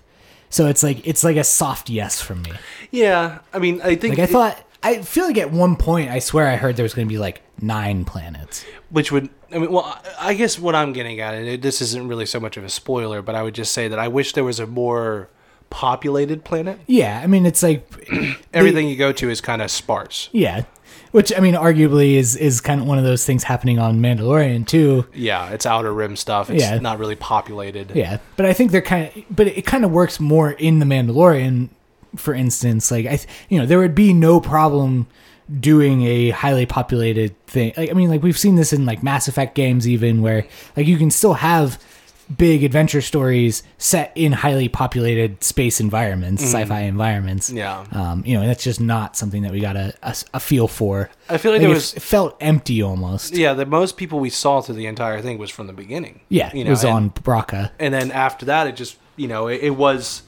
[SPEAKER 2] so it's like it's like a soft yes from me.
[SPEAKER 1] Yeah, I mean, I think
[SPEAKER 2] Like I
[SPEAKER 1] it-
[SPEAKER 2] thought. I feel like at one point I swear I heard there was going to be like nine planets.
[SPEAKER 1] which would I mean, well, I- I guess what I'm getting at, and it- this isn't really so much of a spoiler, but I would just say that I wish there was a more populated planet.
[SPEAKER 2] Yeah, I mean it's like
[SPEAKER 1] Everything you go to is kind of sparse.
[SPEAKER 2] Yeah, which I mean, arguably is is kind of one of those things happening on Mandalorian too.
[SPEAKER 1] Yeah, it's outer rim stuff. It's
[SPEAKER 2] Yeah.
[SPEAKER 1] not really populated.
[SPEAKER 2] Yeah, but I think they're kind of, but it kind of works more in the Mandalorian, for instance. Like I, th- you know, there would be no problem doing a highly populated thing. Like I mean, like we've seen this in like Mass Effect games, even where like you can still have big adventure stories set in highly populated space environments, sci-fi environments.
[SPEAKER 1] Yeah.
[SPEAKER 2] Um, you know, and that's just not something that we got a, a, a feel for.
[SPEAKER 1] I feel like
[SPEAKER 2] it,
[SPEAKER 1] there was-
[SPEAKER 2] it felt empty almost.
[SPEAKER 1] Yeah, the most people we saw through the entire thing was from the beginning.
[SPEAKER 2] Yeah,
[SPEAKER 1] you
[SPEAKER 2] it was
[SPEAKER 1] and-
[SPEAKER 2] on Braca.
[SPEAKER 1] and then after that, it just you know it, it was,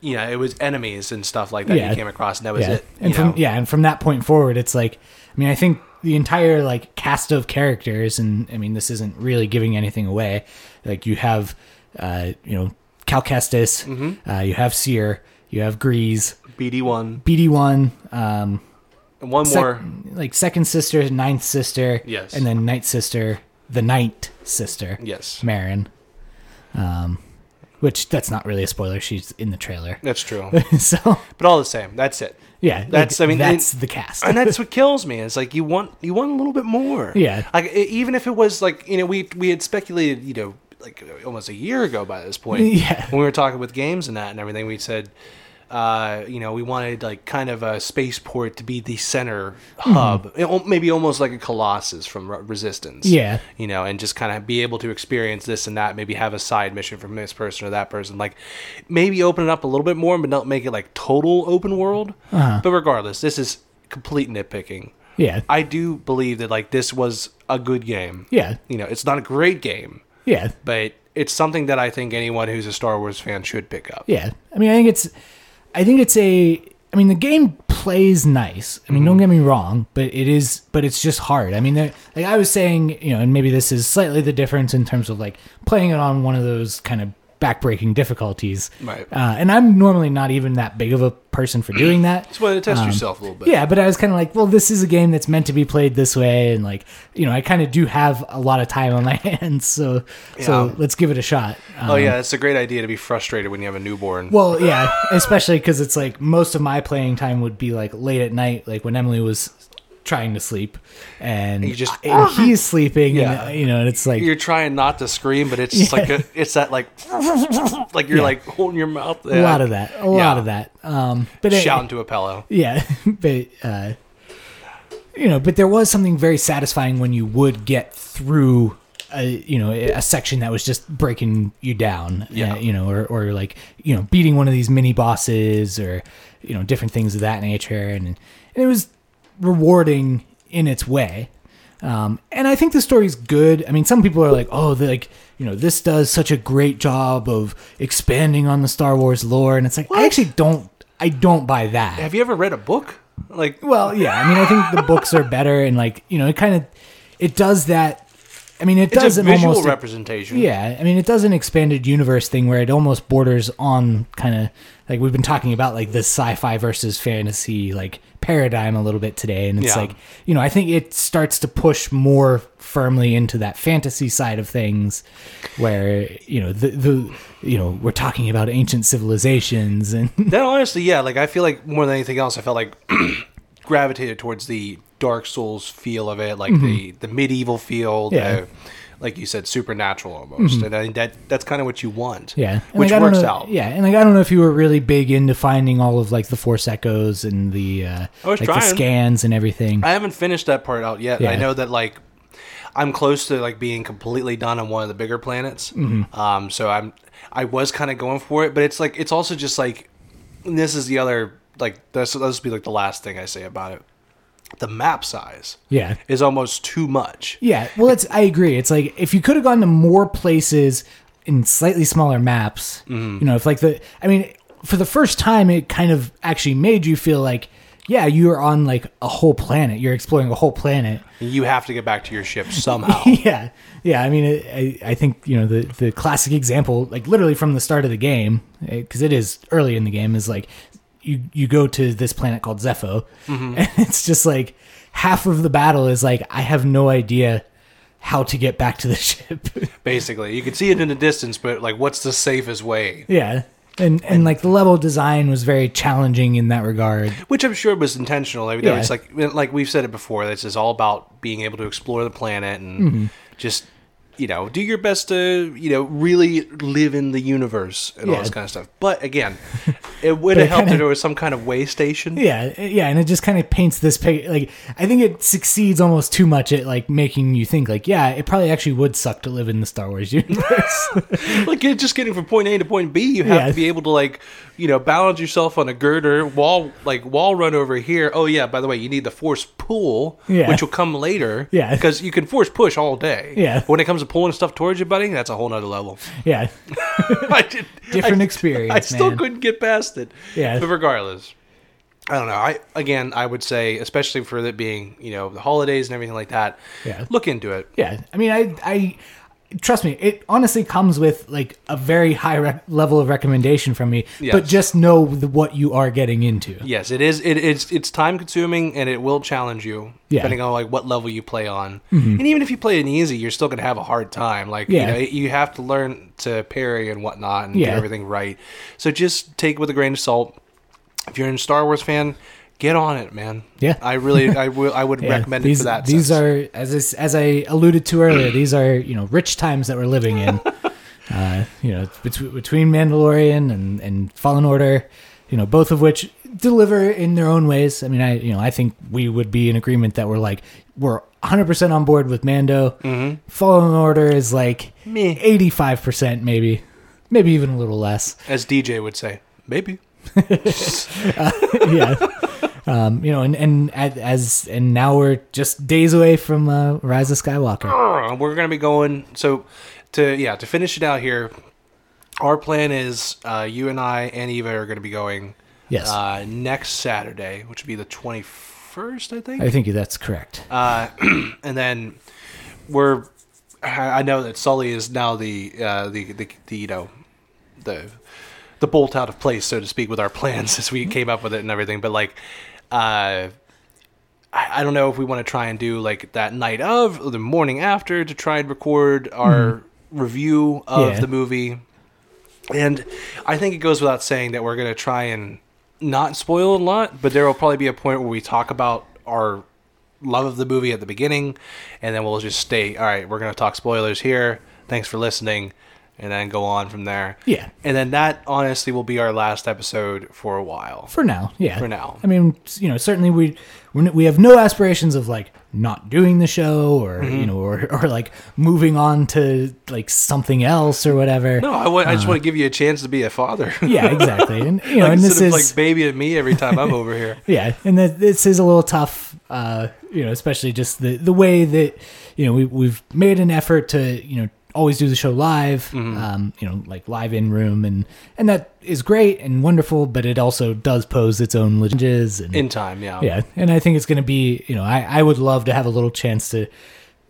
[SPEAKER 1] you know, it was enemies and stuff like that
[SPEAKER 2] Yeah.
[SPEAKER 1] you came across, and that was
[SPEAKER 2] Yeah,
[SPEAKER 1] it.
[SPEAKER 2] and
[SPEAKER 1] you
[SPEAKER 2] from
[SPEAKER 1] know?
[SPEAKER 2] yeah, and from that point forward, it's like I mean, I think the entire like cast of characters, and I mean, this isn't really giving anything away. Like you have, uh, you know, Cal Kestis,
[SPEAKER 1] Mm-hmm.
[SPEAKER 2] uh, you have Seer, you have Grease,
[SPEAKER 1] BD one,
[SPEAKER 2] BD One, um,
[SPEAKER 1] and one
[SPEAKER 2] sec-
[SPEAKER 1] more.
[SPEAKER 2] like second sister, ninth sister,
[SPEAKER 1] Yes.
[SPEAKER 2] and then night sister, the night sister,
[SPEAKER 1] Yes,
[SPEAKER 2] Marin. Um, which that's not really a spoiler. She's in the trailer,
[SPEAKER 1] that's true.
[SPEAKER 2] so
[SPEAKER 1] but all the same, that's it.
[SPEAKER 2] yeah, like,
[SPEAKER 1] That's- I mean,
[SPEAKER 2] that's
[SPEAKER 1] and-
[SPEAKER 2] the cast.
[SPEAKER 1] and that's what kills me. It's like you want you want a little bit more.
[SPEAKER 2] Yeah.
[SPEAKER 1] Like e- even if it was like you know we we had speculated you know like almost a year ago by this point.
[SPEAKER 2] Yeah.
[SPEAKER 1] When we were talking with games and that and everything, we said uh, you know, we wanted like kind of a spaceport to be the center
[SPEAKER 2] Mm-hmm.
[SPEAKER 1] hub, It al- maybe almost like a Colossus from Re- Resistance.
[SPEAKER 2] Yeah.
[SPEAKER 1] you know, and just kind of be able to experience this and that. Maybe have a side mission from this person or that person. Like maybe open it up a little bit more, but not make it like total open world.
[SPEAKER 2] Uh-huh.
[SPEAKER 1] But regardless, this is complete nitpicking.
[SPEAKER 2] Yeah.
[SPEAKER 1] I do believe that like this was a good game.
[SPEAKER 2] yeah.
[SPEAKER 1] You know, it's not a great game,
[SPEAKER 2] Yeah.
[SPEAKER 1] but it's something that I think anyone who's a Star Wars fan should pick up.
[SPEAKER 2] Yeah. I mean, I think it's, I think it's a, I mean, the game plays nice. I mean,
[SPEAKER 1] Mm-hmm.
[SPEAKER 2] don't get me wrong, but it is, but it's just hard. I mean, there- like I was saying, you know, and maybe this is slightly the difference in terms of like playing it on one of those kind of backbreaking difficulties.
[SPEAKER 1] Right.
[SPEAKER 2] Uh, and I'm normally not even that big of a person for doing that.
[SPEAKER 1] Just wanted to test yourself a little bit.
[SPEAKER 2] Um, Yeah, but I was kind of like, well, this is a game that's meant to be played this way, and like, you know, I kind of do have a lot of time on my hands, so
[SPEAKER 1] Yeah.
[SPEAKER 2] so let's give it a shot. Um,
[SPEAKER 1] Oh yeah, it's a great idea to be frustrated when you have a newborn.
[SPEAKER 2] well, yeah, especially because it's like most of my playing time would be like late at night, like when Emily was trying to sleep, and
[SPEAKER 1] you just-
[SPEAKER 2] and he's sleeping,
[SPEAKER 1] Yeah.
[SPEAKER 2] and, you know, and it's like.
[SPEAKER 1] You're trying not to scream, but it's just like a, it's that like like you're like holding your mouth.
[SPEAKER 2] a lot of that, a lot
[SPEAKER 1] Yeah.
[SPEAKER 2] of that. Um, but it-
[SPEAKER 1] shouting to a pillow.
[SPEAKER 2] Yeah, but uh, you know, but there was something very satisfying when you would get through a you know a section that was just breaking you down. uh,
[SPEAKER 1] Yeah.
[SPEAKER 2] you know, or or like you know beating one of these mini bosses or you know different things of that nature, and and it was rewarding in its way. Um, and I think the story's good. I mean, some people are like, "Oh, they're like you know, this does such a great job of expanding on the Star Wars lore," and it's like, I actually don't, I don't buy that.
[SPEAKER 1] Have you ever read a book? Like
[SPEAKER 2] Well, yeah. I mean, I think the books are better, and like you know, it kind of it does that. I mean, it
[SPEAKER 1] it's
[SPEAKER 2] does
[SPEAKER 1] a
[SPEAKER 2] an
[SPEAKER 1] visual
[SPEAKER 2] almost
[SPEAKER 1] representation.
[SPEAKER 2] yeah. I mean, it does an expanded universe thing where it almost borders on kind of like we've been talking about like the sci-fi versus fantasy like paradigm a little bit today, and it's
[SPEAKER 1] Yeah.
[SPEAKER 2] like you know, I think it starts to push more firmly into that fantasy side of things, where you know the the you know we're talking about ancient civilizations and
[SPEAKER 1] That honestly, yeah. Like I feel like more than anything else, I felt like gravitated towards the Dark Souls feel of it, like the the medieval feel. the-
[SPEAKER 2] Mm-hmm. Yeah. Mm-hmm.
[SPEAKER 1] like you said, supernatural almost, and I think that that's kind of what you want.
[SPEAKER 2] Yeah, And,
[SPEAKER 1] which
[SPEAKER 2] like, I don't
[SPEAKER 1] works
[SPEAKER 2] know-
[SPEAKER 1] out.
[SPEAKER 2] Yeah, and like I don't know if you were really big into finding all of like the Force Echoes and the uh,
[SPEAKER 1] I was
[SPEAKER 2] like the
[SPEAKER 1] trying.
[SPEAKER 2] scans and everything.
[SPEAKER 1] I haven't finished that part out yet.
[SPEAKER 2] Yeah.
[SPEAKER 1] I know that like I'm close to like being completely done on one of the bigger planets. Um, so I'm I was kind of going for it, but it's like it's also just like and this is the other like this this will be like the last thing I say about it. The map size
[SPEAKER 2] yeah,
[SPEAKER 1] is almost too much.
[SPEAKER 2] yeah. Well, it's I agree. It's like if you could have gone to more places in slightly smaller maps,
[SPEAKER 1] Mm-hmm.
[SPEAKER 2] you know, if like the I mean, for the first time, it kind of actually made you feel like. Yeah, you are on like a whole planet. You're exploring a whole planet.
[SPEAKER 1] You have to get back to your ship somehow.
[SPEAKER 2] yeah, yeah. I mean, it, I I think you know the the classic example, like literally from the start of the game, because it is early in the game, is like you you go to this planet called Zepho, and it's just like half of the battle is like I have no idea how to get back to the ship.
[SPEAKER 1] basically, you can see it in the distance, but like, what's the safest way?
[SPEAKER 2] yeah. And, and like the level design was very challenging in that regard.
[SPEAKER 1] Which I'm sure was intentional. Like,
[SPEAKER 2] Yeah.
[SPEAKER 1] It's like like we've said it before. This is all about being able to explore the planet and
[SPEAKER 2] Mm-hmm.
[SPEAKER 1] just you know do your best to you know really live in the universe and all
[SPEAKER 2] Yeah.
[SPEAKER 1] this kind of stuff. But again, it would have
[SPEAKER 2] it
[SPEAKER 1] helped
[SPEAKER 2] kinda-
[SPEAKER 1] if there was some kind of way station.
[SPEAKER 2] Yeah, eh, yeah, and it just kind of paints this picture. Like, I think it succeeds almost too much at like making you think. Like, yeah, it probably actually would suck to live in the Star Wars universe.
[SPEAKER 1] like you're just getting from point A to point B, you have
[SPEAKER 2] Yeah.
[SPEAKER 1] to be able to like, you know, balance yourself on a girder, wall like wall run over here. Oh yeah, by the way, you need the force pull,
[SPEAKER 2] Yeah.
[SPEAKER 1] which will come later.
[SPEAKER 2] Yeah.
[SPEAKER 1] because you can force push all day.
[SPEAKER 2] Yeah.
[SPEAKER 1] But when it comes to pulling stuff towards you, buddy, that's a whole nother level.
[SPEAKER 2] yeah,
[SPEAKER 1] I did,
[SPEAKER 2] different
[SPEAKER 1] I,
[SPEAKER 2] experience.
[SPEAKER 1] I still
[SPEAKER 2] man.
[SPEAKER 1] couldn't get past it.
[SPEAKER 2] Yeah.
[SPEAKER 1] but regardless. I don't know. I again, I would say, especially for it being, you know, the holidays and everything like that.
[SPEAKER 2] Yeah.
[SPEAKER 1] Look into it.
[SPEAKER 2] Yeah, I mean, I, I trust me. It honestly comes with like a very high re- level of recommendation from me. But
[SPEAKER 1] Yes.
[SPEAKER 2] just know the, what you are getting into.
[SPEAKER 1] Yes, it is. It, it's it's time consuming and it will challenge you
[SPEAKER 2] Yeah. Mm-hmm.
[SPEAKER 1] depending on like what level you play on. And even if you play it easy, you're still gonna have a hard time. Like
[SPEAKER 2] Yeah.
[SPEAKER 1] you know, you have to learn to parry and whatnot and
[SPEAKER 2] Yeah.
[SPEAKER 1] get everything right. So just take it with a grain of salt. If you're a Star Wars fan, get on it, man.
[SPEAKER 2] Yeah.
[SPEAKER 1] I really, I will, I would
[SPEAKER 2] Yeah,
[SPEAKER 1] recommend
[SPEAKER 2] these,
[SPEAKER 1] it for that.
[SPEAKER 2] These
[SPEAKER 1] sense.
[SPEAKER 2] are as is, as I alluded to earlier. these are you know rich times that we're living in. uh, you know between, between Mandalorian and and Fallen Order, you know, both of which deliver in their own ways. I mean, I you know, I think we would be in agreement that we're like we're 100% on board with Mando. Mm-hmm. Fallen Order is like
[SPEAKER 1] Meh.
[SPEAKER 2] 85% maybe. Maybe even a little less.
[SPEAKER 1] As DJ would say, maybe.
[SPEAKER 2] yeah. Um, you know, and and at- as and now we're just days away from uh, Rise of Skywalker.
[SPEAKER 1] Urgh, We're gonna be going. So, to yeah, to finish it out here, our plan is uh, you and I and Eva are gonna be going.
[SPEAKER 2] Yes.
[SPEAKER 1] Uh, next Saturday, which would be the twenty first, I think.
[SPEAKER 2] I think that's correct.
[SPEAKER 1] Uh, and then we're. I I know that Sully is now the uh, the, the the you know the the bolt out of place, so to speak, with our plans as we
[SPEAKER 2] Mm-hmm.
[SPEAKER 1] came up with it and everything. But like, uh, I, I don't know if we want to try and do like that night of or the morning after to try and record our review of
[SPEAKER 2] Mm-hmm. Yeah.
[SPEAKER 1] the movie. And I think it goes without saying that we're going to try and not spoil a lot, but there will probably be a point where we talk about our love of the movie at the beginning, and then we'll just stay. All right, we're going to talk spoilers here. Thanks for listening, and then go on from there.
[SPEAKER 2] Yeah.
[SPEAKER 1] And then that honestly will be our last episode for a while.
[SPEAKER 2] For now, yeah.
[SPEAKER 1] For now.
[SPEAKER 2] I mean, you know, certainly we we're n- we have no aspirations of like not doing the show or
[SPEAKER 1] Mm-hmm.
[SPEAKER 2] you know or, or like moving on to like something else or whatever.
[SPEAKER 1] No, I wa- I just want to give you a chance to be a father.
[SPEAKER 2] Uh-huh. Yeah, exactly. And you know,
[SPEAKER 1] like,
[SPEAKER 2] and this
[SPEAKER 1] instead
[SPEAKER 2] is
[SPEAKER 1] of like baby and me every time I'm over here.
[SPEAKER 2] yeah, and that this is a little tough. Uh, you know, especially just the the way that you know we we've made an effort to you know always do the show live.
[SPEAKER 1] Mm-hmm.
[SPEAKER 2] Um, you know, like live in room and and that is great and wonderful, but it also does pose its own challenges and
[SPEAKER 1] In time, yeah.
[SPEAKER 2] yeah and i think it's going to be you know I, I would love to have a little chance to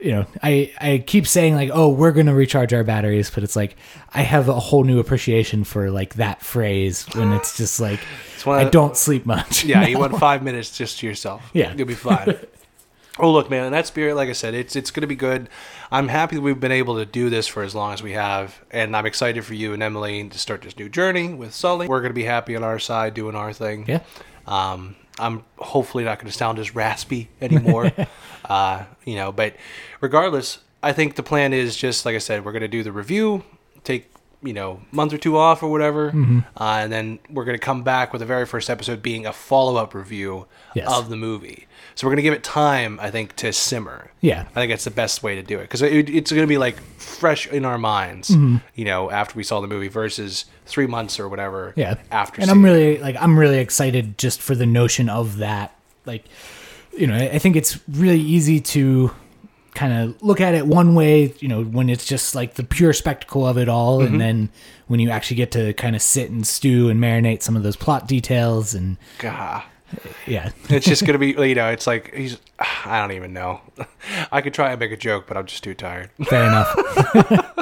[SPEAKER 2] you know i i keep saying like oh we're going to recharge our batteries but it's like i have a whole new appreciation for like that phrase when it's just like
[SPEAKER 1] one
[SPEAKER 2] i
[SPEAKER 1] of-
[SPEAKER 2] don't sleep much
[SPEAKER 1] Yeah, you want five minutes just to yourself.
[SPEAKER 2] Yeah.
[SPEAKER 1] you'll be fine. oh, look, man, in that spirit, like I said, it's it's gonna be good. I'm happy that we've been able to do this for as long as we have, and I'm excited for you and Emily to start this new journey with Sully. We're gonna be happy on our side doing our thing.
[SPEAKER 2] Yeah.
[SPEAKER 1] Um, I'm hopefully not going to sound as raspy anymore, uh, you know. But regardless, I think the plan is just like I said, we're going to do the review, take you know month or two off or whatever,
[SPEAKER 2] Mm-hmm.
[SPEAKER 1] uh, and then we're going to come back with the very first episode being a follow up review
[SPEAKER 2] Yes.
[SPEAKER 1] of the movie. So we're going to give it time, I think, to simmer.
[SPEAKER 2] Yeah.
[SPEAKER 1] I think that's the best way to do it because it, it's going to be like fresh in our minds,
[SPEAKER 2] Mm-hmm.
[SPEAKER 1] you know, after we saw the movie versus three months or whatever.
[SPEAKER 2] yeah
[SPEAKER 1] after
[SPEAKER 2] and
[SPEAKER 1] seeing
[SPEAKER 2] i'm
[SPEAKER 1] it.
[SPEAKER 2] really like i'm really excited just for the notion of that like you know i I think it's really easy to kind of look at it one way you know when it's just like the pure spectacle of it all
[SPEAKER 1] Mm-hmm.
[SPEAKER 2] and then when you actually get to kind of sit and stew and marinate some of those plot details and
[SPEAKER 1] Gah.
[SPEAKER 2] yeah
[SPEAKER 1] It's just gonna be, you know, it's like he's. I don't even know. I could try and make a joke, but I'm just too tired.
[SPEAKER 2] fair enough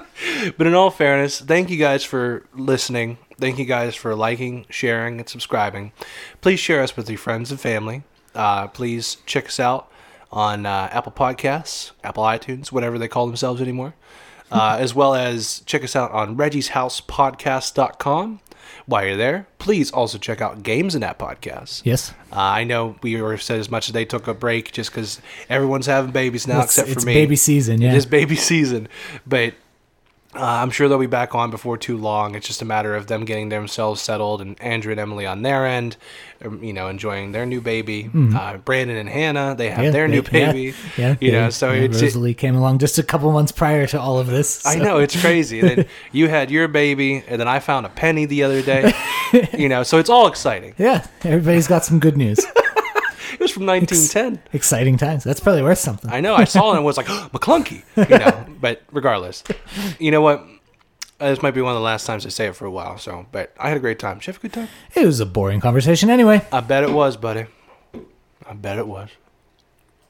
[SPEAKER 1] But in all fairness, thank you guys for listening. Thank you guys for liking, sharing, and subscribing. Please share us with your friends and family. Uh, please check us out on uh, Apple Podcasts, Apple iTunes, whatever they call themselves anymore. Uh, as well as check us out on Reggie's House Podcast.com. While you're there, please also check out Games in That Podcast.
[SPEAKER 2] yes
[SPEAKER 1] Uh, I know we were said as much as they took a break just because everyone's having babies now,
[SPEAKER 2] it's,
[SPEAKER 1] except for
[SPEAKER 2] it's
[SPEAKER 1] me.
[SPEAKER 2] baby season yeah
[SPEAKER 1] It is baby season, but uh, I'm sure they'll be back on before too long. It's just a matter of them getting themselves settled, and Andrew and Emily on their end, um, you know, enjoying their new baby. Uh, Brandon and Hannah, they have
[SPEAKER 2] Mm-hmm. Yeah,
[SPEAKER 1] their new
[SPEAKER 2] they- yeah,
[SPEAKER 1] baby.
[SPEAKER 2] yeah,
[SPEAKER 1] you
[SPEAKER 2] they-
[SPEAKER 1] know, so
[SPEAKER 2] yeah,
[SPEAKER 1] it's. it-
[SPEAKER 2] Rosalie came along just a couple months prior to all of this.
[SPEAKER 1] I
[SPEAKER 2] so-
[SPEAKER 1] know it's crazy. then you had your baby, and then I found a penny the other day. you know, so it's all exciting.
[SPEAKER 2] Yeah, everybody's got some good news.
[SPEAKER 1] It was from 1910.
[SPEAKER 2] Exciting times. That's probably worth something.
[SPEAKER 1] I know. I saw it and was like, McClunky. You know, but regardless, you know what? Uh, This might be one of the last times I say it for a while. So, but I had a great time. Did you have a good time?
[SPEAKER 2] It was a boring conversation anyway.
[SPEAKER 1] I bet it was, buddy. I bet it was.